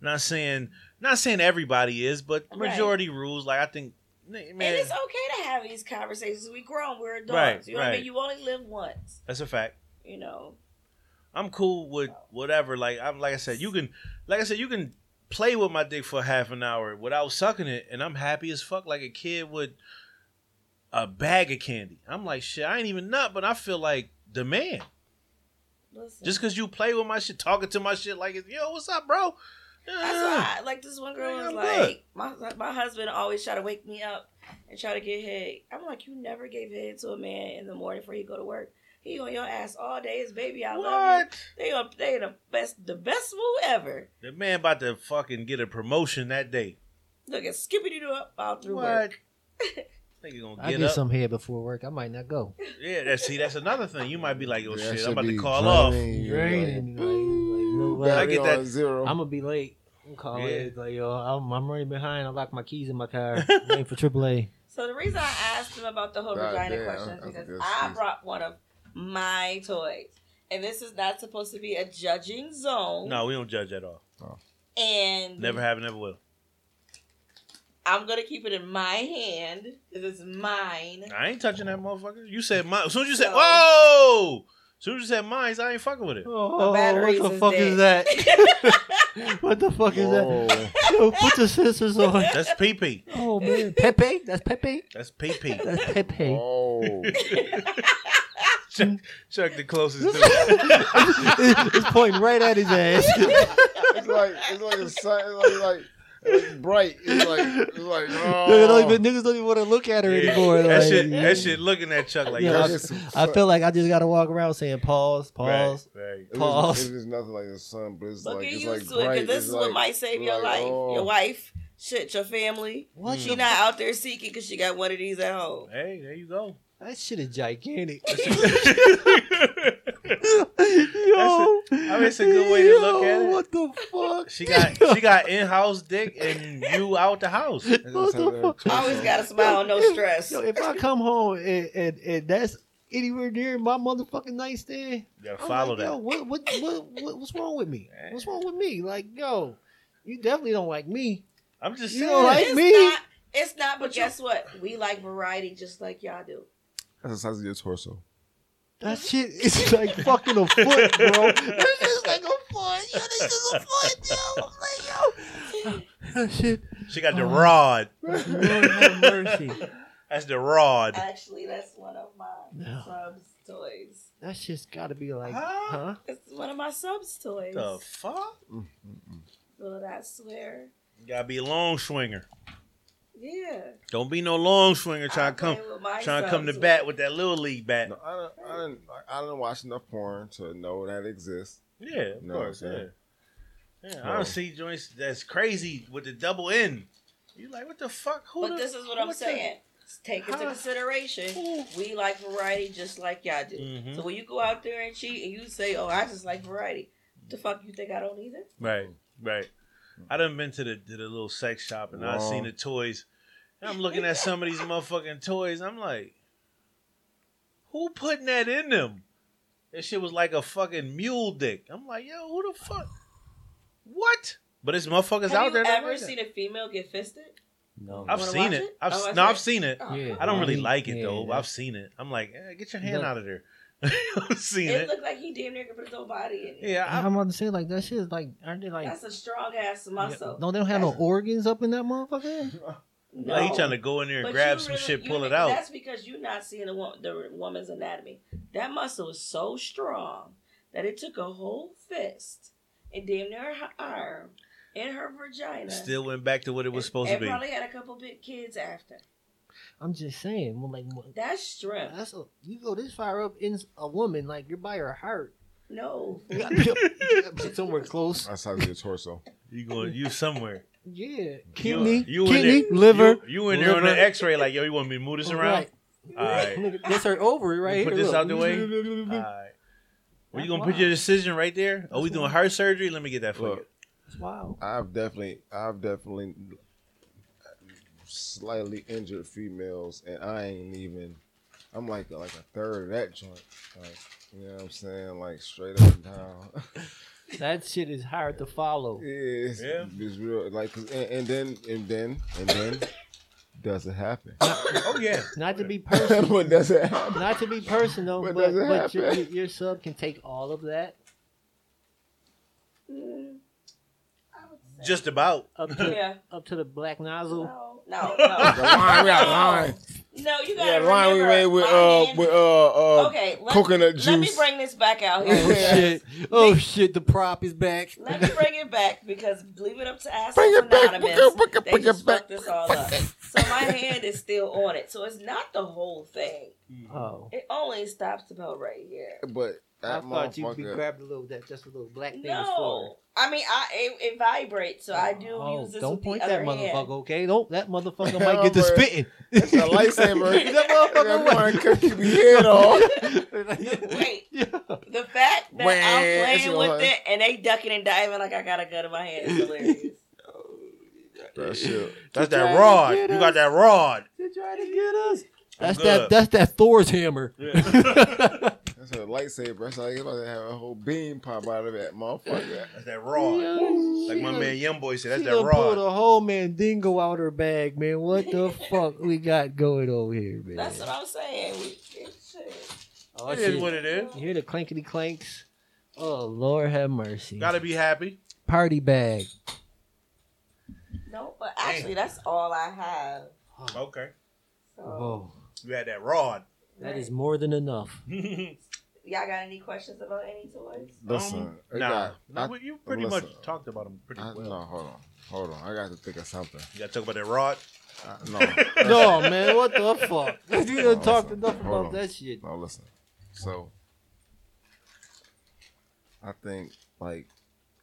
Not saying, not saying everybody is, but Right. majority rules. Like I think, man, And it's okay to have these conversations. We grown. We're adults. Right, you know what I right. mean? You only live once. that's a fact. You know. I'm cool with whatever. Like I'm, like I said, you can, like I said, you can play with my dick for half an hour without sucking it, and I'm happy as fuck, like a kid would a bag of candy. I'm like, shit, I ain't even nut, but I feel like the man. Listen. Just cause you play with my shit, talking to my shit like it's yo, what's up, bro? That's why, like this one girl Yeah, was I'm like, my my husband always try to wake me up and try to get head. I'm like, you never gave head to a man in the morning before he go to work. He on your ass all day. His baby, I love What? you. They on they the best the best move ever. The man about to fucking get a promotion that day. Look at skippity doo up out through What? work. Nigga gonna I get, get up. some hair before work. I might not go. Yeah, that's, see, that's another thing. You might be like, oh That shit, should I'm about to be call off. draining you, Draining, like, like, like, you know what? I battery get on that- Oh. zero. I'm gonna be late. I'm calling. Yeah. It's Like, yo, I'm, I'm running behind. I locked my keys in my car. Waiting for AAA. So the reason I asked him about the whole God vagina damn, question is that's a because good I excuse. brought one of my toys. And this is not supposed to be a judging zone. No, we don't judge at all. And Never have, never will. I'm gonna keep it in my hand because it's mine. I ain't touching that motherfucker. You said mine. As soon as you said, No. whoa! As soon as you said mine, I ain't fucking with it. Oh, batteries what the is fuck is that? what the fuck is that? Whoa. Yo, put the scissors on. That's PP. Oh man, Pepe. That's Pepe. That's PP. That's Pepe. Oh. Whoa. Chuck, Chuck the closest dude. it's pointing right at his ass. It's like it's like a sun. It's like, like it's bright. It's like it's like oh. Niggas don't even, niggas don't even want to look at her Yeah. anymore. That like- shit, that shit looking at Chuck like, Yeah, yo, That I- is some I sun. feel like I just gotta walk around saying pause, pause. Right, right. It was- Pause. It was nothing like the sun, but it's Look like at it's you like to it, bright. because this It's is like, what might save your like, life. oh. Your wife, shit, your family. What She the- not out there seeking because she got one of these at home. Hey, there you go. That shit is gigantic. Yo. I mean, it's a good way to look at it. What the fuck? she got she got in house dick and you out the house. It's like What the a fuck? torso. Always got a smile, no stress. Yo, if I come home and, and, and that's anywhere near my motherfucking nightstand, Yeah, I'm follow like, Yo, that. what, what, what, what, what's wrong with me? What's wrong with me? Like, yo, you definitely don't like me. I'm just You saying. don't like it's me. Not, it's not, but guess what? We like variety just like y'all do. That's the size of your torso. That shit is like fucking a foot, bro. That shit's like a foot. Yo, this is a foot, yo. I'm like, yo. That shit. she got the Oh. rod. Lord have mercy. That's the rod. Actually, that's one of my No. subs toys. That shit's gotta be like, Huh? huh? It's one of my subs toys. The fuck? Lord, I swear. You gotta be a long swinger. Yeah. Don't be no long swinger trying to come trying trying to come to bat with that little league bat. No, I don't. I don't. I don't watch enough porn to know that exists. Yeah, of No, course. okay. Yeah. Yeah, I No. don't see joints that's crazy with the double end. You like what the fuck? Who But the- this is what I'm the- saying. Take into Huh? consideration, Ooh. we like variety just like y'all do. Mhm. So when you go out there and cheat and you say, "Oh, I just like variety," the fuck you think I don't either? Right, right. I done been to the to the little sex shop and I Wrong. seen the toys. And I'm looking at some of these motherfucking toys. I'm like, who putting that in them? That shit was like a fucking mule dick. I'm like, yo, who the fuck? What? But it's motherfuckers Have out there. you that ever like that. seen a female get fisted? No. I've Wanna seen watch it. it? I've Oh, s- watch no, it. I've seen it. Oh, Yeah. I don't really Yeah, like it yeah, though. but yeah. I've seen it. I'm like, eh, get your hand But- out of there. I've seen It it. looked like he damn near could put his whole body in it. Yeah, I- I'm about to say like that shit is like, aren't they like? That's a strong ass muscle. No, they don't have no organs up in that motherfucker. No. Like he trying to go in there and But grab you some really- shit, you pull really- it out. That's because you're not seeing the, wo- the woman's anatomy. That muscle is so strong that it took a whole fist and damn near her arm and her vagina. Still went back to what it was supposed to and be. probably had a couple big kids after. I'm just saying, well, like That's strength. that's a, you go this far up in a woman, like you're by her heart, No. You gotta be up- be somewhere close. That's the size of your torso. You going you somewhere. Yeah, You- kidney, you in kidney, there- liver. You, you in there on liver. the X ray like yo, you want me to move this around? All right, Nigga, That's her ovary right You here. put this look. Uh, out the way? all right. Well, you gonna put your decision right there? Are we doing heart surgery? Let me get that for Look, you. Wow. I've definitely, I've definitely slightly injured females, and I ain't even. I'm like like a third of that joint. Like, you know what I'm saying? Like straight up and down. That shit is hard to follow. Yeah, it's, Yeah. it's real. Like, 'cause- and, and then and then and then does it happen? Oh yeah, Not to be personal. when does it happen? Not to be personal, When but, does it but your, happen? your your sub can take all of that Mm. I would say- just about. up to Yeah. up to the black nozzle. No. No. No. Line, we got line. No, you gotta Yeah, the line we remember. made with uh Lion- with uh uh okay, let, coconut Let me juice. bring this back out Oh here. shit! Oh shit! The prop is back. let me bring it back because leave it up to Ask Bring it back, Anonymous. bring it- bring it- they bring it just back, fucked this all up. So my hand is still on it. So it's not the whole thing. Mm-hmm. Oh, It only stops about right here. but I that thought you motherfucker- grabbed a little that just a little black thing. No, I mean I it, it vibrates, so I do use this. Oh, Don't with point the that other motherfucker, hand. okay? Don't that motherfucker might get to Albert, spitting. It's a lightsaber. that Yeah, we wanna motherfucker cut your head off. went. Wait, Yeah. the fact that Wah, I'm it's playing your- with it and they ducking and diving like I got a gun in my hand is hilarious. That shit. That's trying that to rod. You get got us. that rod. They're trying to get us. I'm That's good. that. That's that Thor's hammer. Yeah. That's a lightsaber. That's like you about to have a whole beam pop out of that motherfucker. That's that rod. Yeah, Like she my done- man Youngboy said, that's she that done pulled rod. a whole mandingo out her bag, man. What the fuck we got going over here, man? That's what I'm saying. We, shit. oh, It is shit. what it is. You hear the clankety clanks? Oh Lord, have mercy. Gotta be happy. Party bag. No, but actually, that's all I have. Okay. So, Oh, You had that rod. that is more than enough. Y'all got any questions about any toys? Listen, Um, I nah. got- Nah, I- well, you pretty listen. much talked about him pretty I, well. no, hold on, hold on. I got to think of something. You gotta talk about that rod. I, no, no, man, what the fuck? You Oh, done talked listen. enough Hold about on. that shit. no. Listen. So, I think like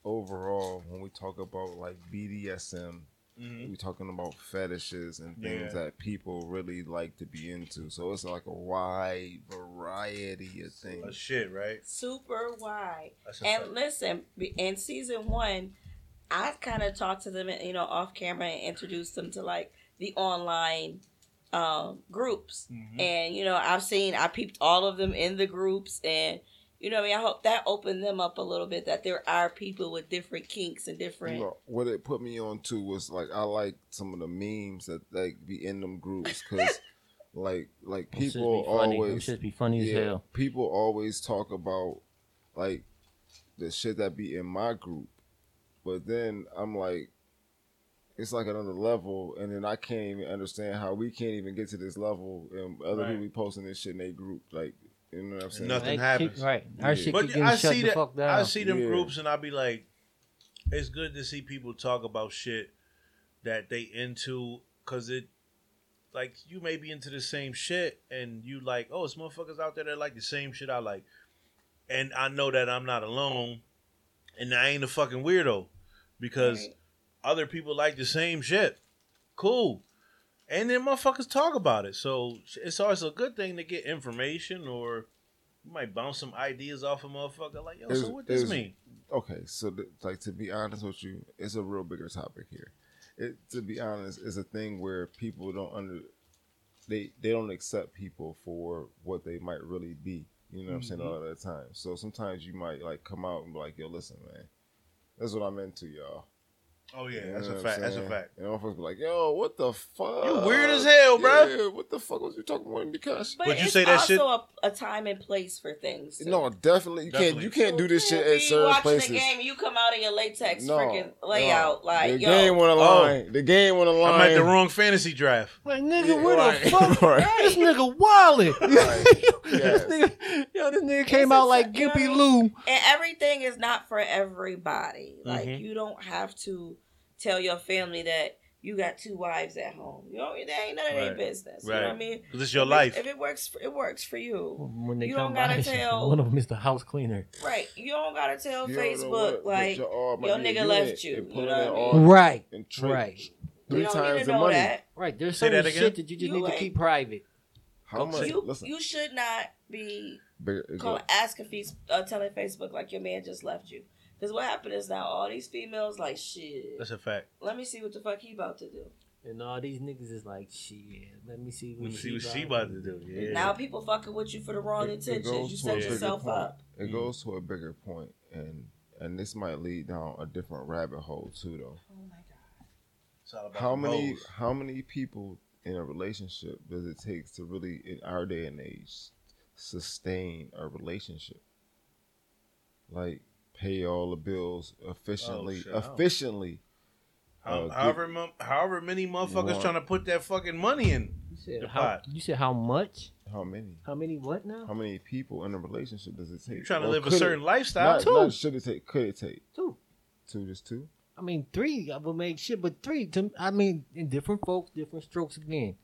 overall, when we talk about like BDSM, Mm-hmm. we're talking about fetishes and things Yeah. that people really like to be into. So it's like a wide variety of That's things. shit, right? Super wide. That's a And fact. listen, be- in season one, I kind of talked to them, you know, off camera and introduced them to like the online um, groups. Mhm. And, you know, I've seen, I peeped all of them in the groups. And, you know, what I mean, I hope that opened them up a little bit that there are people with different kinks and different. You know, what it put me on to was like I like some of the memes that like be in them groups because like like people always be funny yeah, people always talk about like the shit that be in my group, but then I'm like, it's like another level, and then I can't even understand how we can't even get to this level, and other Right. people be posting this shit in their group, like you know what I'm saying? Nothing That happens. Kick, right, our Yeah. shit But could get I shut see the that. fuck down. I see them Yeah. groups, and I be like, it's good to see people talk about shit that they into, cause it, like, you may be into the same shit, and you like, oh, it's motherfuckers out there that like the same shit I like, and I know that I'm not alone, and I ain't a fucking weirdo, because Right. other people like the same shit. Cool. And then motherfuckers talk about it. So it's always a good thing to get information or you might bounce some ideas off a motherfucker. Like, yo, Is- so what this is- mean? Okay, so th- like to be honest with you, it's a real bigger topic here. It to be honest, is a thing where people don't under they they don't accept people for what they might really be. You know what I'm saying? Mm-hmm. A lot of the time. So sometimes you might like come out and be like, "Yo, listen, man, that's what I'm into, y'all." Oh, You yeah, know that's a what I'm fact. That's a saying? fact. And all folks be like, "Yo, what the fuck? You weird as hell, bruh. Yeah, what the fuck was you talking about in the cash?" But Would you it's say that also shit- A, a time and place for things. too. No, definitely you Definitely. can't. You can't do this Yeah, shit we at certain watching places. the game, you come out in your latex No, freaking no. layout, like the yo, game went line. The game went line. Oh. I'm at the wrong fantasy draft. Like nigga, Yeah, where the right, fuck? right. This nigga wildin'. yes. this nigga, yo, this nigga came This out is like a- you know Gimpy what I Lou. and everything is not for everybody. Like Mhm. you don't have to tell your family that you got two wives at home. You know that ain't none of their Right. business. You know Right. what I mean? Because it's your If it- life. If it works, for, it works for you, When they You come don't gotta by, tell- one of them is the house cleaner. right? You don't gotta tell You don't know Facebook what, but like your arm might your be a nigga unit left you, and you know put in what I all- mean? Right, and trade right, we Three don't need times to the know money. that. right. There's Say certain that again? shit that you just You need to ain't- keep private. How much? You Listen, you should not be bigger- it call go- asking fees, uh, telling Facebook like your man just left you. Because what happened is now all these females like shit. that's a fact. Let me see what the fuck he about to do. And all these niggas is like, shit. Let me see Let what, me see what she she about to do. Yeah. Now people fucking with you for the wrong it- it intentions. goes You to set a bigger yourself point. up. It goes to a bigger point, and and this might lead down a different rabbit hole too, though. Oh my god. It's all about How the many? hoes. How many people in a relationship does it take to really, in our day and age, sustain a relationship? Like pay all the bills efficiently, Oh, shit, I don't- efficiently. How- uh, however, mo- however many motherfuckers One. trying to put that fucking money in. You said The how? pot. You said how much? How many? How many? What now? How many people in a relationship does it take? You're trying to Or live a could certain It, lifestyle. not, too. not should it take? Could it take Two. two? Just two? I mean, three. I would make shit, but three. To, I mean, in different folks, different strokes. Again,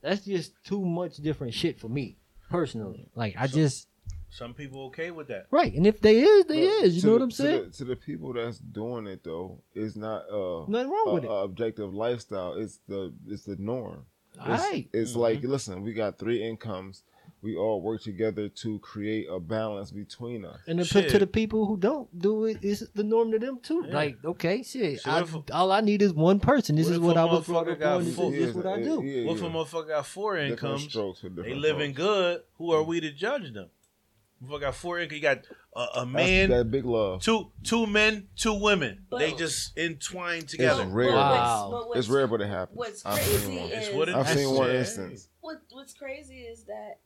that's just too much different shit for me personally. Like I So- just Some people okay with that. right, and if they is, they But is. You to know the- what I'm to saying? the- To the people that's doing it though, it's not uh, Nothing wrong with a- it. a objective lifestyle. It's the it's the norm. All It's, right. it's like Mm-hmm. listen, we got three incomes. We all work together to create a balance between us. And the, Shit. to the people who don't do it, it's the norm to them too. Yeah. Like, okay, shit. Shit, I, if- all I need is one person. This what is if what a I was motherfucker brought up got on. This full- is what I do. Yeah, What if a yeah. motherfucker got four Different incomes? strokes Mm. for different They living folks. good. Who are we to judge them? Motherfucker got four incomes. You got a, a That's man, that big love. two two men, two women. But- they just entwined together. It's rare. Wow. It's rare, but it happens. What's I've crazy seen one. is It's what it I've is. seen one Yeah. instance. What what's crazy is that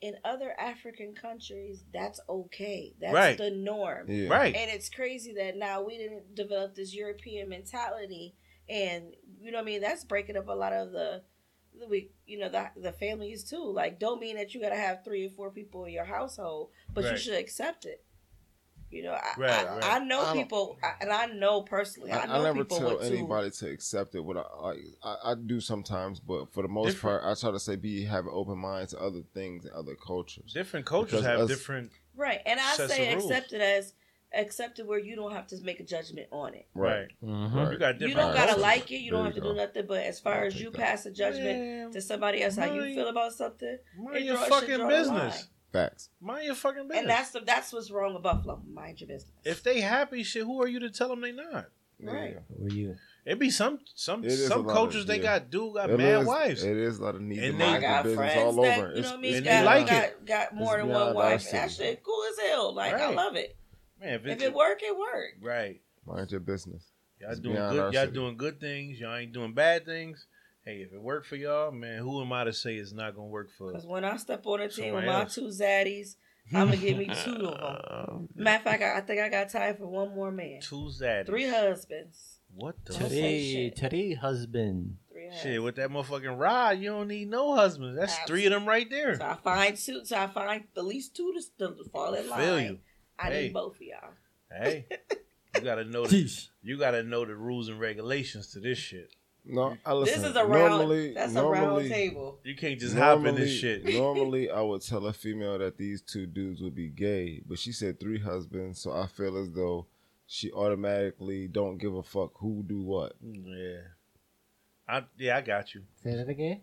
in other African countries, that's okay. That's Right. the norm. Yeah. Right. And it's crazy that now we didn't develop this European mentality, and you know what I mean. That's breaking up a lot of the, the we you know the the families too. Like, don't mean that you gotta have three or four people in your household, but you Right. should accept it. You know, I Right, I, right. I know I don't- people, I, and I know personally, I, I, know I never people tell with two- anybody to accept it. What I, like, I I do sometimes, but for the most Different. part, I try to say be have an open mind to other things and other cultures. Different cultures Because have us- different. right, and I sets say of rules. accept it as accepted where you don't have to make a judgment on it. Right. Mhm. Right. You got different. you don't gotta cultures. like it. You don't There have to you do go. nothing. But as far I'll as take you that. pass a judgment Man, to somebody else, how you Mine- feel about something, it Mind your draw- it should fucking draw the line. business. Facts. Mind your fucking business. and that's the that's what's wrong with Buffalo. Mind your business. if they happy shit, who are you to tell them they not? Right. Yeah. Were you? It be some some It is a some lot of- cultures they yeah. got dude got It mad is- wives. It is a lot of need And and they- I Mind got business friends all that over. you know what I mean. and got, they like got, it. got more It's than one beyond wife. our and That city. shit cool as hell. Like I Right. love it. Man, if, If it, it work, it work. right, Mind your business. y'all It's doing beyond good. our Y'all city. doing good things. Y'all ain't doing bad things. Hey, if it worked for y'all, man, who am I to say it's not gonna work for? Because when I step on a team with Somebody my else. two zaddies, I'm gonna give me two of Um, them. Matter of fact, I, I think I got time for one more man, Two zaddies. three husbands, What the Don't fuck? Three. say Today, shit. today, husband. three shit husbands. with that motherfucking rod? You don't need no husbands. That's Abs- three of them right there. So I find two. So I find at least two to, still to fall in line. Feel you. I Hey. need both of y'all. Hey, you gotta know the, Jeez. you gotta know the rules and regulations to this shit. No, I listen. this is a round. Normally, that's normally, a round table. You can't just hop normally, in this shit. normally, I would tell a female that these two dudes would be gay, but she said three husbands, so I feel as though she automatically don't give a fuck who do what. Mm, Yeah, I yeah I got you. Say that again.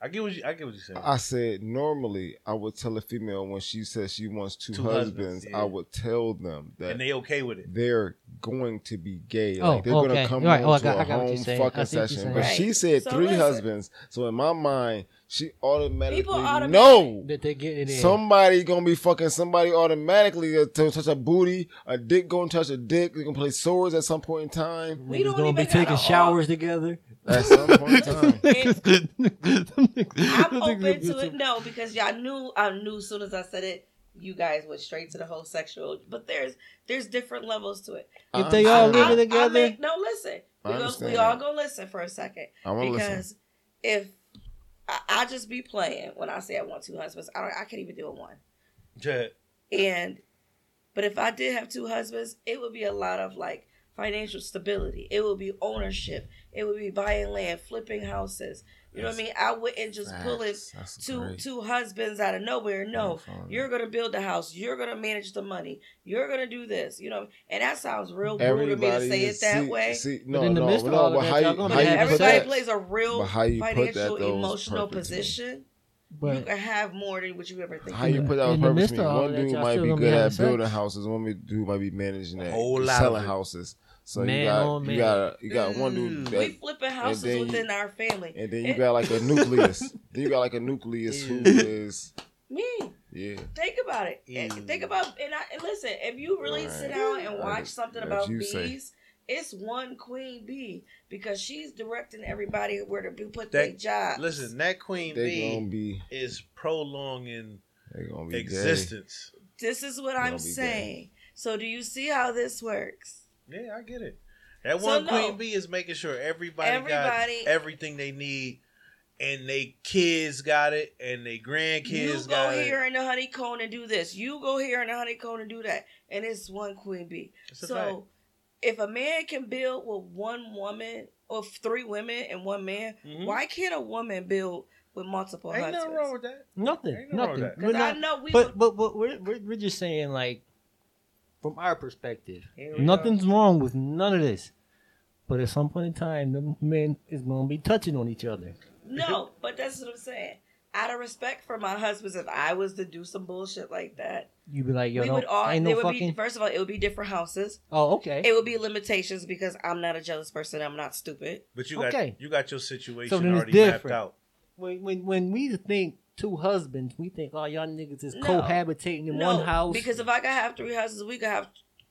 I get what you I get what you saying. I said normally I would tell a female when she says she wants two, Two husbands, husbands, yeah. I would tell them that and they okay with it. they- are going to be gay. Oh, like they're okay. gonna come All right. home Oh, I to got- a I got what you're home saying. I fucking see what you're session. saying. But Right. she said So three listen. husbands, so in my mind she automatically, automatic- know That they get it in. Somebody gonna be fucking somebody automatically to to touch a booty. A dick gonna touch a dick. They gonna play swords at some point in time. We Niggas don't gonna even be taking gotta showers together. At some point in time. I'm open to it. No, because y'all knew I knew as soon as I said it, you guys went straight to the whole sexual. But there's there's different levels to it. If they all I, Living I I'm, together? make- no, listen. I We, go, understand we all that. go listen for a second I'm gonna listen. because if I, I just be playing when I say I want two husbands, I don't. I can't even do a one. Yeah. And but if I did have two husbands, it would be a lot of like financial stability. It would be ownership. It would be buying land, flipping houses. You know what I mean? I wouldn't just pull it Facts. That's two great. Mm-hmm. two husbands out of nowhere. No. Fine. You're gonna build the house. You're gonna manage the money. You're gonna do this, you know. And that sounds real brutal to me to Everybody say is- it that see- way. See, no, in the no, midst of all no. But of that, how y'all you, gonna how But you have put everybody that? sex. plays a real But how you put that, financial, though, is emotional perfect to me. position. you But can have more than what you ever think. How you put that In on the purpose? midst to me. of all One that, dude y'all might still be gonna be good having at building sex? houses. One dude might be managing that, Whole lot selling of it. houses. So Man you got on you man. got you got one dude, Mm. we that, flipping houses then you- within our family. and then you got like a nucleus. then you got like a nucleus who is me. yeah. Think about it. Eh, Ew. Think about and, I, and listen. If you really sit Mm. Right. down and That watch is- something that about you bees, say. it's one queen bee because she's directing everybody where to be put That- their job. Listen, that queen They bee gonna be is prolonging they gonna be existence. this is what You're I'm gonna be saying. So, do you see how this works? Yeah, I get it. That So, one no. queen bee is making sure everybody, got Everybody- everything they need and they kids got it, and they You grandkids go got here it. in the honeycomb and do this. You go here in the honeycomb and do that. And it's one queen bee. It's a fact. So if a man can build with one woman or three women and one man, Mhm. why can't a woman build with multiple Ain't husbands? nothing wrong with that. Nothing. Ain't no wrong with Nothing. that. We're Because I not, know we but but but we're, we're we're just saying like, from our perspective, Here we go. nothing's wrong with none of this. But at some point in time, the men is gonna be touching on each other. No, but that's what I'm saying. Out of respect for my husbands, if I was to do some bullshit like that, You be like, yo, we no, would all. ain't it no would fucking. be first of all, it would be different houses. oh, okay. It would be limitations because I'm not a jealous person. I'm not stupid. But you got Okay. you got your situation then it's already mapped different. out. when, when when we think two husbands, we think, oh, y'all niggas is No. cohabitating in no, one house. because if I could have three houses, we could have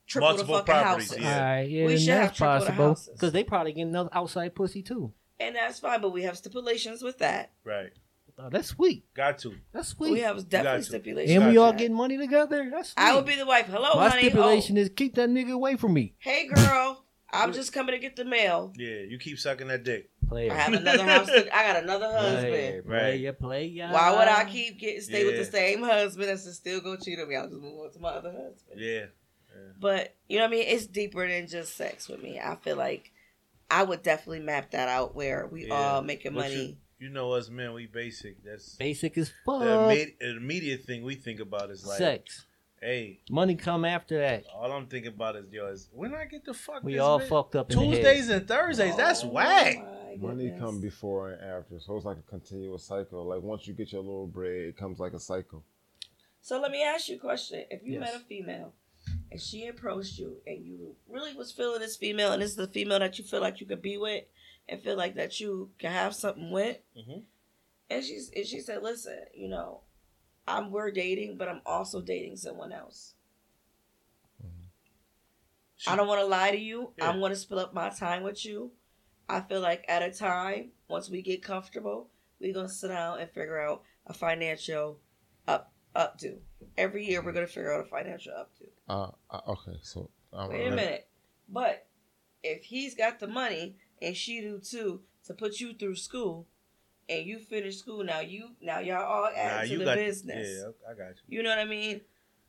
triple Multiple the fucking properties, houses, yeah. All right, yeah, We then should have that's triple the possible. houses. Because they probably getting another outside pussy too. and that's fine. But we have stipulations with that. Right. Oh, that's sweet. Got to. That's sweet. We have definitely to. stipulations. and we with all Oh, that. getting money together. That's sweet. I would be the wife. Hello, My honey. stipulation is keep that nigga away from me. Oh, hey, girl. I'm just coming to get the mail. Yeah. You keep sucking that dick. Player. I have another house. To, I got another husband. Player, player, player. Why would I keep getting stay with the Yeah. same husband and still go cheat on me? I'll just move on to my other husband. Yeah. But you know what I mean? It's deeper than just sex with me. I feel like I would definitely map that out where we Yeah. all making But money. You know us men, we basic. That's Basic as fuck. the immediate, immediate thing we think about is like, Sex. hey, Money come after that. all I'm thinking about is yo, is when I get the fuck. We this all bitch- fucked up in Tuesdays and Thursdays. that's Oh, whack. my Money goodness. come before and after, so it's like a continuous cycle. Like once you get your little bread, it comes like a cycle. So let me ask you a question. If you Yes. met a female and she approached you and you really was feeling this female and this is the female that you feel like you could be with and feel like that you can have something with, Mhm. and she's and she said, Listen, you know, I'm we're dating, but I'm also dating someone else. She- I don't want to lie to you. Yeah. I'm going to split up my time with you. I feel like at a time, once we get comfortable, we're going to sit down and figure out a financial up updo. Every year, we're going to figure out a financial updo. Uh, uh okay, so um, Wait a minute. But if he's got the money and she do too to put you through school, and you finish school now, you now y'all all add Nah, to you the got business. Yeah, I got you. You know what I mean?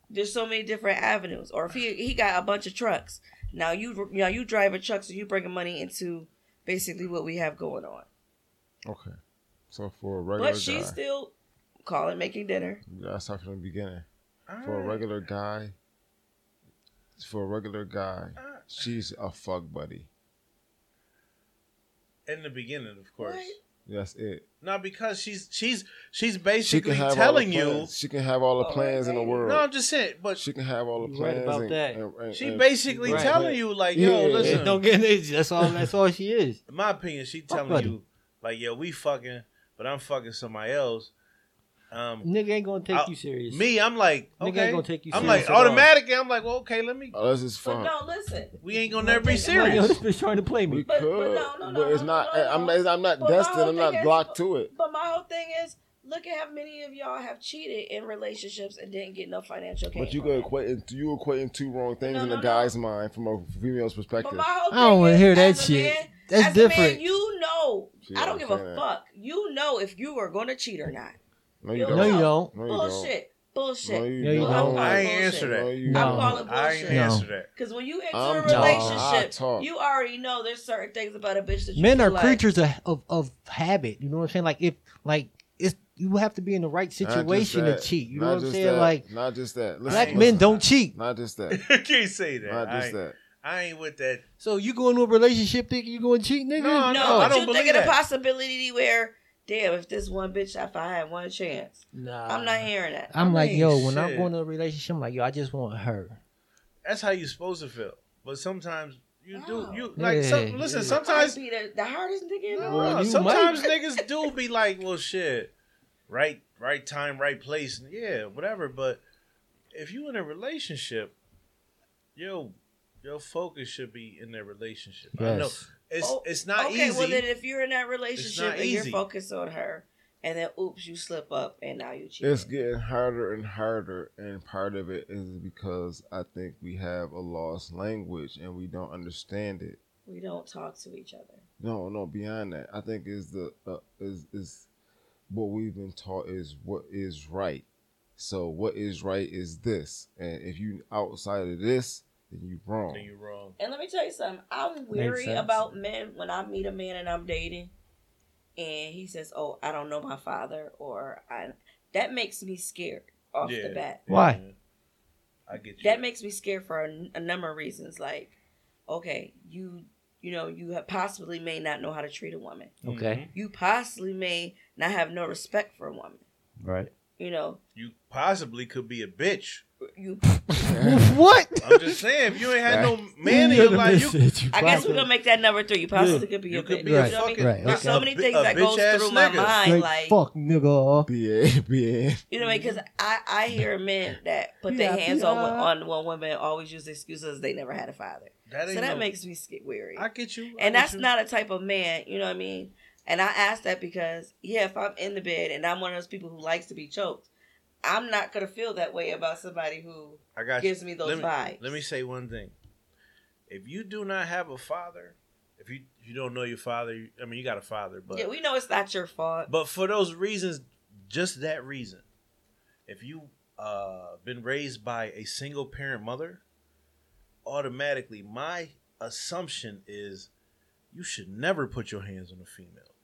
There's so many different avenues. Or if he he got a bunch of trucks, now you now you driving trucks and you bringing money into basically what we have going on. Okay, so for a regular But she's guy, still calling, making dinner. gotta start from the beginning. For a Alright. regular guy, for a regular guy, Alright. she's a fuck buddy. Uh, in the beginning, of course. What? That's it. Not because she's she's she's She can basically have telling all the you. plans. She can have all the Oh, plans in the baby. world. No, I'm just saying, but she can have all the You right plans. about and- that. and- and- she and- basically Right. telling you like, yo, Yeah. listen. Don't get it. That's all. That's all she is. in my opinion, she Fuck telling buddy. you like, yo, we fucking, but I'm fucking somebody else. Um, Nigga ain't gonna take I'll- you serious. me, I'm like, Nigga ain't okay, gonna take you I'm serious like at all. automatically, I'm like, well, okay, let me. Oh, this is But fun. no, listen. We ain't gonna But never be they- Like, yo, serious. this bitch trying to play We me. But- but could, no, no, no, but it's no, not. no, no. I'm, it's- I'm not But my destined. whole I'm not thing is- blocked to it. But my whole thing is, look at how many of y'all have cheated in relationships and didn't get no financial gain. But you from could it. equate it- you equating two wrong things No, in no, a no. guy's mind from a female's But perspective. my whole I thing don't wanna is, hear that as a shit. man- That's as A different. man, you know, See I what don't I'm give a saying? fuck. You know if you are going to cheat or not. no, you No, don't. No, you don't. No, you don't. bullshit. Bullshit. No, you No, you don't. don't. I ain't bullshit. answer that. No, you No. I'm don't. calling I ain't bullshit. No. answer that. Because when you enter I'm a done. I relationship, talk. you already know there's certain things about a bitch that you Men feel are like, creatures of, of of habit. You know what I'm saying? Like if like it's you have to be in the right Not just situation to that. cheat. You Not know what I'm just saying? that. Like not just that. Listen, black ain't- men listen. don't cheat. Not just that. Can't say that. Not I, just ain't, that. I ain't with that. So you go into a relationship thinking you going to cheat, No, nigga? No, I but don't you believe think of the that. possibility where, damn, if this one bitch, if I had one chance, Nah. I'm not hearing that. I'm I like, mean, yo, when I'm shit. going to a relationship, I'm like, yo, I just want her. That's how you supposed to feel. But sometimes you do. No. You like. some- Yeah. listen, Yeah. sometimes Might be the, the hardest nigga in the No, world. Well, you sometimes niggas do be like, well, shit, right, right time, right place, and yeah, whatever. But if you in a relationship, yo, your focus should be in that relationship. I know Yes. it's Oh, it's not okay, easy. well then, if you're in that relationship and easy. you're focused on her, and then oops, you slip up and now you cheat. It's getting harder and harder, and part of it is because I think we have a lost language and we don't understand it. we don't talk to each other. No, no. Beyond that, I think is the uh, is is what we've been taught is what is right. So what is right is this, and if you outside of this, then you wrong. Then you're wrong. And let me tell you something. I'm weary sense. about men when I meet a man and I'm dating, and he says, "Oh, I don't know my father," or "I." That makes me scared off Yeah. the bat. Why? Yeah. I get you. That makes me scared for a, n- a number of reasons. Like, okay, you you know you have possibly may not know how to treat a woman. Mhm. Okay. You possibly may not have no respect for a woman. Right. You know, You possibly could be a bitch. you. what? I'm just saying, if you ain't had no man in your life, you I guess we're gonna make that number three. You possibly could be You a could bitch. be you a know what I mean? fucking- Right, There's so okay. many a bi- things a that goes bitch-ass through my nigga. mind. Like, fuck nigga. Yeah, yeah. You know what I mean? Because Mm-hmm. I, I hear men that put their Yeah, hands on, yeah. on one woman always use excuses they never had a father. That So ain't that no- makes me sk- weary. I get you. I get and that's you. not a type of man, you know what I mean? And I ask that because, yeah, if I'm in the bed and I'm one of those people who likes to be choked, I'm not going to feel that way about somebody who I got gives me those let me, vibes. Let me say one thing. If you do not have a father, if you you don't know your father, you- I mean you got a father, but yeah, we know it's not your fault. but for those reasons, just that reason, if you uh been raised by a single parent mother, automatically my assumption is you should never put your hands on a female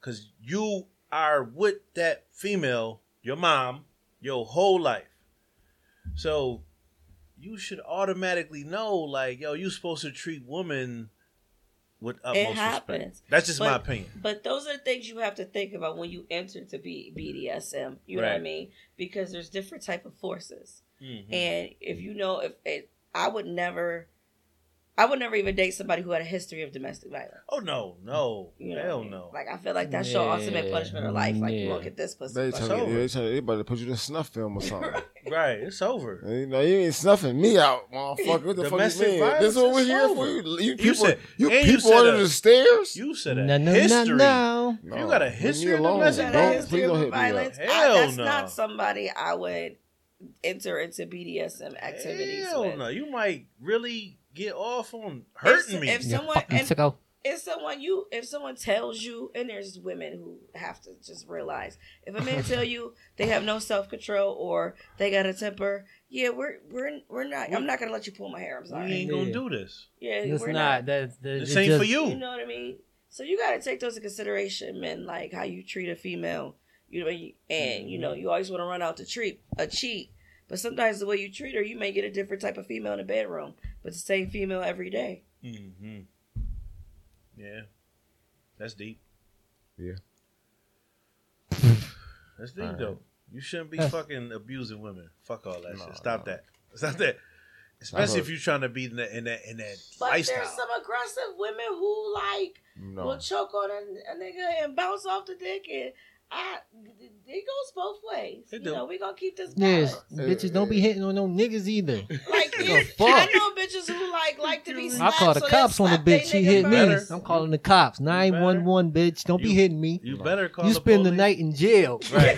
because you are with that female, your mom, your whole life. So you should automatically know, like, yo, you supposed to treat women with utmost respect. happens. That's just my But- opinion. But those are the things you have to think about when you enter to be BDSM, you know what I Right. mean? Because there's different type of forces. Mhm. And if you know, if it, I would never, I would never even date somebody who had a history of domestic violence. Oh no, no, You know, what I hell mean? no. Like I feel like that's your ultimate Yeah, punishment of life. Like you yeah. won't get this pussy. They but- told tell over. you, they tell you, they about to put you in a snuff film or something. right, it's over. You know, you ain't snuffing me out, motherfucker. What the fuck Domestic you mean? This is what we're violence here is for. You, you people, You you said- and you people said under a- the stairs. You said a No, no, no, history. no. you got a leave me history of alone. domestic That Don't- a violence? please history of don't hit me up. violence. I- Hell that's no. not somebody I would enter into BDSM activities Hell with. no, you might really get off on hurting If- me. if You Someone- fucking and- sicko. If someone you, if someone tells you, and there's women who have to just realize if a man tell you they have no self control or they got a temper, yeah, we're we're we're not. I'm not gonna let you pull my hair. I'm we ain't sorry. gonna Yeah. do this. Yeah, It's we're not. That, that, This it's ain't just, for You you. know what I mean? So you got to take those into consideration, men, like how you treat a female. You know, you- and you know, you always want to run out to treat a cheat, but sometimes the way you treat her, you may get a different type of female in the bedroom, but the same female every day. hmm Yeah, that's deep. Yeah. that's deep Alright. though. You shouldn't be That's- fucking abusing women. Fuck all that No, shit. Stop no. that. Stop that. Especially if heard- you're trying to be in that in that in that But lifestyle. there's some aggressive women who like will No, choke on a, a nigga and bounce off the dick, and I it goes both ways. It you do. know, we gonna keep this Yes, balanced. bitches don't be hitting on no niggas either. Like there's- fuck? I know bitches who like like to be. I Slapped, call the so they cops on a slap they bitch. She nigga hit me. better. first. I'm calling the cops. Nine one one, bitch. Don't be You- hitting me. you better call. You the spend the police. night in jail. Right.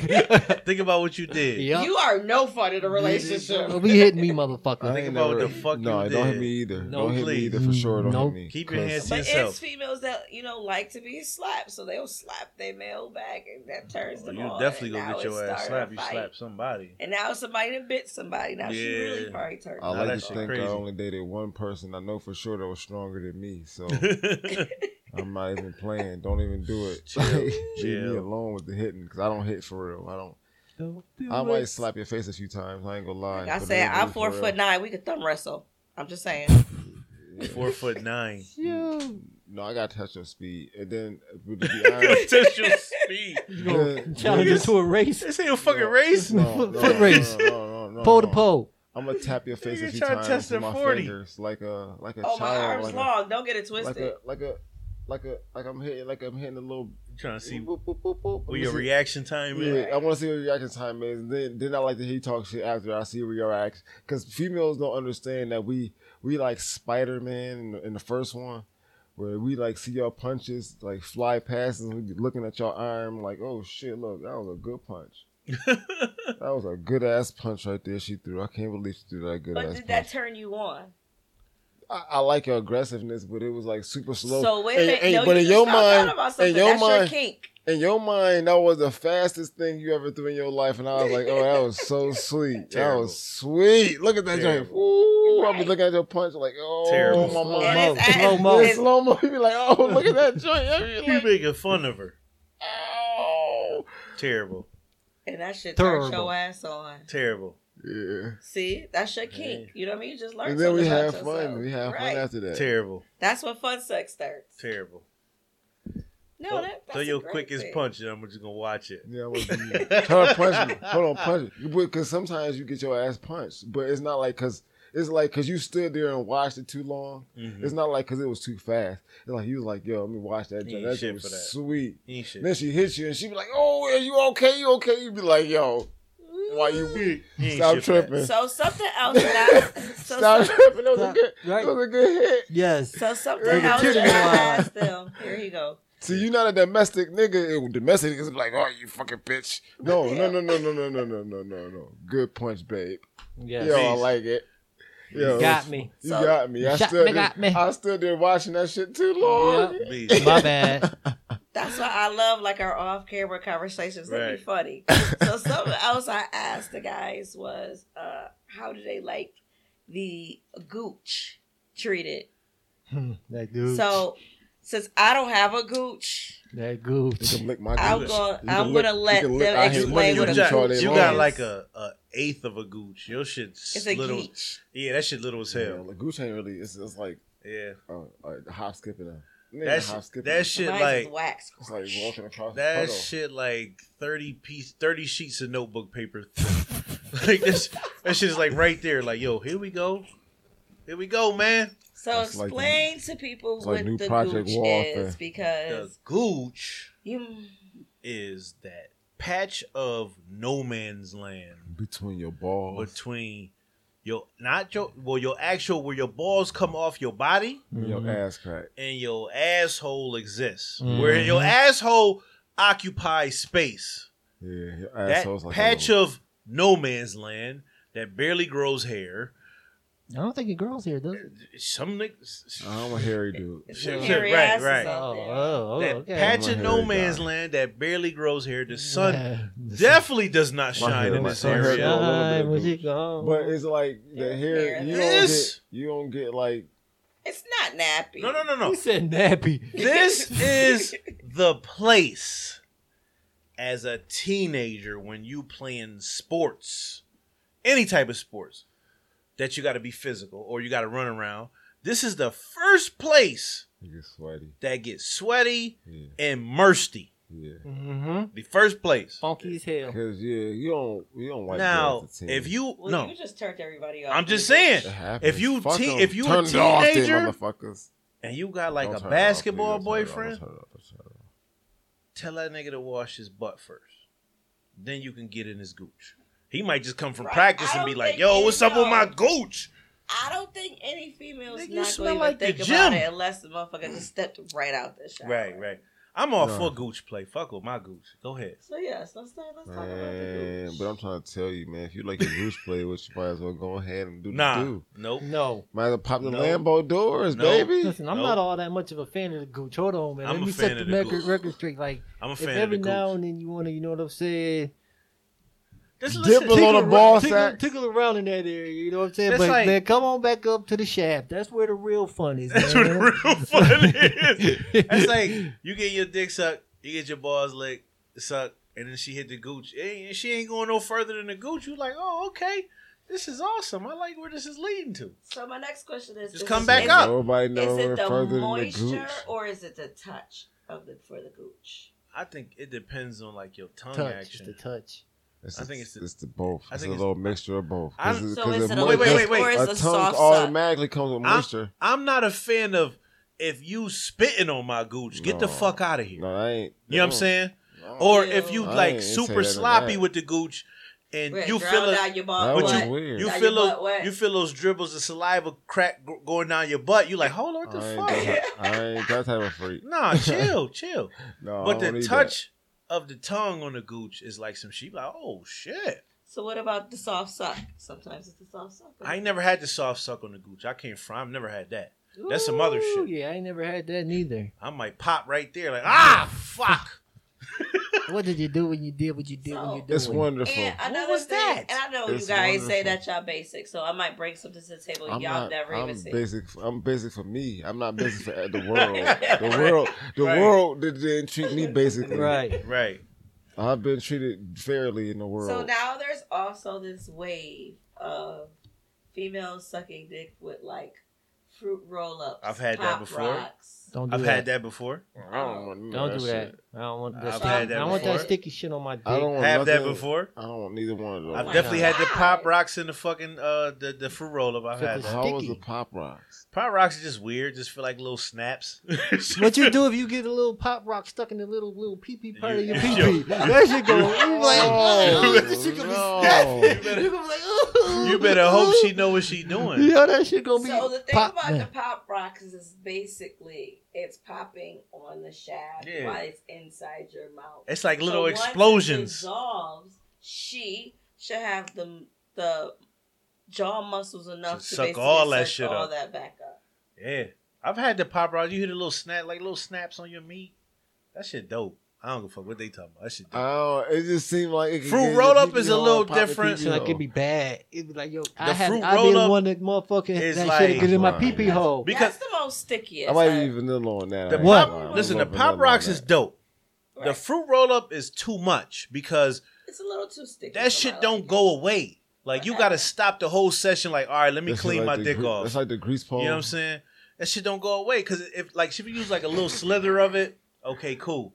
Think about what you did. Yup. You are no fun in a relationship. Don't be hitting me, motherfucker. I think ain't about what never- the fuck No, you don't did. hit me either. No, don't hit please. me either for sure. Don't Nope. hit me. Keep your 'cause- hands- But yourself. it's females that you know like to be slapped, so they'll slap their male back, and that turns Oh, Well, them you on. definitely and gonna get now your it ass started slapped. a You fight. slap somebody. And now somebody done bit somebody. Now she Yeah. really probably turned. I Nah, like that to shit think I crazy. only dated one person I know for sure that was stronger than me, so I'm not even playing. Don't even do it. Chill. Leave me Chill. alone with the hitting because I don't hit for real. I don't. Don't do I might it. slap your face a few times. I ain't gonna lie. Like I but said, it'll be I'm for four real. foot nine. We could thumb wrestle. I'm just saying. Four foot nine. You. No, I got to touch your speed, and then but to be honest, Test your speed. You Yeah, Uh-huh. gonna challenge yeah. her to a race? This ain't a fucking No. race. no, Foot- no, foot no, race. No, no, no, no, Pole to no. pole. I'm gonna tap your face Nigga a few trying to times test with the my 40. fingers, like a like a oh, child, my arm's like, long. Don't get it A, like twisted. a like a like a like I'm hitting like I'm hitting a little. trying to see boop, boop, boop, boop. what Let your me see. reaction time is. Yeah, I want to see what your reaction time is. And then, then I like to hear you talk shit after I see what your reaction. Because females don't understand that we we like Spider Man in, the- in the first one, where we like see y'all punches like fly past and we be looking at y'all arm like, oh shit, look, that was a good punch. that was a good ass punch right there. She threw. I can't believe she threw that good but ass did punch. that turn you on? I, I like her aggressiveness, but it was like super slow. So wait a And- minute. and- no, but you in just your found out mind, about in something. your That's your mind, kink. in your mind, that was the fastest thing you ever threw in your life, and I was like, "Oh, that was so sweet. that Terrible. was sweet. Look at that joint. Terrible. Ooh, I'll be Right. looking at your punch like, oh, Terrible. my Slow mom. mo, And it's- slow mo. Yeah, slow mo. You be like, oh, look at that joint. I be You like, making fun of her. oh. Terrible. And that shit Terrible. turned your ass on. Terrible. Yeah. See, that's your kink. You know what I mean? You just learn. And then we something about have fun. yourself. We have Right. fun after that. Terrible. That's when fun sex starts. Terrible. No, Throw- that, that's Throw a your great quickest thing. punch, and I'm just gonna watch it. Yeah, I was tell her punch me. Hold on, punch me. Because sometimes you get your ass punched, but it's not like because it's like because you stood there and watched it too long. Mhm. It's not like because it was too fast. It's like you was like, yo, let me watch that. Ain't joint. That shit shit was for that. sweet. Ain't shit. Then she hits you and she be like, oh, are you okay? You okay? You be like, yo, why you Ain't stop shit for that. tripping. So something else that I so, stop so, tripping? That was a good, Right. that was a good hit. Yes. so something Nigga, else kidding that I asked them. Here you go. See, you're not a domestic nigga. It, domestic niggas be like, oh, you fucking bitch. No, no, What no, no, no, no, no, no, no, no, no. Good punch, babe. Yes. Yo, I Peace. like it. Yo, You got me. You So- got me. I Shot stood me, there, got me. I stood there watching that shit too long. Yep. Beast. My bad. That's why I love like our off-camera conversations. They Right. be funny. So something else I asked the guys was, uh, how do they like the gooch treated? Hmm, that gooch. So since I don't have a gooch, that gooch. You can lick my I'm gooch. gonna- You can I'm lick- gonna you let can lick- them I hate explain money you, what with a them got, all gooch day you long. got is. like a, a eighth of a gooch. Your shit's it's a little. geech. Yeah, that shit little as Yeah, hell. like, gooch ain't really. It's, it's like Yeah, uh, uh, hop skipping. A, nigga, That's- hop skipping. that shit Mine's like is wax. It's like walking across the that puddle. shit like thirty piece, thirty sheets of notebook paper. thick. like this, that shit is like right there. Like yo, here we go, here we go, man. So It's like- explain to people it's like what new the Project gooch Warfare. is The because gooch you is that patch of no man's land between your balls. between your not your well your actual where your balls come off your body. and Hmm. Your Mm-hmm. ass crack. and your asshole exists, where your asshole occupies space. Yeah, your That asshole's like a patch little- of no man's land that barely grows hair. I don't think it grows here, does it? Some niggas. I'm a hairy dude. it's Shit, your shit, hairy right, asses right. out there. oh, that okay. patch I'm a of no hairy man's guy. land that barely grows hair. The sun Yeah. definitely does not My shine hair, in my- this my hair area. grows. Shine Little when bit she gone. But it's like the Yeah, hair. You don't This- get. You don't get like. It's not nappy. No, no, no, no. Who said nappy? This is the place as a teenager when you playing sports, any type of sports, that you got to be physical or you got to run around. This is the first place You get sweaty. that gets sweaty Yeah, and mursty. yeah. Mm-hmm. The first place. Funky as hell. Because yeah, you don't. You don't like. Now, girls to team. if you Well, no, you just turned everybody off. I'm just saying. It happens. If you Fuck teen- 'em. if you a Turn it off, then, teenager- motherfuckers. and you got like Don't a turn it off, basketball please. Don't turn it off. boyfriend, Don't turn it off. Don't turn it off. tell that nigga to wash his butt first. Then you can get in his gooch. He might just come from Right, practice I and be don't like, think "Yo, he what's up with my knows." gooch?" I don't think any female's Nigga, you not smell going to like the think about gym. it unless the motherfucker just stepped right out the shower. Right, right. I'm all No. for gooch play. Fuck with my gooch. Go ahead. So yes, let's talk, let's talk about the Man, gooch. but I'm trying to tell you, man, if you like your roots play, which you might as well go ahead and do the Nah, do. nope. No. Might as well pop the No. Lambo doors, No. baby. Listen, I'm Nope. not all that much of a fan of the gooch. Hold on, man. I'm Let a me fan set the of the record, gooch. record straight. Like, I'm a if fan every of the now gooch. and then you want to, you know what I'm saying? Just Dip listen. a little- T- on a tickle ball around- tickle, sack. tickle around in that area. You know what I'm saying? That's but like- man, come on back up to the shaft. That's where the real fun is. That's what man. the real fun is. That's like you get your dick sucked, you get your balls licked, sucked, and then she hit the gooch. And she ain't going no further than the gooch. You like, oh, okay. This is awesome. I like where this is leading to. So my next question is: Just is come it- back is up. Nobody It, is knows it the further than the moisture gooch. or is it the touch of the for the gooch? I think it depends on like your tongue touch. It's action. the touch. It's, I think it's the- it's the both. I It's a think it's- little mixture of both. I'm- 'Cause it's- So 'cause is if it a mo- Wait, wait, wait, moist wait. or is A it a tongue soft suck? automatically comes with I'm- moisture. I'm not a fan of if you spitting on my gooch, get the No. fuck out of here. No, I ain't. You know what I'm no. saying? No. Or Ew. if you I like ain't super say that or sloppy that. with the gooch and Where it you drown feel a, down your That ball was But butt. weird. you Down feel your those butt wet. you feel those dribbles of saliva crack g- going down your butt. You like, hold on, what the I ain't, fuck? that, I ain't that type of freak. Nah, chill, chill. No, I but don't the need touch of the tongue on the gooch is like some sheep. Like, oh shit, So what about the soft suck? Sometimes it's the soft suck. I ain't never had the soft suck on the Gucci. I came from. I've never had that. that's some other Ooh, shit. Yeah, I ain't never had that neither. I might pop right there, like ah fuck. what did you do when you did what you did when you So- did? It's oh, wonderful. And another was thing, that? and I know It's you guys say wonderful. that y'all basic, so I might bring something to the table I'm y'all not, never I'm even see. basic. I'm basic for me. I'm not basic for the world. The world. The Right. world did- didn't treat me basically. Right. Right. I've been treated fairly in the world. So now there's also this wave of females sucking dick with like fruit roll ups. I've had that before. Rocks. Don't do I've that. had that before. I don't want none Don't of do shit. that. I don't want that. I've sticky- had that I want that before. sticky shit on my dick. I don't want Have that nothing- before. I don't want neither one of those. I've my definitely God. had the pop rocks in the fucking uh the the fruit roll up. I've Fit had the that. How was the sticky. pop rocks? pop rocks are just weird. Just feel like little snaps. What you do if you get a little pop rock stuck in the little little pee pee part of You- your you- pee pee? That shit go. You be like, oh, this shit gonna no. be snapping. You better- You gonna be like, oh. You better hope she know what she doing. Yo, that shit gonna be. So the thing pop- about man. the pop rocks is basically it's popping on the shaft Yeah. while it's inside your mouth. It's like little So once it explosions. dissolves, she should have the the jaw muscles enough To to suck basically all that suck shit all up. that back up. Yeah, I've had the pop rocks. You hear the little snap, like little snaps on your meat. That shit dope. I don't give a fuck what they talking about. That shit dope. Oh, it just seemed like it could Fruit get- roll-up you could is get a all little poppin' different. TV Shit, like though. it'd be bad. It'd be like, yo, I The had, fruit I be the roll-up one that motherfucking is that like- shit get in my Right. pee pee hole. Because- Because That's the most stickiest. I might I've- be vanilla on that. The Uh, I ain't pop- gonna lie. Listen, I'm the a pop vanilla rocks on is that. dope. right. The fruit roll up is too much because It's a little too sticky. that for shit my don't liking. go away. Like you gotta stop the whole session. Like all right, let me That's clean like my the dick gre- off. That's like the grease pole. You know what I'm saying? That shit don't go away because if like she use like a little slither of it, okay, cool.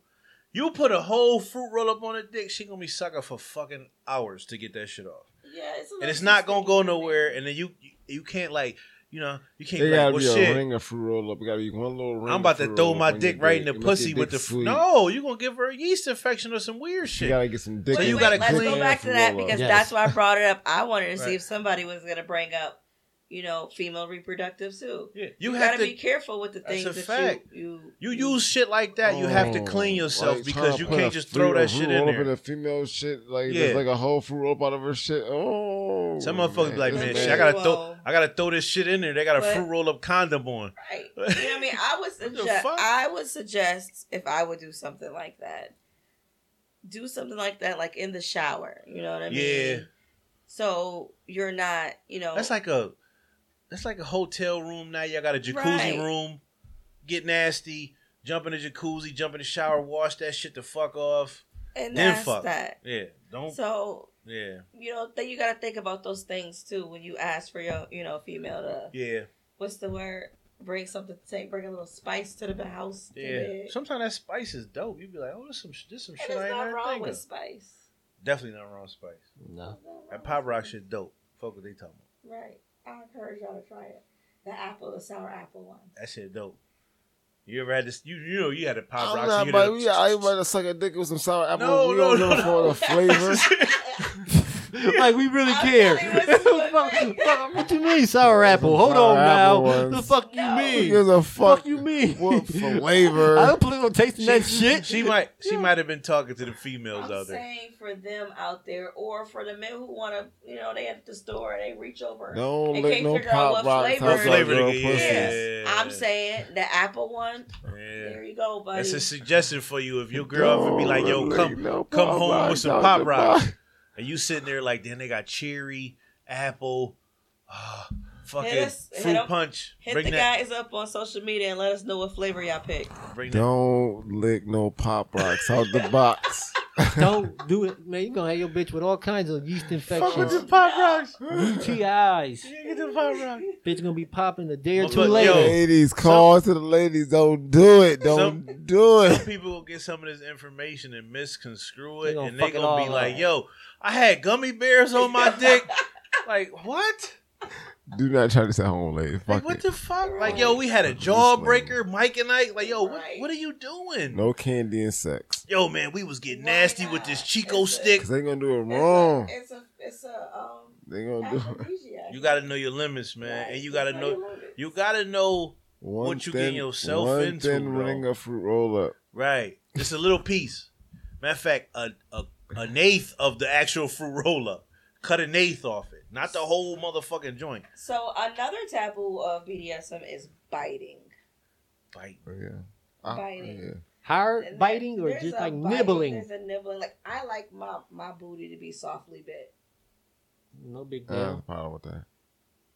You put a whole fruit roll up on a dick, she gonna be sucking for fucking hours to get that shit off, Yeah, it's a little and it's too not gonna sticky go for me. nowhere. And then you you, you can't like you know you can't There be like gotta well be a shit. ring of fruit roll up. It gotta be one little ring. I'm of about to fruit throw roll-up my on dick your right in the dick. Make your pussy dick with the fr- sweet. no. You are gonna give her a yeast infection or some weird You shit. gotta get some dick. So Wait, in you wait, that gotta let's dick go in clean- back to fruit that roll-up. because Yes. that's why I brought it up. I wanted to Right. see if somebody was gonna bring up, you know, female reproductive too. Yeah, you, You, have gotta to. be careful with the That's things a that fact. you you use shit like that, you have to Oh, clean yourself like, trying because to you put can't a just fruit- throw a that fruit shit in roll up there. a female shit like Yeah. there's like a whole fruit roll up out of her shit. Oh, Some motherfuckers be like, this man, man. shit, I gotta throw, Whoa. I gotta throw this shit in there. They got a But- fruit roll up condom on. Right. You know what I mean? I would What the suggest fuck? I would suggest if I would do something like that. Do something like that, like in the shower. You know what I mean? Yeah. So you're not, you know That's like a, that's like a hotel room now. Y'all got a jacuzzi Right. room. Get nasty, jump in the jacuzzi, jump in the shower, wash that shit the fuck off. and then that's fuck. that. Yeah, don't. So yeah, you know, then you gotta think about those things too when you ask for your, you know, female to yeah, what's the word? Bring something to take, bring a little spice to the house. to yeah. bed. Sometimes that spice is dope. You be like, oh, this some, sh- this some And shit I it's ain't not never wrong think with of. spice. Definitely not wrong with spice. No. It's not wrong That with pop rock spice. shit dope. Fuck what they talking about. Right. I encourage y'all to try it. The apple, the sour apple one. That shit dope. You ever had this? You you know you had a pop I'm rock. not about, we, I ain't about to suck a dick with some sour apple. No, we no, no, don't know for the flavor. like we really I'm care. telling you, it's Fuck- good. fuck, what you mean, sour apple? Hold Sour on now. apple ones. The fuck you No. Who mean? gives a fuck? fuck you mean? What I flavor? don't plan on tasting that shit. She might she might have been talking to the females I'm out there. saying for them out there, or for the men who want to, you know, they at the store and they reach over. Don't They let can't no figure out what pop rock flavor talk it about is. girl Yeah. pussy. Yes, I'm saying the apple one. Yeah. There you go, buddy. That's a suggestion for you if your girl ever be like, yo, Don't come let no come pop home rock with some talk pop about- rocks. and you sitting there like, then they got cherry, apple, ah, fucking Hit us- hit fruit up- punch. Hit bring the that, guys up on social media and let us know what flavor y'all pick. bring that. Don't lick no pop rocks out the box. Don't do it, man. You're gonna have your bitch with all kinds of yeast Fuck with infections, the pop rocks. UTIs. Get the pop rock. Bitch gonna be popping a day or Well, two but, later. yo, Ladies, call to the ladies. Don't do it. Don't do Some it. people will get some of this information and misconstrue They it, gonna and they fuck it gonna be all like, up. yo, I had gummy bears on my dick. like what? Do not try this at home, ladies. Like Fuck what it. the fuck? Like Right. yo, we had a Fucking slam. jawbreaker, Mike and Ike. Like yo, what, Right. what are you doing? No candy and sex. Yo, man, we was getting Why nasty not? with this Chico It's a- stick. Cause they gonna do it wrong. It's a, it's a, it's a um, They gonna do it. aphrodisiac. You gotta know your limits, man, Right. and you gotta It's know. like a little- You gotta know, One What you getting yourself one into, thin bro. ring of fruit roll up. right? Just a little piece. Matter of fact, a, a an eighth of the actual fruit roll up. cut an eighth off it, not the whole motherfucking joint. So another taboo of BDSM is biting. Bite. Oh, yeah. I- Biting. yeah. Hard And biting or there's just a like biting, nibbling. There's a nibbling. Like I like my my booty to be softly bit. No big I deal. have a problem with that.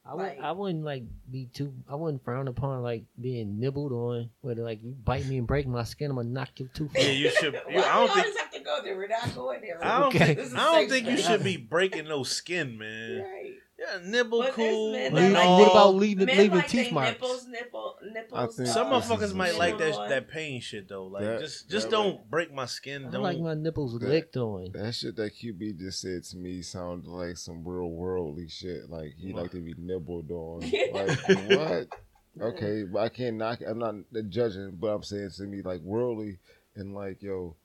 I would. Like- I wouldn't like be too. I wouldn't frown upon like being nibbled on. Where they're like you bite me and break my skin, I'm gonna knock your tooth. Yeah, out. you should. Why You, I don't we think. always have to go there. We're not going there. I don't Okay. think. This is I don't safe think you space. should be breaking no skin, man. Right. Yeah, nibble But there's cool. men Or you and that like, No. what about all. leaving Men leaving like teeth they marks? Nipples, nipple, nipples. think- Some This is motherfuckers might like that nibble. that pain shit though. Like That- just just that don't break my skin. I Don't. like my nipples That- licked on. That shit that QB just said to me sounded like some real worldly shit. Like he What? like to be nibbled on. like what? Okay, but I can't knock. I'm not judging, but I'm saying to me like worldly and like yo,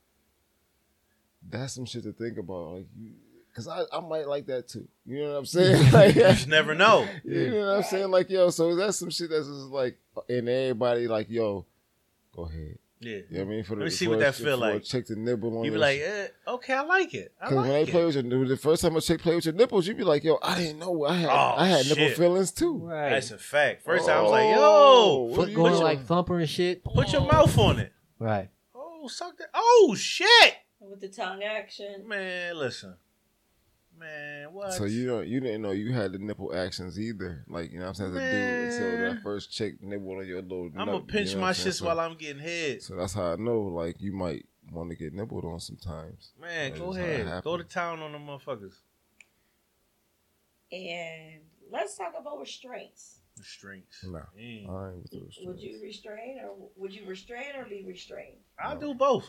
that's some shit to think about. Like you, cause I I might like that too. You know what I'm saying? Like, you just never know. you know what I'm saying? Like yo, so that's some shit that's just like and everybody like yo, go ahead. Yeah. You know what I mean? For Let me see what for a- that feel for a like. chick to nibble on You be your like, eh, okay, I like it. I Because when they like play it. with your the first time a chick played with your nipples, you'd be like, "Yo, I didn't know I had Oh, I had nipple shit. feelings too." Right. That's a fact. First time I was like, yo, what are Foot you going doing? like thumper and shit. put your mouth on it. Right. Oh, suck that. Oh shit, With the tongue action. man. Listen, man. What? so you don't you didn't know you had the nipple actions either. Like you know, what I'm saying as a dude until Man. that first chick nibbled on your little. I'm gonna pinch my shit while I'm getting hit. So that's how I know, like you might want to get nibbled on sometimes. Man, That go is how it ahead. happened. Go to town on them motherfuckers. And let's talk about restraints. The strings. No. Mm. All right, with those Would you restrain or would you restrain or be restrained? I'll do both.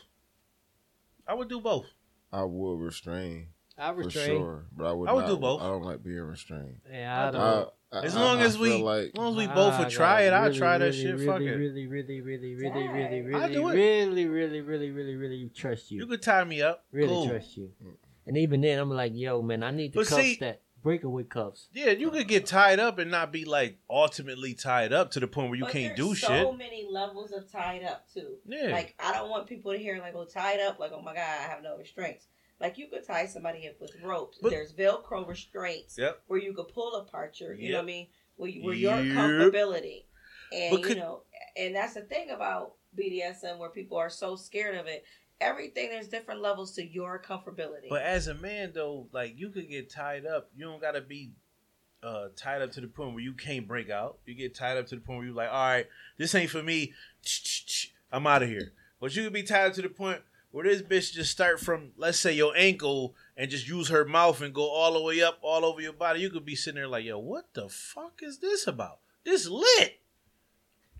I would do both. I would restrain I for restrain. sure, but I would. I would not- do both. I don't like being restrained. Yeah, I don't. I, I, As I- long I as we, feel like as long as we Ah, both would I try it, I'll really, try that really, shit. Really, Fuck it. really, really, really, really, really, Dang. I'll really, do it. really, really, really, really, really trust you. You could tie me up. really cool. trust you. And even then, I'm like, yo, man, I need the But cuffs see- that breakaway cuffs. Yeah, you could get tied up and not be like ultimately tied up to the point where you But can't there's do so shit. many levels of tied up too. Yeah. Like I don't want people to hear like, "Oh, tied up," like, "Oh my god, I have no restraints." Like you could tie somebody up with ropes. But- There's Velcro restraints Yep. where you could pull apart your, you Yep. know what I mean, where, you- where your Yep. comfortability, and But you could- know, and that's the thing about BDSM where people are so scared of it. Everything there's different levels to your comfortability. But as a man though, like you could get tied up. You don't gotta be uh, tied up to the point where you can't break out. You get tied up to the point where you're like, all right, this ain't for me. I'm out of here. But you could be tied up to the point where this bitch just start from, let's say, your ankle and just use her mouth and go all the way up all over your body. You could be sitting there like, yo, what the fuck is this about? This lit.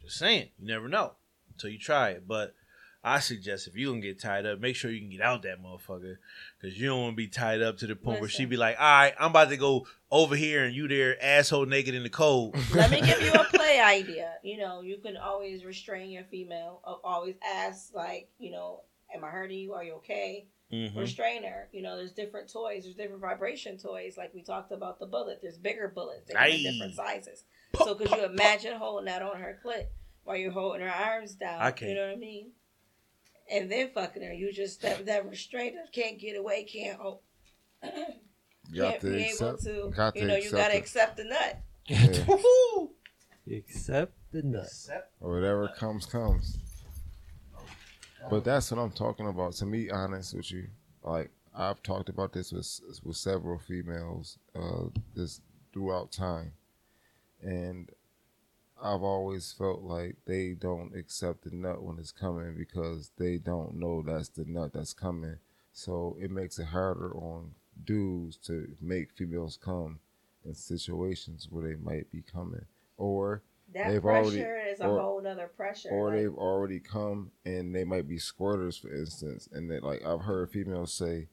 Just saying, you never know until you try it. But I suggest if you gonna get tied up, make sure you can get out that motherfucker because you don't want to be tied up to the point where she Listen. be like, all right, I'm about to go over here and you there asshole naked in the cold. Let me give you a play idea. You know, you can always restrain your female. uh, Always ask, like, you know, am I hurting you? Are you okay? Mm-hmm. Mhm. Restrain her. You know, there's different toys. There's different vibration toys. Like we talked about the bullet. There's bigger bullets. They come in Aye. different sizes. So could you imagine holding that on her clit while you're holding her arms down? I can't. You know what I mean? And then fucking her. You just that that restrainer can't get away. Can't hold. you Can't got be to able accept, to. got you know, you gotta it. accept the nut. Yeah. Woo-hoo. Except the nuts. Whatever comes, comes. But that's what I'm talking about. To be honest with you, like I've talked about this with with several females uh, this throughout time, and I've always felt like they don't accept the nut when it's coming because they don't know that's the nut that's coming. So it makes it harder on dudes to make females come in situations where they might be coming or That They've already- pressure is a or- whole nother pressure. or like- they've already come and they might be squirters for instance and that like i've heard females say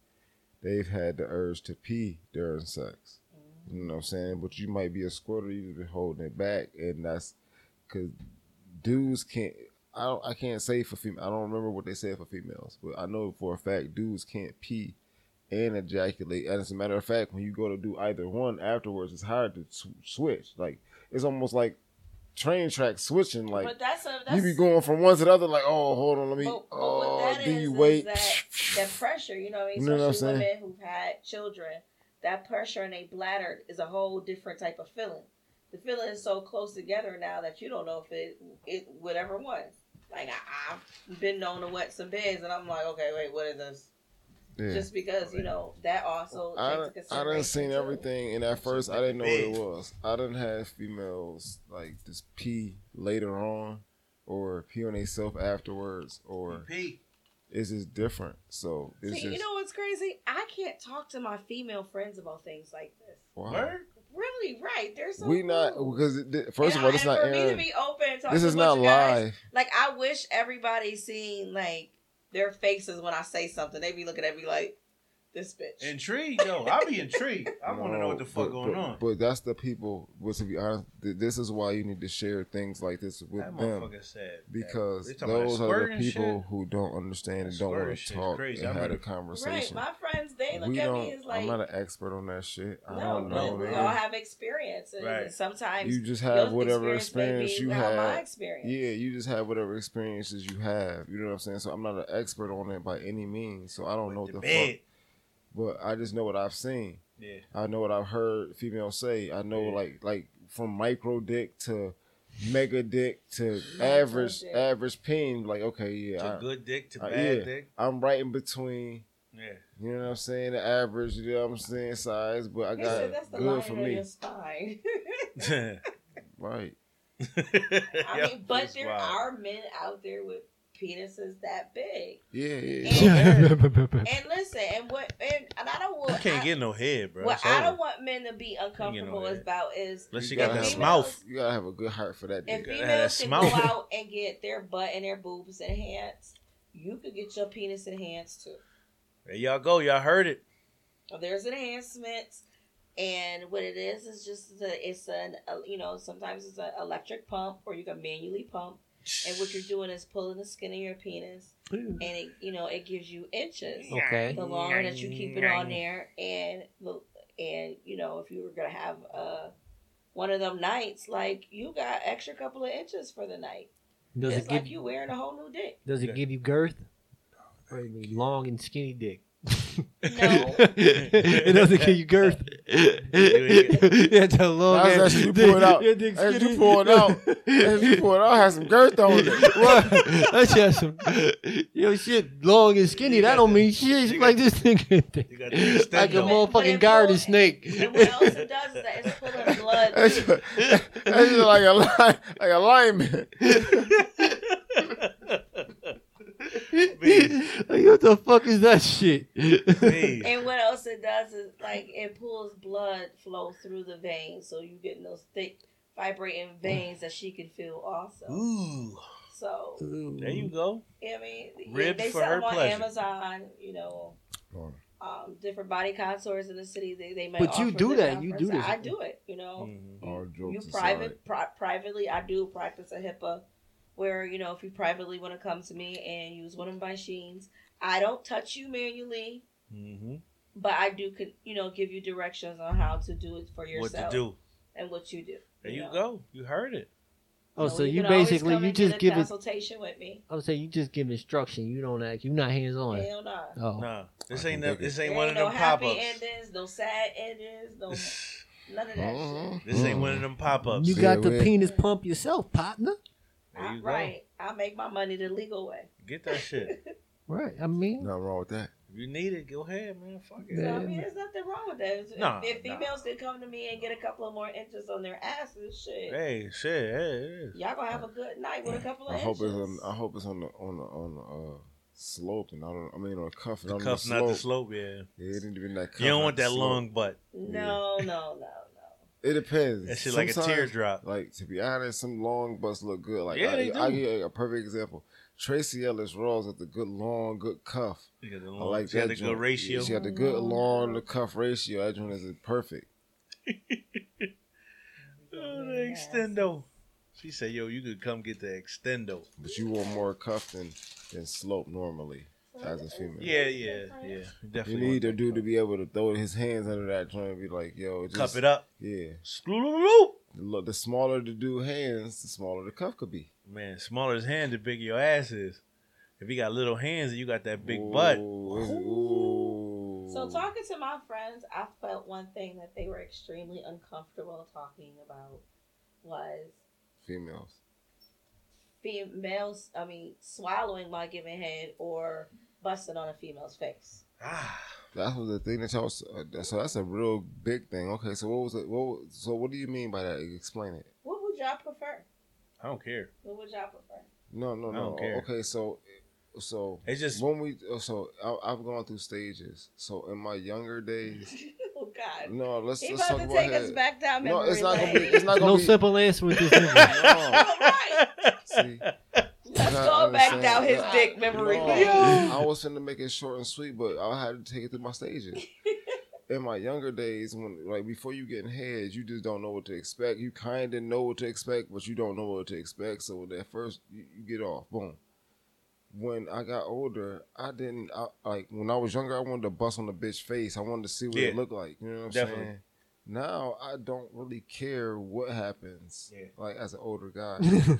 they've had the urge to pee during sex you know what i'm saying but you might be a squirter you've been holding it back and that's because dudes can't I, don't, I can't say for female. I don't remember what they said for females, but I know for a fact dudes can't pee and ejaculate. And as a matter of fact, when you go to do either one afterwards, it's hard to sw- switch. Like it's almost like train track switching. Like but that's a you that's be going from one to the other, like, oh, hold on, let me, but, but oh, what that then is you is wait. that, that pressure, you know, what I mean? You know what I'm especially saying? women who've had children that pressure in a bladder is a whole different type of feeling. The feeling is so close together now that you don't know if it, it whatever one. Like I, I've been known to wet some beds, and I'm like, okay, wait, what is this? Yeah. Just because you know that also. I takes into done, I done consideration, seen too. everything, and at first I didn't know what big. it was. I didn't have females like just pee later on, or pee on themselves afterwards, or P. it's just different. So it's See, just you know what's crazy? I can't talk to my female friends about things like this. wow. Word? Really, right? There's so we not cool. because it, di- first And of all, I- it's and not for me to airing. be open. and talk This to a is bunch not of guys, live. Like I wish everybody seen like their faces when I say something. They be looking at me like this bitch. Intrigued though. I be intrigued. I want to know what the No, fuck but- going but- on. But that's the people. But to be honest, th- this is why you need to share things like this with that them. motherfucker said that. because They talking about those that are the squirting people shit? who don't understand and That don't squirting want to shit is talk crazy. and I have a mean- right, conversation. my friends they look we at don't. me as like I'm not an expert on that shit. I no, don't know, but we man. all have experience, and Right. sometimes you just have your whatever may experience be you how My have. experience. Yeah, you just have whatever experiences you have. You know what I'm saying? So I'm not an expert on it by any means. So I don't know what the the bed. fuck. But I just know what I've seen. Yeah. I know what I've heard females say. I know Yeah. like like from micro dick to mega dick to average dick. average peen. Like okay, To yeah, good dick to I- bad yeah. dick. I, I'm right in between. Yeah. You know what I'm saying? The average. You know what I'm saying? Size, but I He said got that's the good line for on me. your spine. Right. I I mean, but there are men out there with penises that big. Yeah, yeah. And- yeah. And listen, and what, and, and I don't want. You can't I- get no head, bro. what It's I over. don't want men to be uncomfortable head. about is Unless she You got gotta this have- mouth. you gotta have a good heart for that. if Dick. gotta have that females can go smile. out and get their butt and their boobs enhanced, you could get your penis enhanced too. There y'all go. Y'all heard it. There's enhancements, and what it is is just the, it's an uh, you know sometimes it's an electric pump or you can manually pump, and what you're doing is pulling the skin of your penis, and it you know it gives you inches. Okay. the longer that you keep it on there and the and you know if you were gonna have uh one of them nights like you got extra couple of inches for the night Does it's it give like you wearing a whole new dick Does Yeah. it give you girth? Or you mean long and skinny dick. no it doesn't give you girth. yeah, it's a long That was ass actually you dick. pulled out. Your dick's That's you skinny. pulled out. If you pull it out, have some girth on it. what? That's just some yo shit. Long and skinny. You That got don't the- mean shit. you She's got like the- this nigga. you got the extendo. Like But- a but motherfucking it garden pull- snake. and what else it does is that it's pulling blood That's too. that's just like a line, like a lineman. like, what the fuck is that shit? Please. and what else it does is like it pulls blood flow through the veins so you get those thick vibrating veins that she can feel also Ooh. so There you go. I mean, Ribbed they for sell her them on pleasure. Amazon, you know, Oh. um, different body contours in the city. They, they may But you offer do this that, you do conference. this. I do it, you know. Mhm. All You jokes aside, private, pri- privately, I do practice a HIPAA, where you know if you privately want to come to me and use one of my sheens, I don't touch you manually, Mhm. but I do, con- you know, give you directions on how to do it for What yourself to do. and what you do. There you know. go. You heard it. Oh, so you can always basically- come you and get just a give it- consultation with me. I'm saying you just give instruction. You don't act. You're not hands on. Hell no. Oh, Nah. This I ain't can no, dig it. this ain't There one of ain't no them pop happy ups. endings, no sad endings, no This none of that Mhm. Uh-huh. shit. ain't one of them pop ups. you Yeah, got the we- penis pump yourself, partner. Mm-hmm. There you I- go. right. I make my money the legal way. Get that shit. Right. I mean, Mm-hmm. Nothing wrong with that. If you need it, go ahead, man. Fuck it. So I Yeah. mean, there's nothing wrong with that. If- Nah, if nah. females could come to me and get a couple of more inches on their asses, shit, Hey, shit. Hey, it is. y'all gonna have a good night with a couple of I hope inches. it's on. I hope it's on the on the on the uh, slope, and I don't. I mean on the cuff, and The on cuff, the not slope. the slope. Yeah. Yeah, it didn't even that. Cuff, You don't not want the that slope. long butt. no, no, no, no. It depends. That shit like a Sometimes- teardrop. Like to be honest, some long butts look good. Like Yeah, I, they I do. give you a perfect example. Tracy Ellis Ross with the good long, good cuff. You got the I long, you got like that. Oh, the good joint. ratio. She had the good long to cuff ratio. That joint is perfect. Oh, the extendo. She said, "Yo, you could come get the extendo." But you want more cuff than than slope normally as a female. Yeah, yeah, yeah. You You Definitely want need a dude to be able to throw his hands under that joint and be like, yo, just, cup it up. Yeah. Screw The, lo- the smaller the dude hands, the smaller the cuff could be. Man, smaller his hand, the bigger your ass is. If you got little hands and you got that big butt, Ooh, is it- ooh. So So talking to my friends, I felt one thing that they were extremely uncomfortable talking about was females. females. I mean, swallowing my giving head or busting on a female's face. Ah, That was the thing that y'all. Was, uh, so that's a real big thing. Okay, so what was it? What? was- So what do you mean by that? Explain it. What would y'all prefer? I don't care. What would y'all prefer? No, no, I no. don't care. Okay, so, so It's just when we, oh, so I, I've gone through stages. So in my younger days, oh God, no, let's he let's about talk to about take that. us back down No, memory it's not gonna be. lane. It's not gonna No be. simple answer with this nigga. No, see, Let's I go back understand. down his No, dick memory no, lane. I was finna make it short and sweet, but I had to take it through my stages. In my younger days, when like before you get in heads, you just don't know what to expect. You kind of know what to expect, but you don't know what to expect. So at first, you, you get off. Boom. When I got older, I didn't I, like when I was younger. I wanted to bust on the bitch face. I wanted to see what it Yeah. looked like. You know what I'm Definitely. saying? Now I don't really care what happens. Yeah. Like as an older guy, right.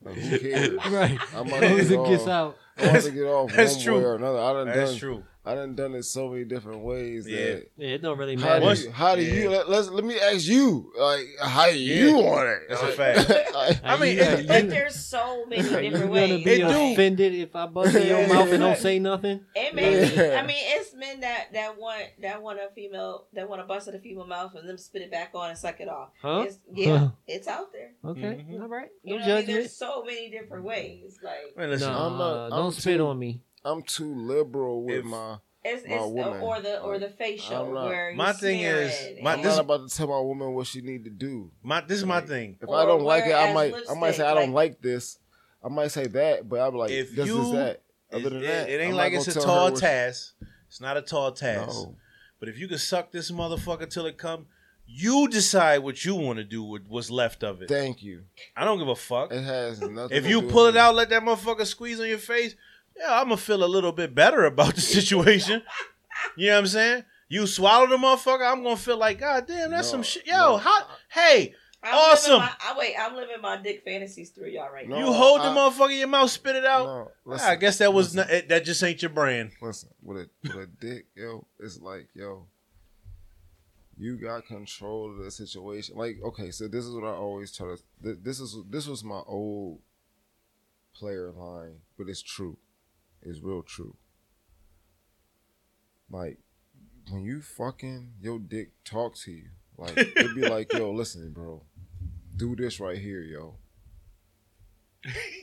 like, who cares? I'm about As long to as get it gets off. out. I want to get off That's one true. way or another. I done that's done true. I done done it so many different ways. Yeah. That Yeah, it don't really how matter. do Once- you, how do you yeah. let, let's let me ask you like how you want it? That's a Like, fact. like, I mean, you- it- you- But there's so many you different gonna ways. be It do. offended if I bust in your Yeah. mouth and don't say nothing? It may be. Yeah. I mean, it's men that that want that want a female that want to bust at a female mouth and then spit it back on and suck it off. Huh? It's, yeah, Huh. it's out there. Okay, Mhm. Mm-hmm. all right. You know, No what I mean? judgment. there's so many different ways. Like Man, listen, Nah, I'm not- I'm don't spit too- on me. I'm too liberal with If- my. it's, My it's woman, or the or the I'm facial not- where you My thing smear is- it my- I'm and- this- not about to tell my woman what she need to do. my this is my Like, thing. If Or I don't like it, I wear might as I might say I lipstick, don't like this. I might say that, but I'm like If this you- is that. It, Other than that, it ain't I'm like not it's a gonna tell her tall what- task. It's not a tall task. No. But if you can suck this motherfucker till it come, you decide what you want to do with what's left of it. Thank you. I don't give a fuck. It has nothing. If to you do pull with it out, let that motherfucker squeeze on your face. Yeah, I'm gonna feel a little bit better about the situation. you know what I'm saying? You swallow the motherfucker, I'm gonna feel like, God damn, that's No, some shit. Yo, no. hot. Hey, I'm living Awesome. My, I wait. I'm living my dick fantasies through y'all right No, now. you hold I- the mmotherfucker in your mouth, spit it out. No, Ah, I listen. guess that was listen. not, eh, that just ain't your brand. listen, with a with a dick, yo, it's like, yo, you got control of the situation. Like, okay, so this is what I always tell us. th- This is this was my old player line, but it's true. It's real true. Like, when you fucking your dick talk to you, like it'd be like, yo, listen, bro, do this right here, yo.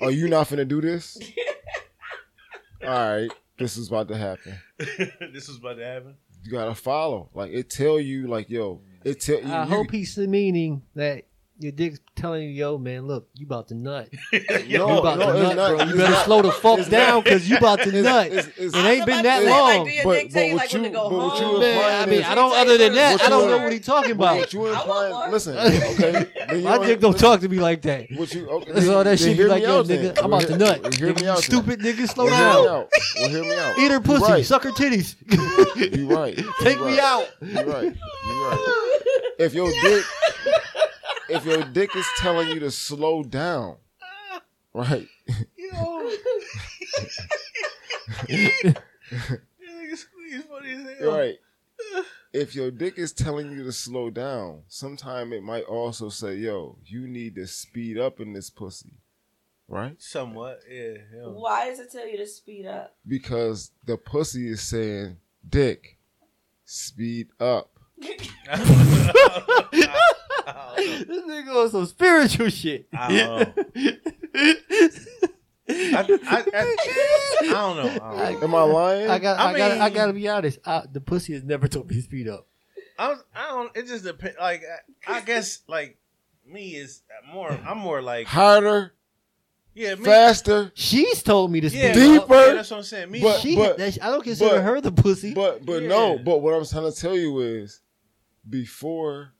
Are you not finna do this? All right, this is about to happen this was about to happen. you gotta follow. Like it tell you, like yo, it tell you. I hope he's meaning that your dick's telling you, yo, man, look, you about to nut. Yo, you about no, to it's nut, not- bro. it's You better not- slow the fuck it's down because you about to It's- nut. it's- it's- It ain't been that I'm about to say, long. Like, do your But- dick tell but you what like when you- to go but what you home? Oh, Man, I implying mean, is- I don't. Other than that, What I don't you- know what he's talking about. what you I want implying? one. Listen, okay. then you My don't- dick don't talk to me like that. What you? Okay, That's all that then shit be hear like, me yo, out then. nigga, I'm about to Hear- nut. Hear me Nigga, out, you then. stupid nigga, slow Well, hear me down. out. Well, hear me out. Eat her You pussy, right. suck her titties. You right. You Take me right. out. You right. You right. If your dick, if your dick is telling you to slow down, right? Yo. Nigga, squeeze funny as hell. Right. If your dick is telling you to slow down, sometime it might also say, "Yo, you need to speed up in this pussy," right? Somewhat, yeah. yeah. Why does it tell you to speed up? Because the pussy is saying, "Dick, speed up." this nigga on some spiritual shit. I don't know. I, I, I, I don't know. I don't know. Am I lying? I got. I, I got. I mean- gotta be honest. I, the pussy has never told me to speed up. I, was, I don't. It just depends. Like I, I guess like me is more. I'm more like harder, yeah. Me, faster. She's told me to speed yeah, up. Deeper. Yeah, that's what I'm saying. Me. But- She, that, I don't consider but- her the pussy. But but Yeah. no. But what I'm trying to tell you is, before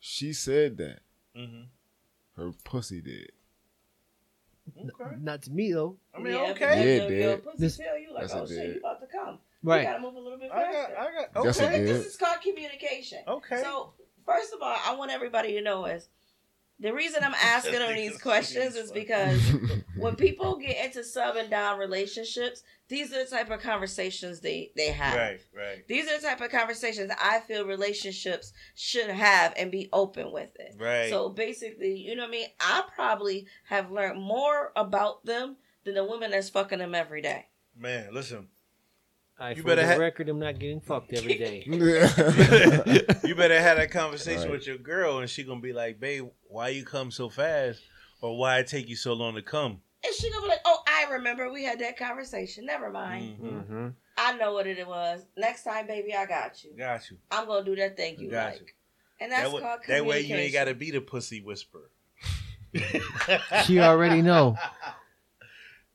she said that, Mhm. her pussy did. Okay. Not to me though. I mean, Yeah, okay. Yeah, your, your dude. pussy This- tell you like, That's a oh shit, dude. you about to come. You Right. gotta move a little bit I faster. got. I got. That's Okay. a This is called communication. Okay. So first of all, I want everybody to know is The reason I'm asking him these questions is because when people get into sub and down relationships, these are the type of conversations they they have. Right, right, These are the type of conversations I feel relationships should have and be open with it. right. So basically, you know what I mean? I probably have learned more about them than the women that's fucking them every day. Man, listen. I, You for better the ha- record, I'm not getting fucked every day. you better have that conversation Right. with your girl, and she gonna be like, "Babe, why you come so fast, or why it take you so long to come?" And she gonna be like, oh, I remember we had that conversation. Never mind. Mhm. mm-hmm. I know what it was. Next time, baby, I got you. Got you. I'm gonna do that thing you Got like. And that's that, way, called that communication. way you ain't gotta be the pussy whisperer. She already know.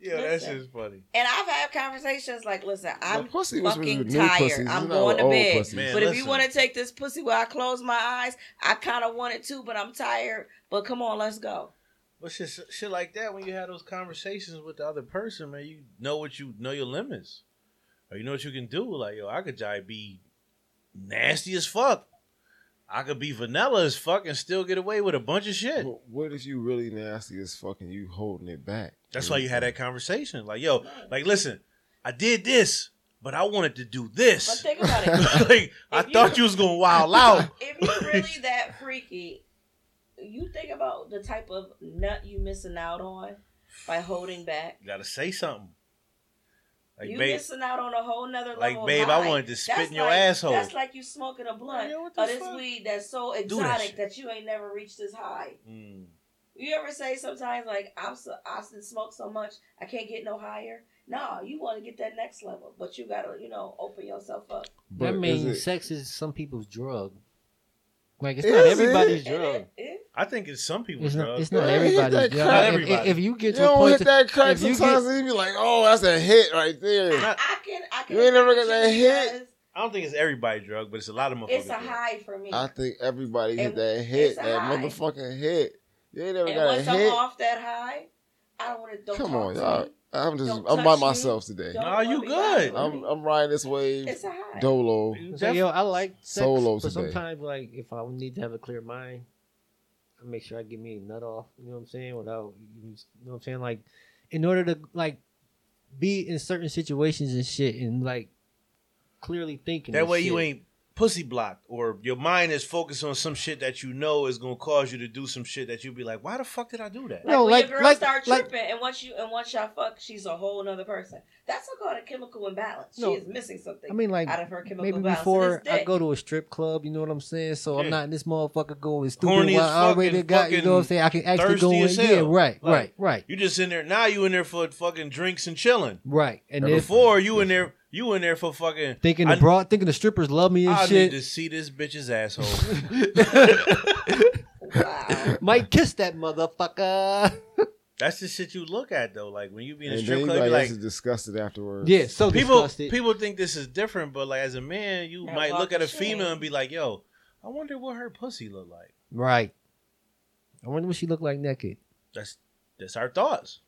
Yeah, that's Listen. just funny. And I've had conversations like, listen, I'm pussy was fucking with new tired. pussies. It's I'm not going with to old bed. pussies. Man, But if you listen. want to take this pussy where I close my eyes, I kind of want it to, but I'm tired. But come on, let's go. But shit, shit like that, when you have those conversations with the other person, man, you know what you know your limits, or you know what you can do. Like, yo, I could just be nasty as fuck. I could be vanilla as fuck and still get away with a bunch of shit. But what if you really nasty as fucking you holding it back? That's why you had that conversation. Like, yo, like, listen, I did this, but I wanted to do But this. think about it. like, I you- thought you was gonna wild out. if you're really that freaky, you think about the type of nut you missing out on by holding back. You gotta say something. Like, you babe, missing out on a whole nother level. like, of babe, I high. wanted to spit That's in your like- asshole. That's like you smoking a blunt Yo, what the of Oh, this fuck? weed that's so that exotic shit. that, you ain't never reached this high. Mm. You ever say sometimes like I'm so I smoke so much I can't get no higher? No, you want to get that next level, but you gotta you know open yourself up. But That means is it- sex is some people's drug. Like it's Is not it? everybody's And drug. it- it- I think it's some people's It's not. drugs. It's not Yeah, you hit everybody's that drug. crack. If- Everybody. If, you you get to a don't point, hit to, that crack if you sometimes, and you be like, "Oh, that's a hit right there." I, I can I can. You ain't never got that because hit. I don't think it's everybody's drug, but it's a lot of motherfuckers. It's a drug. high for me. I think everybody hit And that hit, it's a that high. motherfucking hit. You ain't never and got a once I'm hit. off that high, I don't want to. Don't Come talk on, to y'all. me. I'm just, Don't I'm touch by me. myself today. Don't Nah, wanna you be good. bothered with I'm, me. I'm riding this wave it's a high. dolo. You it's like, def- yo, I like sex, Solo but today. sometimes, like, if I need to have a clear mind, I make sure I get me a nut off. You know what I'm saying? Without, you know what I'm saying? Like, in order to like be in certain situations and shit, and like clearly thinking. That and way shit. you ain't pussy blocked or your mind is focused on some shit that you know is gonna cause you to do some shit that you'll be like, why the fuck did I do that? Like No, when like- your girl like- start like- tripping, and once you and once y'all fuck, she's a whole nother person. That's what called a chemical imbalance. No, she is missing something. I mean, like, out of her chemical maybe balance. before and I it's go to a strip club, you know what I'm saying? So Yeah. I'm not in this motherfucker going stupid. Horny while as I already fucking- got, you know what I'm fucking saying? I can actually go thirsty in. as Yeah, hell. right, Like- right, right, You just in there now. You in there for fucking drinks and chilling. right. And Never if Before you in there, you in there for fucking thinking I, the broad, thinking the strippers love me and I need shit, to see this bitch's asshole. wow. might kiss that motherfucker. That's the shit you look at though. Like when you be in a And strip then club, you everybody like else is disgusted afterwards. yeah, so people disgusted. people think this is different, but like as a man, you That might walk look at a of shame. female and be like, "Yo, I wonder what her pussy look like." right. I wonder what she looked like naked. That's that's our thoughts.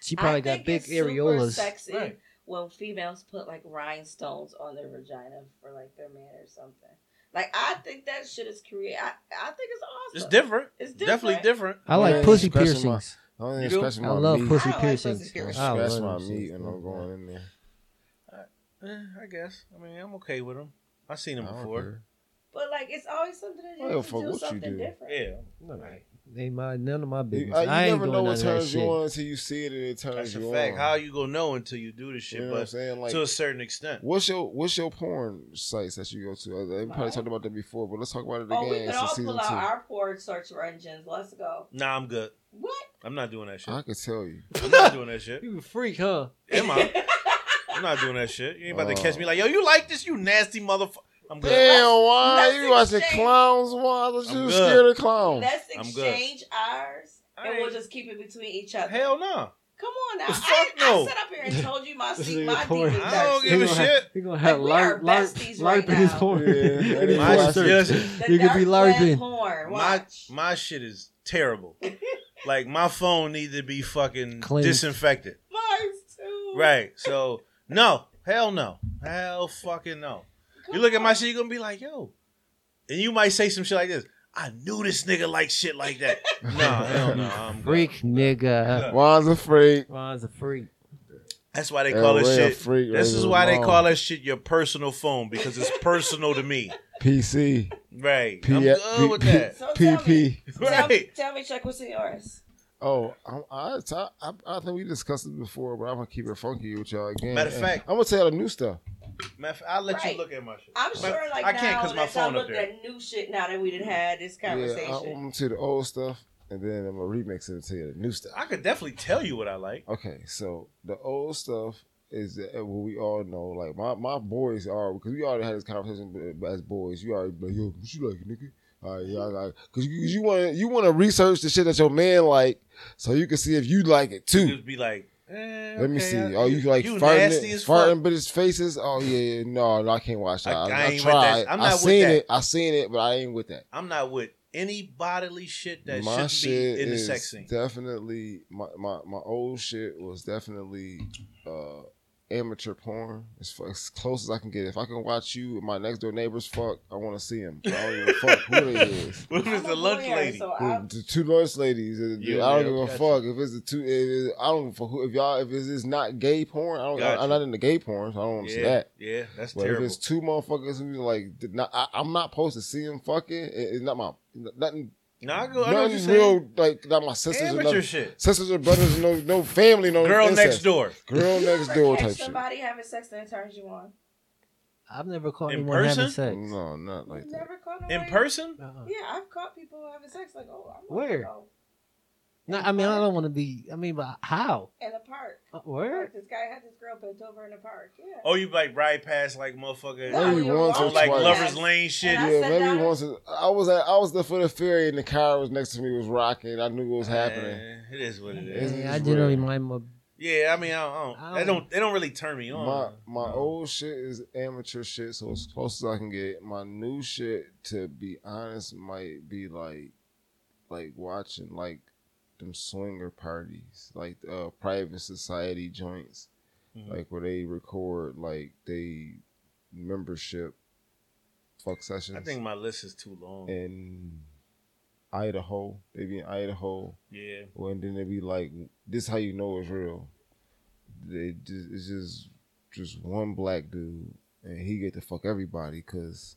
She probably I got think big it's super areolas. Sexy Right. when females put like rhinestones on their vagina for like their man or something. Like I think that shit is creative. I, I think it's awesome. It's different. It's Definitely different. I like Yeah, pussy scratching my- piercings. I don't You even do? scratch I my love meat. pussy I don't like pussy piercings. I piercings. I scratch love my them meat shits. and I'm going in there. Eh, I guess. I mean, I'm okay with them. I've seen I them don't before. care. But like it's always something that I you don't have to fuck do what you something do. different. Yeah. Ain't my none of my You, business. uh, you I ain't never doing know none what of that turns shit. you on until you see it and it turns That's a you fact. on. How you gonna know until you do this shit? you know what I'm but saying? Like, to a certain extent. what's your what's your porn sites that you go to? Uh, We probably Mine? talked about that before, but let's talk about it again. Oh, we could It's all season pull two. out our porn search engines. Let's go. Nah, I'm good. What? I'm not doing that shit. I could tell you. I'm not doing that shit. You a freak, huh? Am I? I'm not doing that shit. You ain't about to catch me like, yo, you like this, you nasty motherfucker. I'm good. Damn, why let's you watching exchange- clowns? Why I thought I'm you was good. scared of clowns? Let's I'm good. exchange ours, I and we'll ain't- just keep it between each other. Hell no. Come on now. Fuck I, no. I sat up here and told you my This seat, nigga my deep porn. and I dark don't secret. give a gonna have- shit. He gonna Like, have we lar- are lar- besties right larping his now. porn. Yeah, In his my porn shit- search. The You could dark be web larping. Porn. My Watch. my shit is terrible. like my phone need to be fucking Cleansed. disinfected. Mine's too. Right. So no. Hell no. Hell fucking no. You look at my shit, you're gonna be like, yo. And you might say some shit like this. I knew this nigga like shit like that. nah, hell no. I'm good. Freak nigga. Ron's a freak. Ron's a freak. That's why they Yeah, call it way a shit. freak this raising is a why they mom. call that shit your personal phone because it's personal to me. PC. Right. P- I'm good P- with P- that. So tell PP. Tell, Right. tell me, check what's in yours. Oh, I'm- I, I, I, I think we discussed it before, but I'm gonna keep it funky with y'all again. Matter of And fact- I'm gonna tell you the new stuff. Man, I'll let Right. you look at my shit. I'm But sure, like I now, can't because my that y'all phone up looked there. at new shit now that we didn't had this Yeah, conversation. I- I'm gonna tell you the old stuff, and then I'm gonna remix it and tell you the new stuff. I could definitely tell you what I like. Okay, so the old stuff is that what we all know. Like my, my boys are because we already had this conversation b- as boys. You already be like yo, what you like, nigga? All right, yeah, I like because you, you want to you want to research the shit that your man like, so you can see if you like it too. Just be like, eh, Let me okay, see. I- oh, you like you farting, nasty it, as fuck. farting, but his faces. Oh yeah, yeah, no, no, I can't watch that. I- I, I I ain't with tried. that. I'm I not with seen that. it. I seen it, but I ain't with that. I'm not with any bodily shit that my shouldn't shit be in the is sex scene. definitely my, my my old shit was definitely uh amateur porn. As, far, as close as I can get. If I can watch you and my next door neighbors fuck, I want to see him. I don't give a fuck who they is. What I'm was a the lunch voyeur, lady? So The, I'm, the two nurse ladies. uh, Yeah, I yeah, don't give a gotcha. fuck if it's the two. If it's, I don't give a fuck who, if y'all if it's, it's not gay porn. I don't. Gotcha. I'm not into gay porn, so I don't want to see Yeah, that. yeah, that's But terrible. if it's two motherfuckers who's like, did not, I, I'm not supposed to see him fucking. it- it's not my nothing. No, I go. I know what you're Nothing saying. real like not my sisters or Amateur nothing. shit. Sisters or brothers, no, no family, no Girl incest. next door. girl next door catch type shit. somebody having sex and it turns you on. I've never caught In anyone having person? sex. No, not like I've that. never caught In nobody- person? Uh-uh. Yeah, I've caught people having sex like, oh, I'm Where? Go. No, I mean I don't want to be. I mean, but how? In the park. Uh, Where? Like, this guy had this girl bent over in the park. Yeah. Oh, you like ride past like motherfucker. Maybe you're once Oh, or walking like twice. lovers past- lane shit. And I Yeah, sat maybe down- once. I was at, I was there for the ferry, and the car was next to me was rocking. I knew what was happening. Eh, it is what it is. It's- Yeah, I just generally weird. mind my. Yeah, I mean, I don't. I don't, they don't. They don't really turn me on. My my No. old shit is amateur shit, so as close as I can get. My new shit, to be honest, might be like like watching like them swinger parties, like uh private society joints, Mhm. like where they record like they membership fuck sessions. I think my list is too long. Yeah. in Idaho. They be in Idaho, and then they be like, "This how you know it's real." They just it's just just one black dude, and he get to fuck everybody because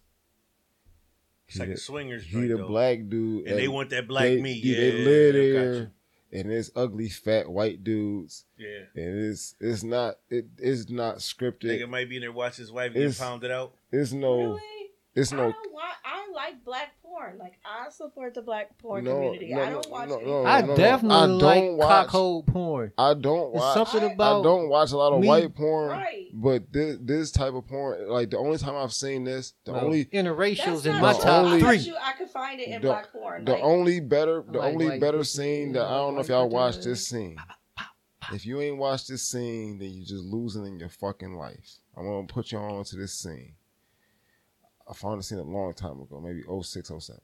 It's like he, a swingers the, he joint. the though. black dude, and they want that black they- meat. yeah, Yeah, they live I got there, and it's ugly fat white dudes, you. Yeah. and it's it's not it it's not scripted. Nigga might be in there watch his wife get It's- pounded out. It's no Really? it's I no don't want. I like black porn. Like I support the black porn No, community. Oh, no, I don't no, watch. no, any- no, I no, no. definitely I don't like watch- cockhold porn. I don't There's watch something I- I about I don't watch a lot of me. white porn, Right. but this this type of porn, like the only time I've seen this, the no, only interracials That's in not my the top only- three. You, I could find it in The- black porn. the like, only better the I like only white better bitches. scene that I I don't know like if y'all bitches. watched this scene. If you ain't watched this scene, then you're just losing in your fucking life. I'm gonna put you on to this scene. I found this scene a long time ago, maybe 06, 07.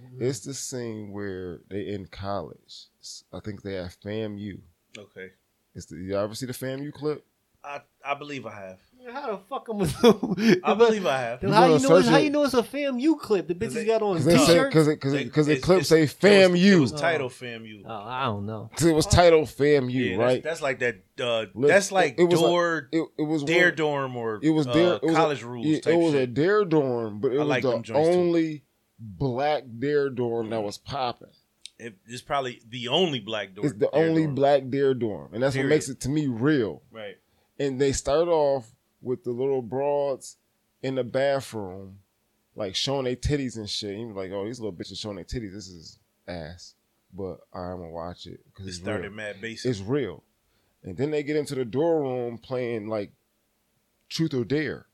Hmm. It's the scene where they in college. I think they have FAMU. Okay. It's the, you ever see the FAMU clip? I I believe I have. How the fuck am I? I believe I have. Then You how gonna you know? It's, search how it? you know it's a FAMU clip? The Cause bitches they- got on Because they say Oh, t-shirts. because it because it because the It's- clip it's- say it was- It FAMU. was Because titled FAMU. oh, I don't know. it was titled FAMU, yeah, Uh, right? That's, that's like that. Uh, Look, that's like it was a- door it, it was dare one- dorm or It was uh, dare. it was a- college rules. yeah, type it was a shit. dare dorm, but it I was like them the joints, too. only black dare dorm that was popping. It- it's probably the only black door. It's the dare only dorm. black dare dorm, and that's Period. what makes it to me real. Right. And they start off with the little broads in the bathroom, like showing their titties and shit. And you're like, oh, these little bitches showing their titties. This is ass. But I'm gonna watch it because It it's started real. mad basic. It's real. And then they get into the door room playing like truth or dare.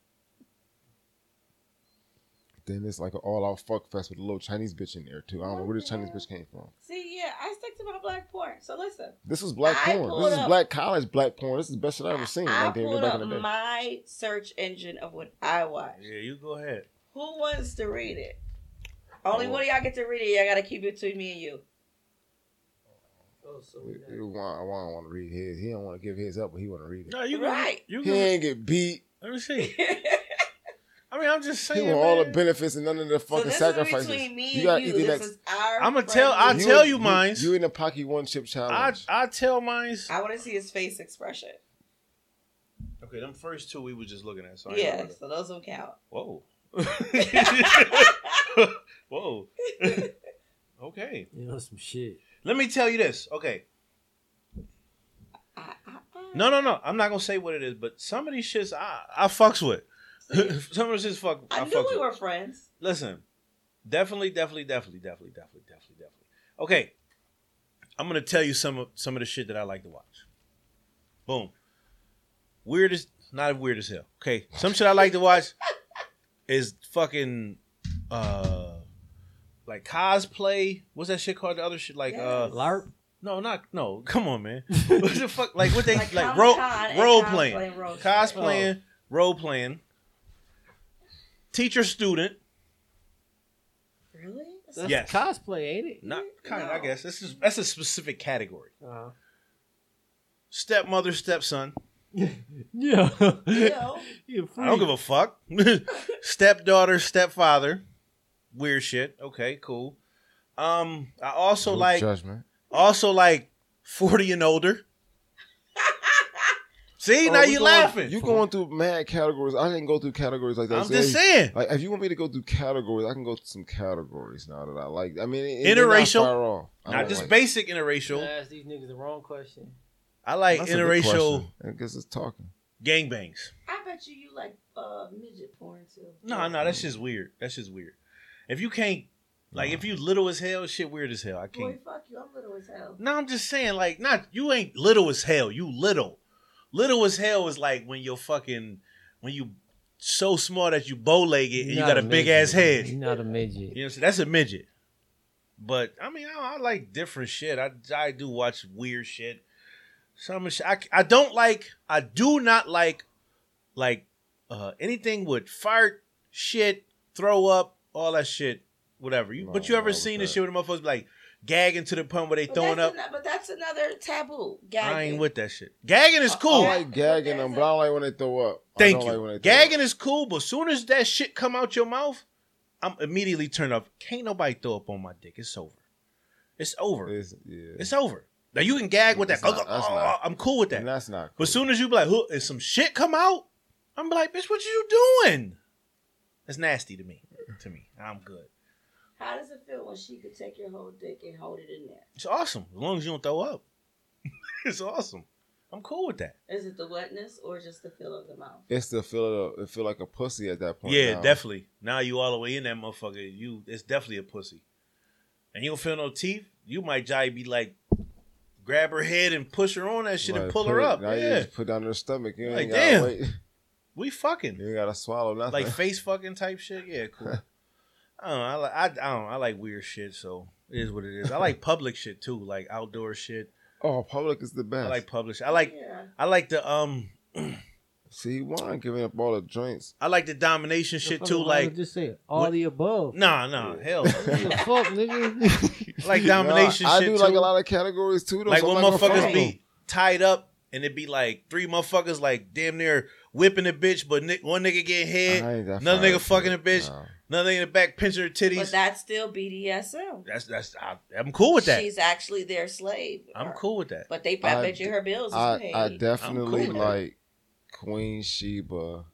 Then it's like an all out fuck fest with a little Chinese bitch in there too. I don't know where this Chinese bitch came from. See, yeah, I stick to my black porn. So listen, This was black I porn. pulled This is up- black college black porn. This is the best shit I ever seen. I Like they pulled back in up the day. my search engine of what I watch. Yeah, you go ahead. Who wants to read it? Only Oh. one of y'all get to read it. Y'all gotta keep it between me and you. It- it want- I want, to read his. He don't want to give his up, but he want to read it. No, you go. Right. You He go. ain't get beat. Let me see. I I I mean, I'm just He saying. want all the man. benefits and none of the fucking so this sacrifices. is between me you and gotta you. eat the This next. is our. I'ma tell- friendly- I'll tell you mines. You in the Pocky One Chip I Challenge. I tell mines. I want to see his face expression. Okay, them first two we was just looking at. So I ain't Yeah, gonna- so those don't count. Whoa. Whoa. okay. You know some shit. Let me tell you this. Okay. I- I- I- No, no, no. I'm not gonna say what it is, but some of these shits I I fucks with. some of this shits fuck. I, I fucks knew with. we were friends. Listen, definitely, definitely, definitely, definitely, definitely, definitely, definitely. Okay, I'm gonna tell you some of some of the shit that I like to watch. Boom. Weird as not weird as hell. Okay, some shit I like to watch is fucking uh like cosplay. What's that shit called? The other shit like uh Yes. LARP. no not no. Come on, man. what the fuck? Like what they like, role Comic-Con and role cosplaying playing role cosplaying, role playing, teacher student. Really? That's That's Yes. cosplay, ain't it? Not Mm, kind of, I No. guess. This is that's a specific category. Uh, Stepmother, stepson. yeah. Ew. You I don't give a fuck. Stepdaughter, stepfather. Weird shit. Okay, cool. Um, I also No like judgment. also like forty and older. See, Oh, now we you going- laughing. You going through mad categories. I didn't go through categories like that. I'm So, just hey, saying. Like if you want me to go through categories, I can go through some categories now that I like. I mean, it, it- Interracial. they're Not, far off. I Not don't just like- basic interracial. ask these niggas the wrong question. I like That's a good interracial question. I guess it's talking. gangbangs. I bet you you like uh, midget porn too. No, no, that's just weird. That's just weird. If you can't, like, if you little as hell, shit weird as hell. I can't. Boy, fuck you. I'm little as hell. No, I'm just saying, like, not you ain't little as hell. You little, little as hell is like when you're fucking when you so small that you bow legged and you got a big ass head. You're You know not a midget. what I'm saying? That's a midget. But I mean, I, I like different shit. I I do watch weird shit. Some sh- I I don't like. I do not like like uh anything with fart shit, throw up, all that shit, whatever. You, No, but you ever why was seen the that? shit where the motherfuckers be like gagging to the point where they But throwing that's up? ano- but that's another taboo. Gagging. I ain't with that shit. Gagging is cool. I like gagging them, but I don't like when they throw up. I Thank don't you. Like when they throw up. Gagging is cool, but soon as that shit come out your mouth, I'm immediately turned off. Can't nobody throw up on my dick. It's over. It's over. It's, yeah. It's over. Now you can gag with that. uh, It's not- that's not- I'm cool with that. And that's not. Cool. But soon as you be like, "Huh," and some shit come out, I'm be like, bitch, what you doing? That's nasty to me. To me, I'm good. How does it feel when she could take your whole dick and hold it in there? It's awesome as long as you don't throw up. it's awesome. I'm cool with that. Is it the wetness or just the feel of the mouth? it's the feel. Of, it uh, feel like a pussy at that point. Yeah, now. definitely. Now you all the way in that motherfucker. You it's definitely a pussy. And you don't feel no teeth. You might jive be like grab her head and push her on that shit and Like, pull put her it- up. Now you Yeah. just put down her stomach. You ain't Like, gotta damn. wait. We fucking. You ain't gotta swallow nothing. Like face fucking type shit. Yeah, cool. I don't know. I like I, I don't know, I like weird shit, so it is what it is. I like public shit too, like outdoor shit. oh, public is the best. I like public shit. I like Yeah. I like the um See, why I'm giving up all the drinks? I like the domination shit too, like just say it. all What- the above. nah nah, hell. no. What the fuck, nigga? I like Nah, domination I shit do like too. a lot of categories too. Though, like so when I'm not gonna motherfuckers fuck be tied up and it be like three motherfuckers like damn near whipping the bitch, but ni- one nigga getting with head, them. I ain't that another fine nigga with fucking a it. bitch, Nah. another nigga in the back pinching her But titties. that's still BDSM. that's that's I, I'm cool with that. She's actually their slave. I'm Or- cool with that. But they I I bet you her bills is I, paid. I definitely cool with that. like Queen Sheba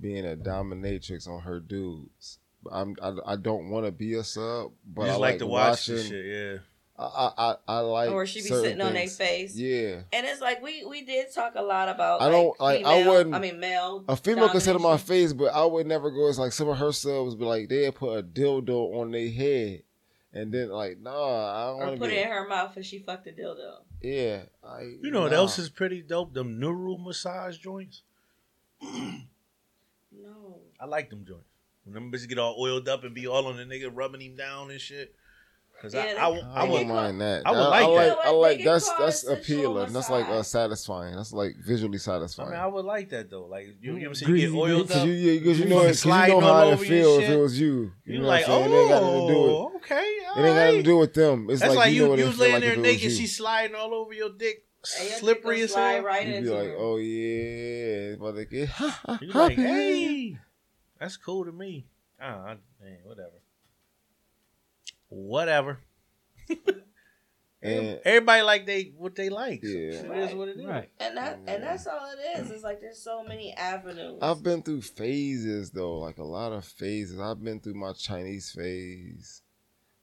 being a dominatrix on her dudes. But I'm I, I don't want to be a sub, but you I just like, to watch watching. this shit, yeah. I, I I I like or she be certain sitting on their things. face. Yeah, And it's like we we did talk a lot about. I don't- like, I female- wouldn't- I mean male. a female can sit on my domination. face, but I would never go. It's like some of her subs be like they put a dildo on their head, and then like nah, I don't Or want to put be. it in her mouth and she fucked the dildo. Yeah, I, You know what nah. else is pretty dope? Them neural massage joints. No. I like them joints. When them bitches get all oiled up and be all on the nigga rubbing him down and shit. Cause Yeah, I, I, they- I, I, would wouldn't mind that. I would I, like like, that. I like Nigga that's call it that's sensual appealing. That's like uh, massage. satisfying. That's like I visually satisfying. mean, I would like that though. Like you, you know what I'm saying? You Greasy get oiled bitch. Cause up. you, You, yeah, cause you You know, fucking cause you sliding know all how over it your feels if shit. it was you. You know like, what I'm saying? It ain't got nothing to do with oh, okay, all it. Ain't got right." nothing to do with them. It's That's like, you, know what you it was feel laying like there if it was naked, you. she's sliding all over your dick, And your dick slippery gonna as slide hell. Right You'd oh, into be like, her. oh yeah, but like, it, ha, ha, You ha, like, baby. hey, That's cool to me. Ah, man, whatever. Whatever. And Everybody like they what they like. Yeah. It is what it is. Right. And that Yeah. and that's all it is. It's like there's so many avenues. oh, I've been through phases though, like a lot of phases. I've been through my Chinese phase.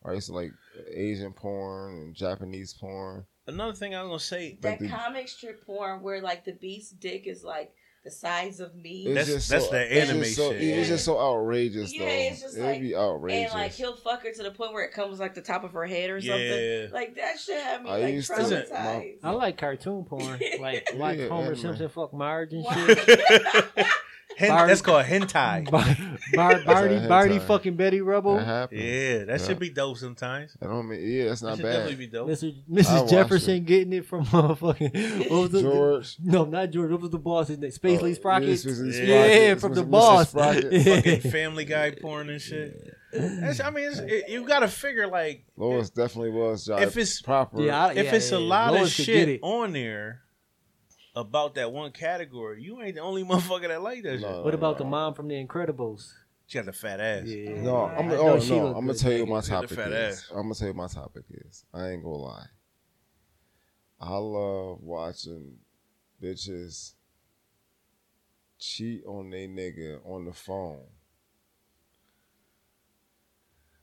I used to like Asian porn and Japanese porn. Another thing I was gonna say. that But the- comic strip porn where like the beast's dick is like the size of me. It's That's- that's the it's anime just so, shit. It's just so outrageous Yeah, though. it's just It'd like- be outrageous. and like he'll fuck her to the point where it comes like the top of her head or something. Yeah. Like that shit had me I like used to- traumatized. my- I like cartoon porn, like like Yeah, Homer anime. Simpson fuck Marge and Wow. shit. Hen- Bar- that's called hentai. Bar- Bar- Barty, hentai. Barty fucking Betty that Rubble. happened. Yeah, that Yeah. should be dope sometimes. I don't mean yeah, that's that not should bad. definitely be dope. Mr. I watched Mrs. Jefferson getting it from motherfucking what was the, George. No, not George. What was the boss? His name Space Lee uh, Sprocket. yeah, Space Lee Yeah, Sprocket, yeah, from Mr. the Mr. boss. Sprocket. Yeah. Fucking Family Guy porn and shit. That's, I mean, it's, it, you gotta figure like Lois definitely was Josh. If it's- proper, I- if it's a yeah, lot of Lois could get shit it. on there about that one category, you ain't the only motherfucker that like that. No. shit. What about the mom from The Incredibles? She got the fat ass. Yeah. No, I'm, I oh, know she no, look I'm gonna good tell you naked. what She my had a topic fat is. ass. I'm gonna tell you what my topic is. I ain't gonna lie. I love watching bitches cheat on they nigga on the phone.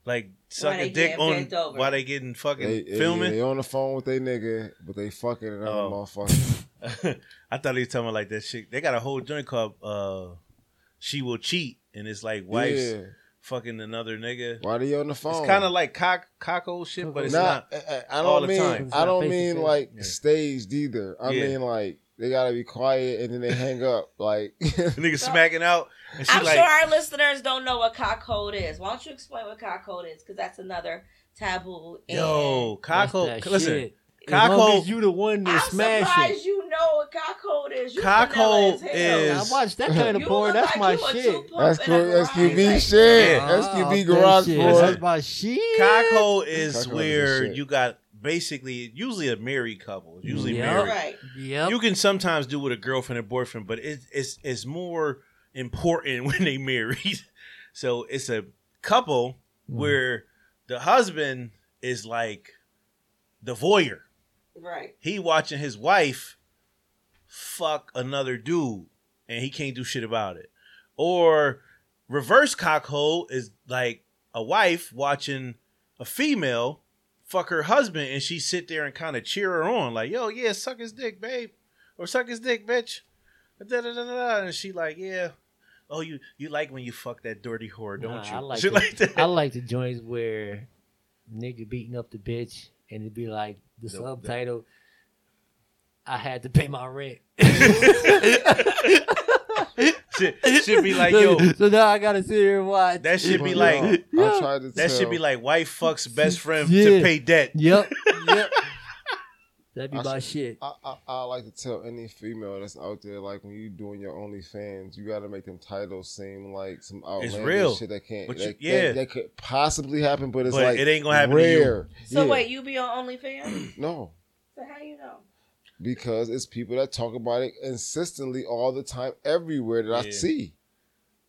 Like suck they a dick getting on bent over. while they getting fucking They, filming. They, they on the phone with they nigga, but they fucking another Oh. motherfucker. I thought he was talking about like that shit. They got a whole joint called uh, "She Will Cheat," and it's like wives yeah. fucking another nigga. Why they on the phone? It's kind of like cock cocko shit, but it's Nah, not. I- I, I all don't the mean time. I don't It's not face to mean face. like Yeah. staged either. I Yeah. mean like they gotta be quiet and then they hang up. Like Nigga smacking out, and she I'm like, sure our listeners don't know what cock hold is. Why don't you explain what cock hold is? Because that's another taboo. and "Yo, That's cocko, that listen, shit. As long as cocko." you the one I'm that smash surprised it. you know what cock hold is. You Cock vanilla as hold hell. is- I watch that kind of You look porn. That's like my you a shit. two-pump and that's a cool. That's garage QB sink. shit. Yeah. That's Oh, QB that garage shit. porn. That's my shit. Cocko is Cocko is where shit. you got basically usually a married couple, usually Yeah. married. Right. Yep. You can sometimes do with a girlfriend and boyfriend, but it's it's it's more important when they married. So it's a couple Hmm. where the husband is like the voyeur. Right. He watching his wife fuck another dude and he can't do shit about it. Or reverse cockhole is like a wife watching a female fuck her husband and she sit there and kind of cheer her on like, "Yo, yeah, suck his dick, babe." Or suck his dick, bitch. Da, da, da, da, da. And she like, "Yeah, Oh, you you like when you fuck that dirty whore, don't Nah, you?" I like Shit it. like that. I like the joints where nigga beating up the bitch and it'd be like the The- the- subtitle I had to pay my rent. shit, shit be like, "Yo, So now I gotta sit here and watch. That shit be But, like y'all, I Yeah. tried to that tell, should be like wife fucks best friend Yeah. to pay debt. Yep. Yep. That'd be I my shit. I, I, I like to tell any female that's out there, like when you doing your OnlyFans, you got to make them titles seem like some outlandish real. shit that can't, But that, you- yeah. that, that could possibly happen, but it's But like it ain't gonna happen to you. Rare. So Yeah. wait, you be on OnlyFans? no, so how you know? because it's people that talk about it insistently all the time, everywhere that I Yeah. see.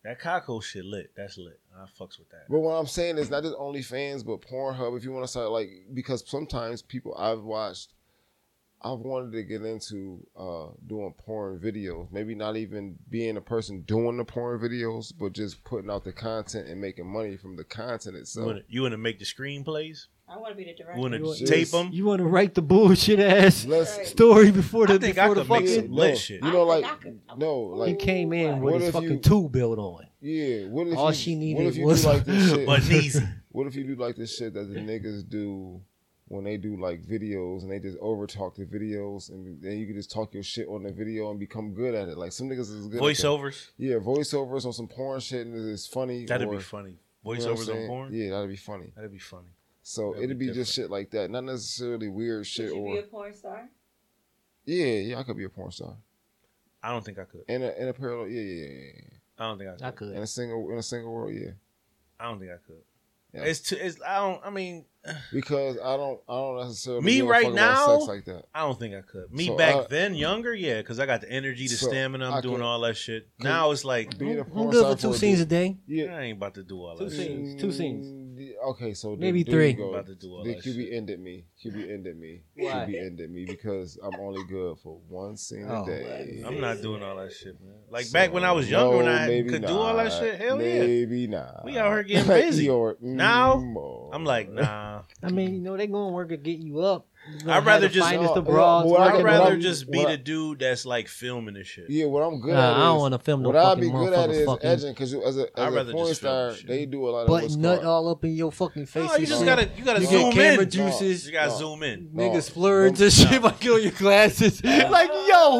That cocko shit lit. That's lit. I fucks with that. But what I'm saying is not just OnlyFans, but Pornhub. If you want to start like, because sometimes people I've watched, I've wanted to get into uh, doing porn videos. Maybe not even being a person doing the porn videos, but just putting out the content and making money from the content you, itself. wanna, you wanna make the screenplays? I want to be the director. You wanna You want- tape them? You wanna write the bullshit ass Let's Right. story before the I think I before the could make fucking some lit shit. You know, I think like, I could- no, he like came in What with if his fucking you- tube built on. yeah. What if All you, she needed what if you was- do like this shit? But knees. What if you do like this shit that the niggas do when they do like videos and they just over talk the videos and then you can just talk your shit on the video and become good at it? Like some niggas is good. at that. Voiceovers. Yeah, voiceovers on some porn shit and it's funny. That'd or- be funny. you know what I'm Voiceovers on saying? porn? Yeah, that'd be funny. That'd be funny. So That'd it'd be be, just shit like that, not necessarily weird Would shit you be or a porn star? yeah, yeah. I could be a porn star I don't think I could. and a, and a parallel, yeah, yeah, yeah, yeah, I don't think I I could. could. yeah. in a single in a single world, yeah. I don't think I could. Yeah. It's too. It's I don't. I mean, because I don't I don't necessarily Me give a right fuck about now? sex like that. I don't think I could. Me So, back I- then, younger, yeah, because I got the energy, the So, stamina. I'm I doing could- all that shit. Now it's like Being a I'm porn good star for two a scenes a dude- day. Yeah, I ain't about to do all Two that. shit. scenes, two scenes. Mm, Okay, so then Maybe there three. You go. About to do all the that shit. QB ended me. QB ended me. Why? QB ended me because I'm only good for one scene Oh, a day. I'm not doing all that shit, man. Like So, back when I was younger, no, when I maybe could do all that not. shit, hell yeah. maybe not. We out here getting Like busy. Eeyore, Now, mm, I'm like, nah. I mean, you know, they going to work to get you up. You gonna I'd have rather the just- finest No, of broads. no, what I'd I'd working what rather I- up. just be what I- the dude that's like filming this shit. Yeah, what I'm good Nah, at. I don't is- want to film no What I'd fucking be good at is motherfucking edging because as a, I'd as a rather porn just film star, shit. they do a lot of butt what's nut called- all up in your fucking face. No, Oh, you and just shit. gotta you gotta You zoom get camera in. Oh, juices. You gotta Oh, No. zoom in. Nigga No, splurge don't- and shit by kill your glasses. like, yo,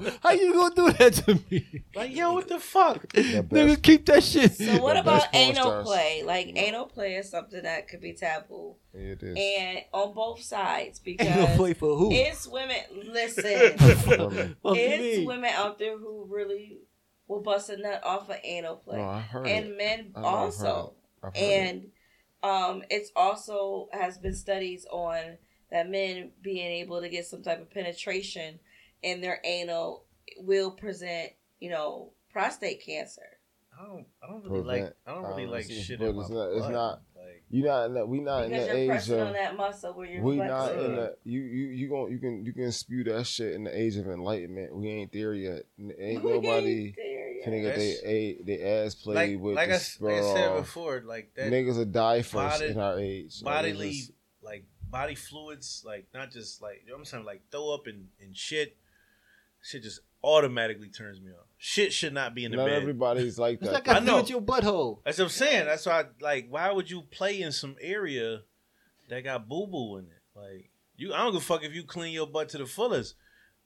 Julio, how you gonna do that to me? Like, yo, what the fuck? The Nigga, best. keep that shit. So what The about best porn anal stars. play? Like anal play is something that could be taboo, Yeah, it is. and on both sides Ain't no because play for who? it's women. Listen, Women. Fuck you it's mean? women out there who really will bust a nut off of anal play, No, Oh, I heard it. and men I know, I've heard also. it. I've heard it. And um, it's also has been studies on that men being able to get some type of penetration in their anal will present, you know, prostate cancer. I don't I don't really like Prevent- I don't really um, like it's- shit but in my it's not- it's butt. not- Like, You not in that, we not in Because the you're age pressing on of that muscle where you're we not flexing. flexing. in the you you you gon' you can you can spew that shit in the age of enlightenment. We ain't there yet. N- Ain't We nobody there yet. finna get That's- they a- they ass played like, with like, I, the s- like I said straw. before, like that Niggas will die first body- in our age. Like, it's bodily just- like body fluids, like not just like you know what I'm saying, like throw up and, and shit. Shit just automatically turns me off. Shit should not be in the not bed. everybody's like It's that. like I I do know. with your butthole. That's what I'm saying. That's why like why would you play in some area that got boo boo in it? Like you I don't give a fuck if you clean your butt to the fullest.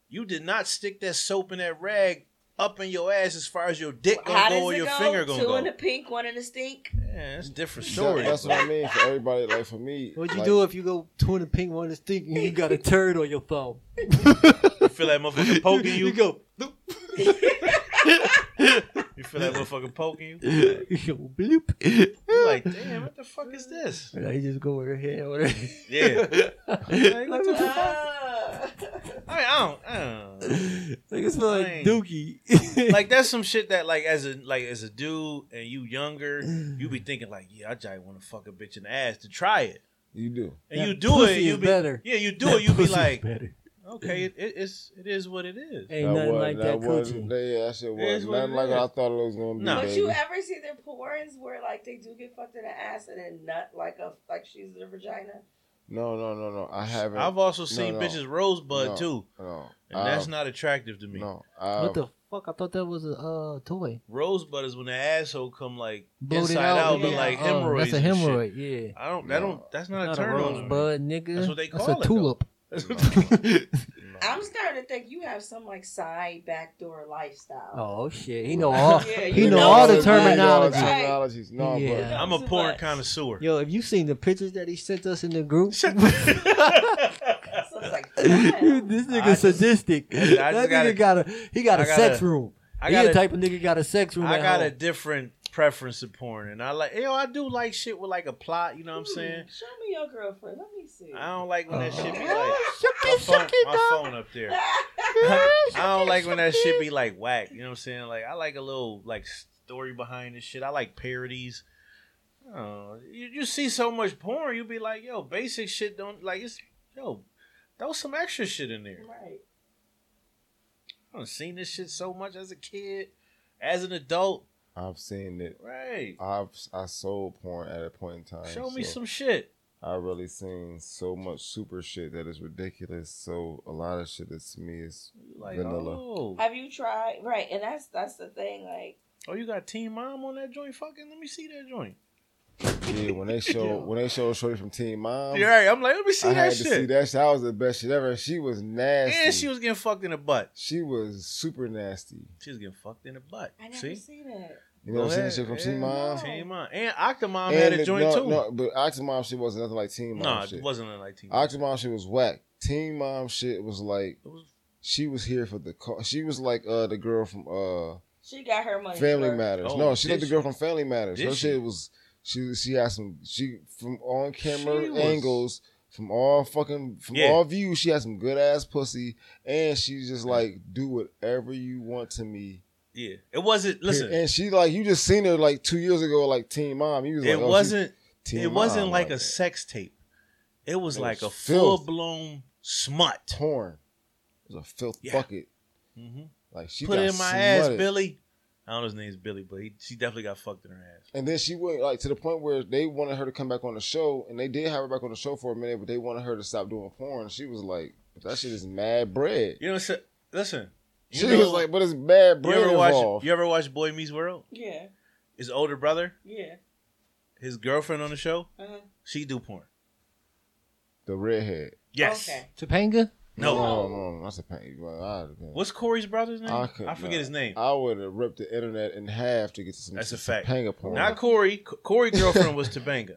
You did not stick that soap in that rag up in your ass as far as your dick How gonna does go or it your go? finger gonna Two go. in the pink, one in the stink. yeah, that's a different That- story. that's what I mean for everybody. Like for me, What'd you like, do if you go two in the pink, one in the stink, and you got a turd on your thumb? You feel that motherfucker poking you. You go, You feel that motherfucker poking you. you go bloop. You're like, damn, what the fuck is this? And I just go over here. Over here. Yeah. Like, what the fuck? Ah. I, mean, I don't, I don't. like it smell like Dang. dookie. Like that's some shit that like as a like as a dude and you younger, you be thinking like, yeah, I just want to fuck a bitch in the ass to try it, You do. and That you do it, pussy you is be better. yeah, you do That it, you be pussy's like, better. okay, it, it, it's it is what it is. ain't nothing wasn't- like that, wasn't- coochie. Yeah, that shit was is what nothing it like what I is. thought it was gonna be. No. But baby. you ever see their porns where like they do get fucked in the ass and then nut like a like she's their vagina? no, no, no, no. I haven't. I've also seen no. bitches rosebud No. too, no, and that's I've- not attractive to me. No, What I've- the fuck? I thought that was a uh, toy. Rosebud is when the asshole come like Bloated inside out, out, look yeah. like Uh, hemorrhoids. that's a and shit. hemorrhoid. Yeah. I don't. That No. don't. That's not, Not a a turn on. to me. rosebud, nigga. That's what they a call it, though. tulip. That's what I'm starting to think you have some like side backdoor lifestyle. Oh shit, he know all. Yeah, he you know know all the what it is. terminology. Right. terminologies. No, Yeah. I'm a Too porn much. connoisseur. Yo, have you seen the pictures that he sent us in the group? Shut So the- it's like, Dude, wow. this nigga I just- sadistic. I just that nigga gotta- got a he got I a sex gotta- room. I he got the a- type of nigga got a sex room. I at got a home. different preference to porn, and I like. You know, I do like shit with like a plot. You know what I'm saying? Hmm, Show me your girlfriend. Let me see. I don't like when that shit be like Oh, my shucky, phone, shucky, my dog. phone up there. I don't like when that shit be like whack. You know what I'm saying? Like I like a little like story behind this shit. I like parodies. Oh, you, you see so much porn, you be like, yo, basic shit don't like it's yo, throw some extra shit in there. Right. I done seen this shit so much as a kid, as an adult. I've seen it. Right. I've I sold porn at a point in time. Show me so some shit. I really seen so much super shit that is ridiculous. So a lot of shit that to me is Like Vanilla. oh, Have you tried? Right, and that's that's the thing. Like, oh, you got Team Mom on that joint? Fucking let me see that joint. yeah. When they show when they show Shorty from Team Mom, yeah, right. I'm like, let me Um, I see had that to see shit. that. shit. That was the best shit ever. She was nasty. And she was getting fucked in the butt. she was super nasty. She was getting fucked in the butt. I never See? seen it. You know Go what I'm saying? ahead. Shit from Yeah. Team Mom. Team Team Mom. And Octomom And had the- a joint no, too. No, no, but Octomom Mom shit wasn't nothing like Team Mom nah, shit. it wasn't nothing like Team Mom. Octomom shit was whack. Team Mom shit was like It was- she was here for the call. She was like uh the girl from uh She got her money. Family man. Matters. Oh, no, she did like the she? girl from Family Matters. Did Her she? shit was She she had some she from on camera She was- angles from all fucking from Yeah. all views. She had some good ass pussy, and she's just like, do whatever you want to me. Yeah, it wasn't. Listen, and she like you just seen her like two years ago, like Teen Mom. You was like, it oh, she wasn't. Teen It wasn't Mom, like a sex tape. It was It like was a full filth. blown smut. torn. It was a filth Yeah. bucket. hmm Like she Put got it in my ass, smutted. Billy. I don't know his name's Billy, but he, she definitely got fucked in her ass. And then she went like to the point where they wanted her to come back on the show, and they did have her back on the show for a minute, but they wanted her to stop doing porn. She was like, "That shit is mad bread." You know, so, listen. You She know- was like, "But it's bad you bread ever watch? involved." You ever watch Boy Meets World? Yeah. His older brother, Yeah. his girlfriend on the show, Uh-huh. she do porn. the redhead. Yes. Okay. Topanga? No. no, no, no, that's a pain. Well, I'd have been- What's Corey's brother's name? I, could forget not. his name. I would have ripped the internet in half to get to some. That's a some fact. Topanga porn. Not Corey. C- Corey girlfriend was Tabanga.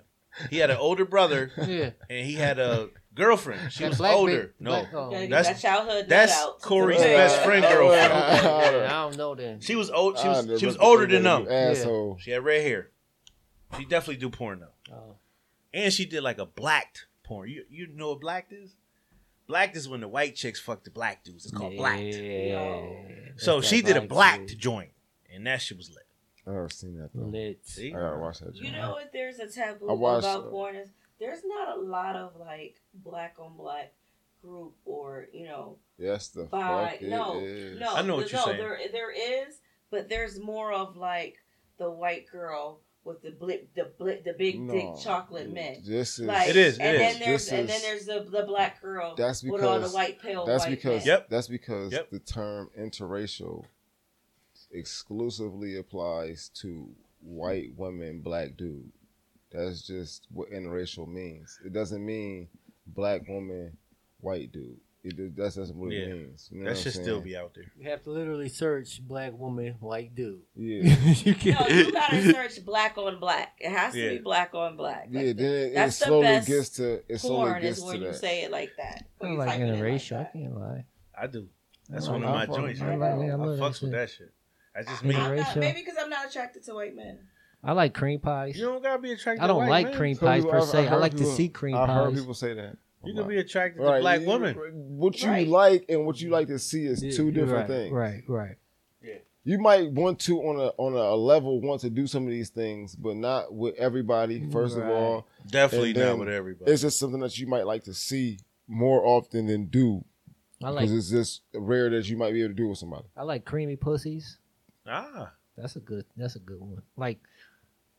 He had an older brother Yeah. and he had a girlfriend. She That was black older. big- No. black- oh. Gotta get That's- that childhood nut that's out. Corey's Yeah. best friend girlfriend. Okay, then, I don't know then. She was old she I'd was have she was ripped the older than internet, them. you Asshole. She had red hair. She definitely do porn though. Oh. And she did like a blacked porn. You you know what blacked is? Blacked is when the white chicks fuck the black dudes. It's called blacked. Yeah. So It's she that did a black blacked shit. joint. And that shit was lit. I've never seen that. Though. Lit. See? I gotta watch that. You know what? There's a taboo I watched, about uh, porn. Is there's not a lot of like black on black group or you know Yes, the by fuck it no is. no I know what no, you're saying. There there is, but there's more of like the white girl with the blip the blip the big dick No. chocolate men. This is Like, It is, it and is. then there's This and then there's is- the the black girl That's with all the because- white pale. That's white because men. Yep. that's because Yep. the term interracial exclusively applies to white women, black dude. That's just what interracial means. It doesn't mean black woman, white dude. It, it- that's that's what Yeah. it means. You know That what should I'm still saying? be out there. You have to literally search black woman, white dude. yeah. you can't. No, you gotta search black on black. It has to be Yeah. black on black. Yeah, then it, it That's the slowly best gets to it slowly porn gets is to when you that. say it like that. I When you like type it in interracial. that. I can't lie. I do. That's No, one of I my fuck- joints. I right like- now. I I love that fucks with shit. that shit. That's just I- me. I- I'm not, Interracial. maybe because I'm not attracted to white men. I like cream pies. You don't gotta be attracted. I to don't white like men. cream So pies you- per I've- se. I've I like heard to people- see cream I've heard pies. people say that. You I'm can be attracted Right, to black you- women. What you Right. like and what you like to see is Yeah, two different right, things. Right, right. you might want to on a on a level want to do some of these things, but not with everybody. First Right. of all, Definitely And not then with everybody. it's just something that you might like to see more often than do I like because it's just rare that you might be able to do with somebody. I like creamy pussies. ah, That's a good. That's a good one. Like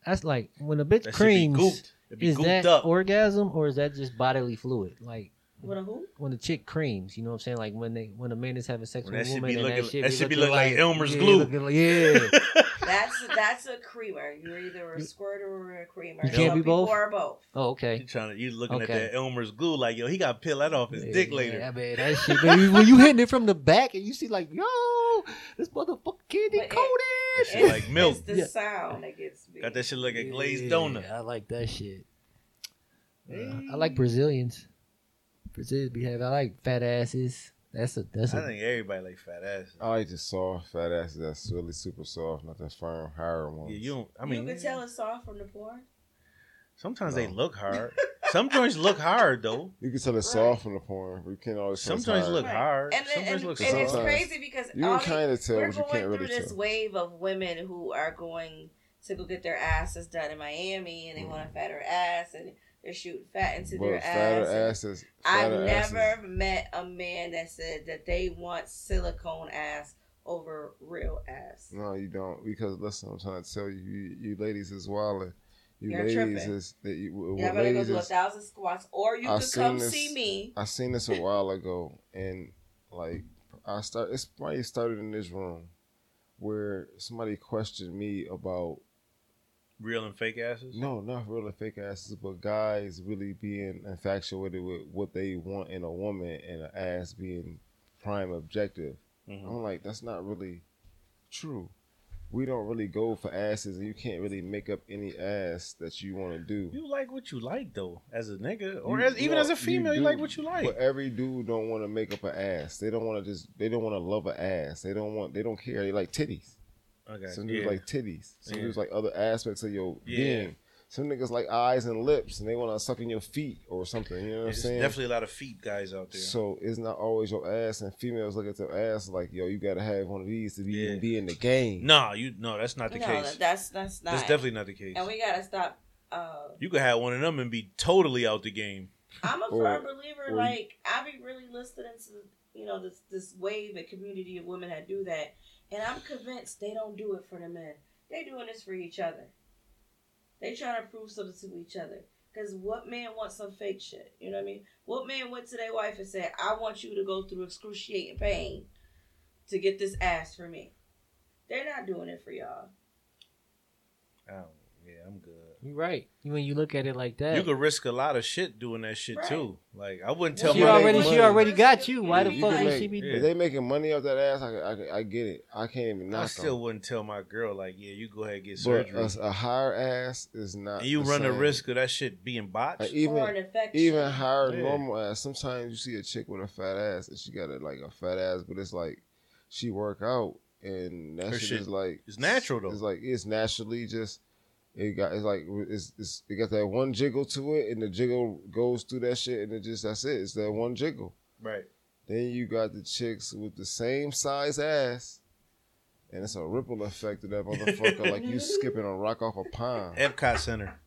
that's like when a bitch that should be creams. gooped. It'd be Is gooped that up. orgasm or is that just bodily fluid? Like What a who? when the chick creams, you know what I'm saying? Like when they when a man is having sex When with that a shit woman, be and looking- that shit that be shit be looking look like Elmer's yeah, glue. looking like- yeah, That's that's a creamer. You're either a squirter or a creamer. You can't Some be people both? Are both. oh you okay. trying to? You looking Okay. at that Elmer's glue? Like yo, he got to peel that off his dick Yeah, later. Yeah, man, that shit, man. When you hitting it from the back and you see like, yo, this motherfucker candy But it- coated. That shit It's- like milk. It's the Yeah. sound that gets me. Got that shit like a glazed Yeah, donut. I like that shit. Uh, I like Brazilians. Brazilians behave. I like fat asses. That's a that's I a think everybody like fat ass. I like the soft fat asses that's really super soft, not that firm, higher Yeah, ones. you don't. I you mean, can tell it's soft from the porn. sometimes they No. look hard. Some joints look hard though. You can tell it's soft from the porn, but you can't always tell it's Sometimes hard. look hard. And, and, Sometimes and, look and it's soft. Sometimes. crazy because You all can these- kind of tell, we're but you going can't through really this tell. wave of women who are going to go get their asses done in Miami, and they want a fatter ass, and they're shooting fat into But their fatter ass. and- asses. I've fatter asses- never met a man that said that they want silicone ass over real ass. No, you don't. Because listen, I'm trying to tell you, you, you ladies is wilding. You You're ladies tripping. is that you. Y'all what better go ladies do a is- thousand squats, or you I've could seen come this- see me. I seen this a while ago, and like I start, it's probably started in this room where somebody questioned me about Real and fake asses. no, not really fake asses, but guys really being infatuated with what they want in a woman and an ass being prime objective. Mhm. I'm like, that's not really true. We don't really go for asses, and you can't really make up any ass that you want to do. You like what you like though, as a nigga, or You- as, even no, as a female, you, do, like what you like. But every dude don't want to make up an ass. They don't want to just. They don't want to love an ass. They don't want. They don't care. They like titties. okay. Some dudes yeah. like titties. Some Yeah. dudes like other aspects of your Yeah. being. Some niggas like eyes and lips, and they want to suck in your feet or something. You know what I'm There's saying? definitely a lot of feet guys out there. So it's not always your ass, and females look at their ass like, yo, you gotta have one of these to be Yeah. even be in the game. nah, you no, that's not the no, case. that's that's not. That's definitely not the case. And we gotta stop. Uh, you could have one of them and be totally out the game. I'm a Or- firm believer. or you- like I be really listening to you know this this wave and community of women that do that, and I'm convinced they don't do it for the men. They doing this for each other. They trying to prove something to each other. Cause what man wants some fake shit? You know what I mean? What man went to their wife and said, "I want you to go through excruciating pain to get this ass for me"? They're not doing it for y'all. I don't, yeah, I'm good. You're right. When you look at it like that, You could risk a lot of shit doing that shit Right. too. Like I wouldn't tell she my nigga already money. she already got you. Why the You fuck can would make- she be? Yeah. If they making money off that ass, I, can- I, can- I get it. I can't even knock I still 'em. wouldn't tell my girl like, yeah, you go ahead and get But surgery. a, a higher ass is not. and you the run the same. risk of that shit being botched. Like, or even an infection. even higher Yeah. normal ass. Sometimes you see a chick with a fat ass, and she got a, like a fat ass, but it's like she work out, and that Her shit, shit is like is natural, though. It's like it's naturally just. It got it's like it's, it's it got that one jiggle to it, and the jiggle goes through that shit, and it just that's it. It's that one jiggle. right. Then you got the chicks with the same size ass, and it's a ripple effect of that motherfucker like you skipping a rock off a pond. Epcot Center.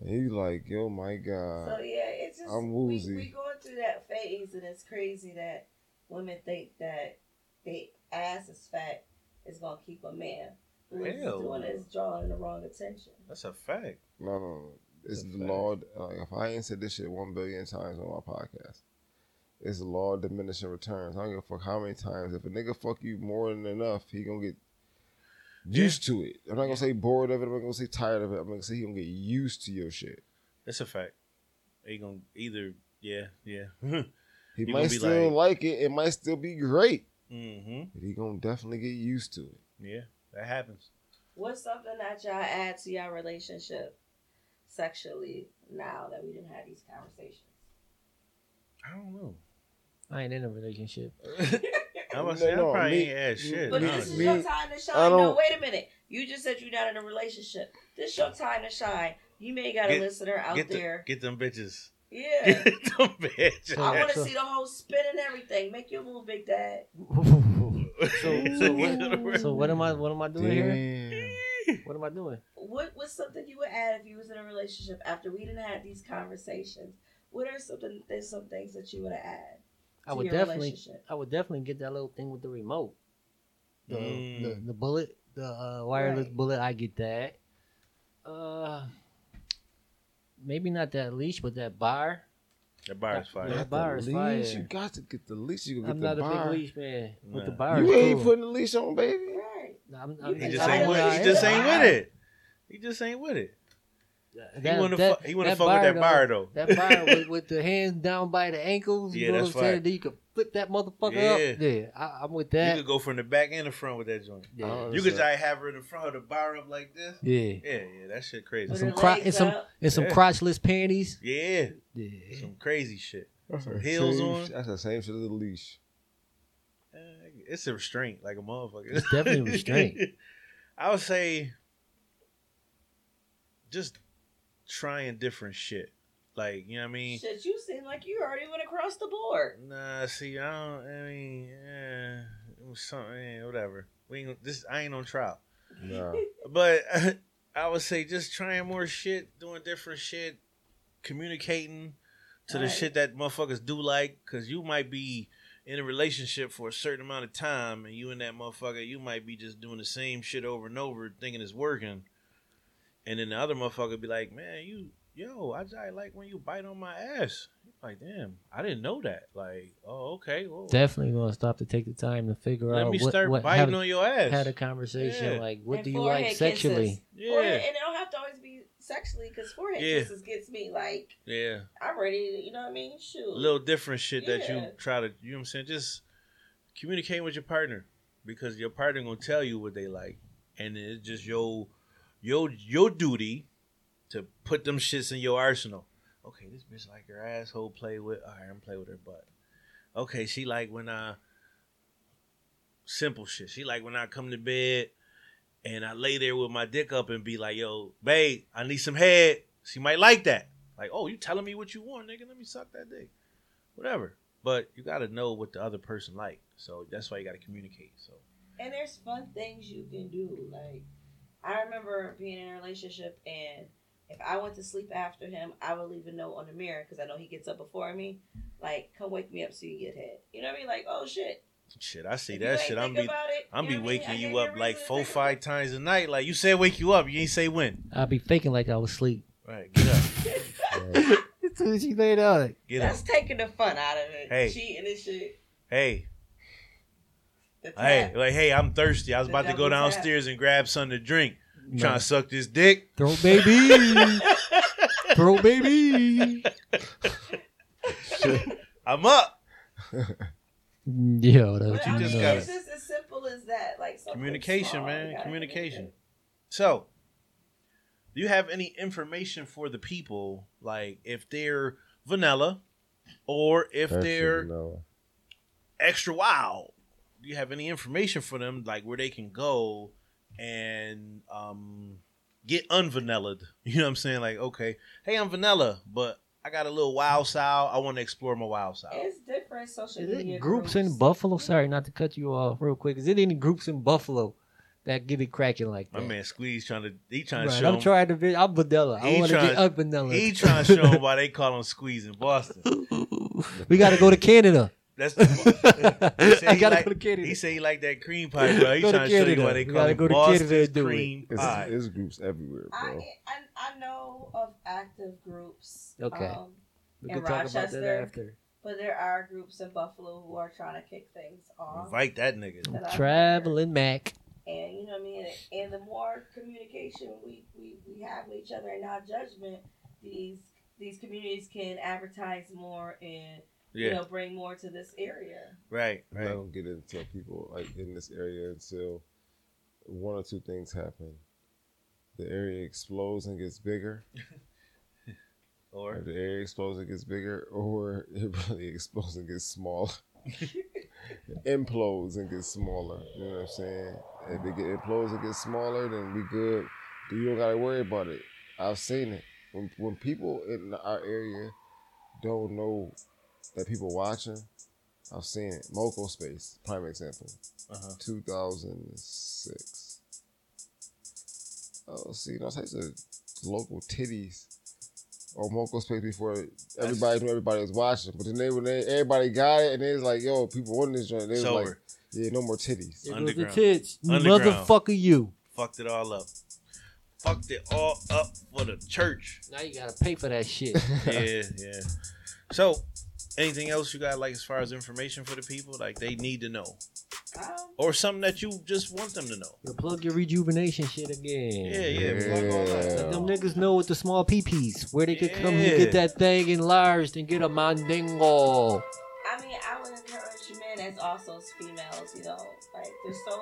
And you like, yo, my So god, yeah, it's just Uh, I'm woozy. We, we going through that phase, and it's crazy that women think that they ass is fat is gonna keep a man who is Hell doing no. is drawing the wrong attention. That's a fact. no, no, no. it's That's the a fact. law. Like, if I ain't said this shit one billion times on my podcast, it's the law of diminishing returns. I don't give a fuck how many times. If a nigga fuck you more than enough, he gonna get used to it. I'm not gonna say bored of it. I'm not gonna say tired of it. I'm gonna say he gonna get used to your shit. That's a fact. They gonna either yeah, yeah. He You gonna might be still like it. It might still be great. mm-hmm. But he gonna definitely get used to it. Yeah, that happens. What's something that y'all add to y'all relationship sexually now that we didn't have these conversations? I don't know. I ain't in a relationship. I'm about No, to say no, I probably me- ain't ass shit. But Me- this is honestly. me- your time to I shine. No, don't- wait a minute. You just said you're not in a relationship. This your time to shine. You may got a Get- listener out get, the- there. get them bitches. yeah. Get them bitches. I want to So- see the whole spin and everything. Make your move, big dad. So- so what, so what am I? What am I doing here? Damn. What am I doing? What was something you would add if you was in a relationship after we didn't have these conversations? What are something? There's some things that you would have add. I to would your definitely, Relationship. I would definitely get that little thing with the remote, the Mm. the, the bullet, the uh, wireless Right. bullet. I get that. Uh, maybe not that leash, but that bar. That bar is fire. Yeah. Got bar the is leash. fire. You got to get the leash. You gonna I'm get not the a bar. big leash man. With the Nah. bar, you it's ain't cool. putting the leash on, baby. Right. I'm, You He can just I ain't know, with it. I He just know. ain't with it. He just ain't with it. it. He wanna fuck he wanna fuck with that bar though. That bar with, with the hands down by the ankles. You Yeah, know that's what I'm saying? fine. Then you can flip that motherfucker up. Yeah. Yeah, I, I'm with You Oh. that. could go from the back and the front with that joint. I Yeah. don't You could understand. just have her in the front of the bar up like this. yeah. Yeah, yeah, that shit crazy. With some her cro- legs and some- up. And some Yeah. crotchless panties. Yeah, Yeah. some crazy shit. That's Some the heels same on. sh- That's the same shit as the leash. Uh, It's a restraint, like a motherfucker. It's definitely a restraint. I would say just trying different shit. Like, you know what I mean? Shit, you seem like you already went across the board. Nah, see, I don't. I mean, eh, it was something, eh, whatever. We ain't, gonna- this. I ain't on trial, Nah. but I would say just trying more shit, doing different shit, communicating to the Right. shit that motherfuckers do like, because you might be in a relationship for a certain amount of time, and you and that motherfucker, you might be just doing the same shit over and over, thinking it's working, and then the other motherfucker be like, "Man, you, yo, I just like when you bite on my ass." Like, damn, I didn't know that. Like, oh, okay, well, Definitely gonna stop to take the time to figure let out me what, start what biting how on your ass. to, had a conversation Yeah. like what And do you forehead like sexually? kisses. Forehead- yeah, and it don't have to always be sexually because forehead Yeah. kisses gets me like yeah. I'm ready. To, you know what I mean? Shoot. little different shit that you Yeah. try to you know what I'm saying just communicate with your partner because your partner gonna tell you what they like and it's just your your your duty to put them shits in your arsenal. Okay, this bitch like her asshole play with all right, I'm play with her butt. Okay, she like when I simple shit. She like when I come to bed and I lay there with my dick up and be like, yo, babe, I need some head. She might like that. Like, oh, you telling me what you want, nigga? Let me suck that dick. Whatever. But you gotta know what the other person like. So that's why you gotta communicate. So And there's fun things you can do. Like I remember being in a relationship and if I went to sleep after him, I would leave a note on the mirror because I know he gets up before me. Like, come wake me up so you get head. You know what I mean? Like, oh shit. shit, I see If you that ain't shit. I'm think be about it, I'm you know be what I mean? I waking gave you a up like reason to four, think about five times a night. Like you said wake you up, you ain't say when. I'll be faking like I was asleep. Right, get up. Right. As soon as she laid out, like, Get up. That's taking the fun out of it. Hey. Cheating and shit. Hey, The tap. hey, like hey, I'm thirsty. I was The about to go double tap. downstairs and grab something to drink. No. Trying to suck this dick. throw baby, throw baby. I'm up. Yo, But that's you I just mean, gotta- It's just as simple as that. Like something Communication, small, you man. gotta Communication. communicate. So, do you have any information for the people, like if they're vanilla, or if That shit, they're no. extra wild? Do you have any information for them, like where they can go and um, get unvanillaed? You know what I'm saying? Like, okay, hey, I'm vanilla, but I got a little wild side. I want to explore my wild side. It's different social Is media it groups in Buffalo? Sorry, not to cut you off real quick. Is it any groups in Buffalo that get it cracking like My that? man Squeeze trying to he trying Right, to show I'm him- trying to be. I'm vanilla. I He want to trying- get up vanilla. he trying to show him why they call him Squeeze in Boston. we got to go to Canada. That's He said I he gotta like- go to Canada. He said he like that cream pie, bro. He Go to trying to show you Canada. why they You call gotta it go to Boston's Canada and do it. cream It's, pie. it's groups everywhere, I, bro. I I know of active groups. Okay. Um, We in can talk about that Rochester. after. but there are groups in Buffalo who are trying to kick things off. Invite that nigga. that I've Traveling Mac. And you know what I mean? And the more communication we, we, we have with each other and not judgment, these these communities can advertise more and you Yeah, know bring more to this area. right, I right. don't get it until people like in this area until one or two things happen. The area explodes and gets bigger, or Or the area explodes and gets bigger, or it really explodes and gets smaller. It implodes and gets smaller. You know what I'm saying? If it get, implodes and gets smaller, then we good. You don't gotta worry about it. I've seen it. When when people in our area don't know that people watching, I've seen it. Moco Space, prime example. uh 2006. Oh, see, those types of local titties or moco space before everybody knew everybody was watching. But then they, when they everybody got it, and they was like, "Yo, people want this joint." They was like, sober, "Yeah, no more titties." It was the Underground. tits. You Underground. Motherfucker, you. fucked it all up. Fucked it all up for the church. Now you got to pay for that shit. Yeah, yeah. So, anything else you got like as far as information for the people, like they need to know, Um, or something that you just want them to know? you plug your rejuvenation shit again. Yeah, yeah. plug all that. Yeah. Let them niggas know with the small peepees where they could come and Yeah. get that thing enlarged and get a mandingo. I mean, I would encourage men as also as females, you know, like there's so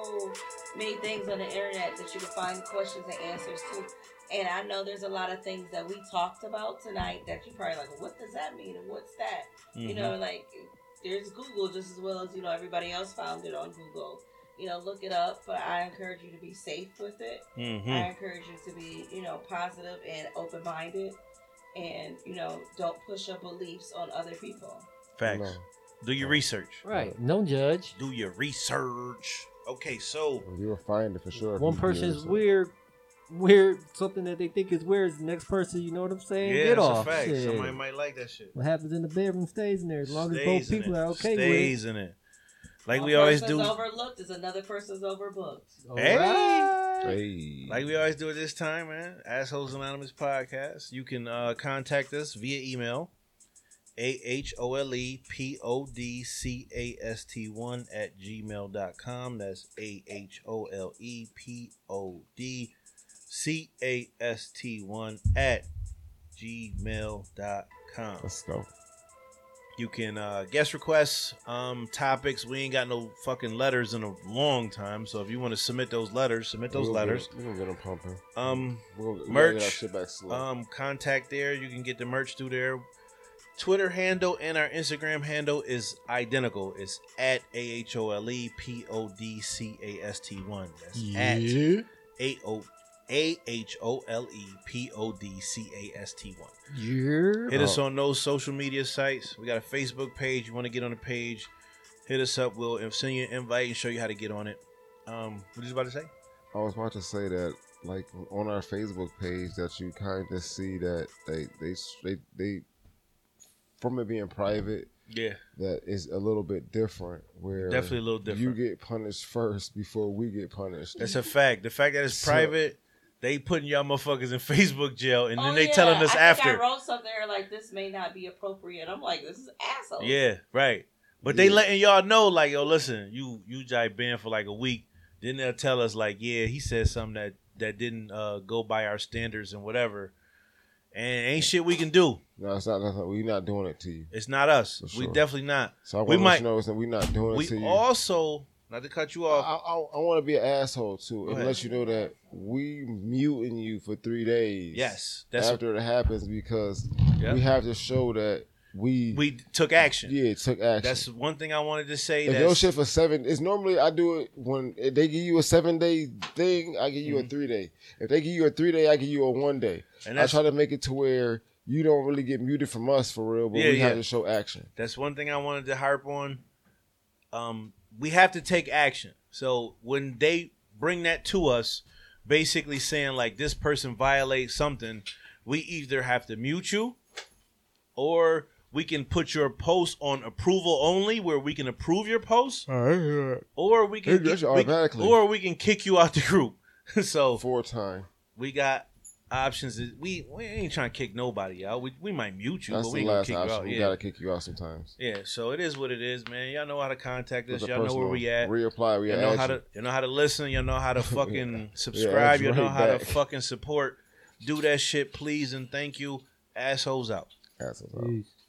many things on the internet that you can find questions and answers to. And I know there's a lot of things that we talked about tonight that you probably like, what does that mean? And what's that? Mm-hmm. You Mhm. know, like there's Google just as well as, you know, everybody else found it on Google. You know, look it up, but I encourage you to be safe with it. Mm-hmm. Mhm. I encourage you to be, you know, positive and open minded and, you know, don't push your beliefs on other people. Facts. No, Do your research. Right. No judge. Do your research. Okay, so you will find it for sure. if One you do person's it. weird, weird, something that they think is weird is the next person, you know what I'm saying? yeah, get that's off. a fact. Shit. Somebody might like that shit. What happens in the bedroom stays in there as long as both Stays in people it. are okay stays in it. Like One we always person's do. overlooked is another person's overbooked. with Hey! it. Alright. Hey. Like we always do at this time, man. Assholes Anonymous podcast. You can uh, contact us via email. A H O L E P O D C A S T 1 at gmail.com. That's A H O L E P O D C A S T 1 at gmail.com. Let's go. You can uh, guest requests, um, topics. We ain't got no fucking letters in a long time, so if you want to submit those letters, submit those We'll get letters. it- We're gonna get them pumping. Um, We're gonna, We're gonna merch, get our shit back slow. um, contact there. You can get the merch through there. Twitter handle and our Instagram handle is identical. It's at a h o l e p o d c a s t one. That's at A O A H O L E P O D C A S T one. You're Hit us on those social media sites. We got a Facebook page. You want to get on the page? Hit us up. We'll send you an invite and show you how to get on it. Um, what you about to say? I was about to say that, like on our Facebook page, that you kind of see that they they they, they from it being private, Yeah, that is a little bit different. Where definitely a little you different. get punished first before we get punished. That's a fact. The fact that it's So- private, they putting y'all motherfuckers in Facebook jail, and then Oh, they yeah. telling us I after. Think I wrote something like this may not be appropriate. I'm like, this is asshole. Yeah, right. But they Yeah. letting y'all know, like, yo, listen, you you jai banned for like a week. Then they'll tell us, like, yeah, he said something that that didn't uh, go by our standards and whatever. And ain't shit we can do. no, it's not nothing. We're not doing it to you. It's not us. For We sure. definitely not. So I We want might- to know that we're not doing it to We you. Uh, also not to cut you I, off. want to be an asshole too, Go and ahead. let you know that we muting you for three days. yes, that's after it happens because Yeah. we have to show that we we took action. yeah took action. That's one thing I wanted to say. if that's, your shit for seven, it's normally I do it when if they give you a seven day thing, I give you Mhm. a three day. If they give you a three day, I give you a one day. and And I that's try to make it to where you don't really get muted from us for real, but Yeah, we yeah. have to show action. That's one thing I wanted to harp on. Um, we have to take action. So when they bring that to us, basically saying like this person violates something, we either have to mute you, or we can put your post on approval only, where we can approve your post, or we can Dude, that's we- automatically. or we can kick you out the group. so Four time. we got options. that- We we ain't trying to kick nobody out. We, we might mute you, That's but we the ain't gonna last kick option. you out. we yeah. gotta kick you out sometimes. Yeah, so it is what it is, man. Y'all know how to contact With us. the Y'all know where personal we at. Reapply. We Y'all at know how action. to you know how to listen. Y'all know how to fucking subscribe. that's Y'all know right how to back. fucking support. Do that shit, please, and thank you. Assholes out. Assholes out. Jeez.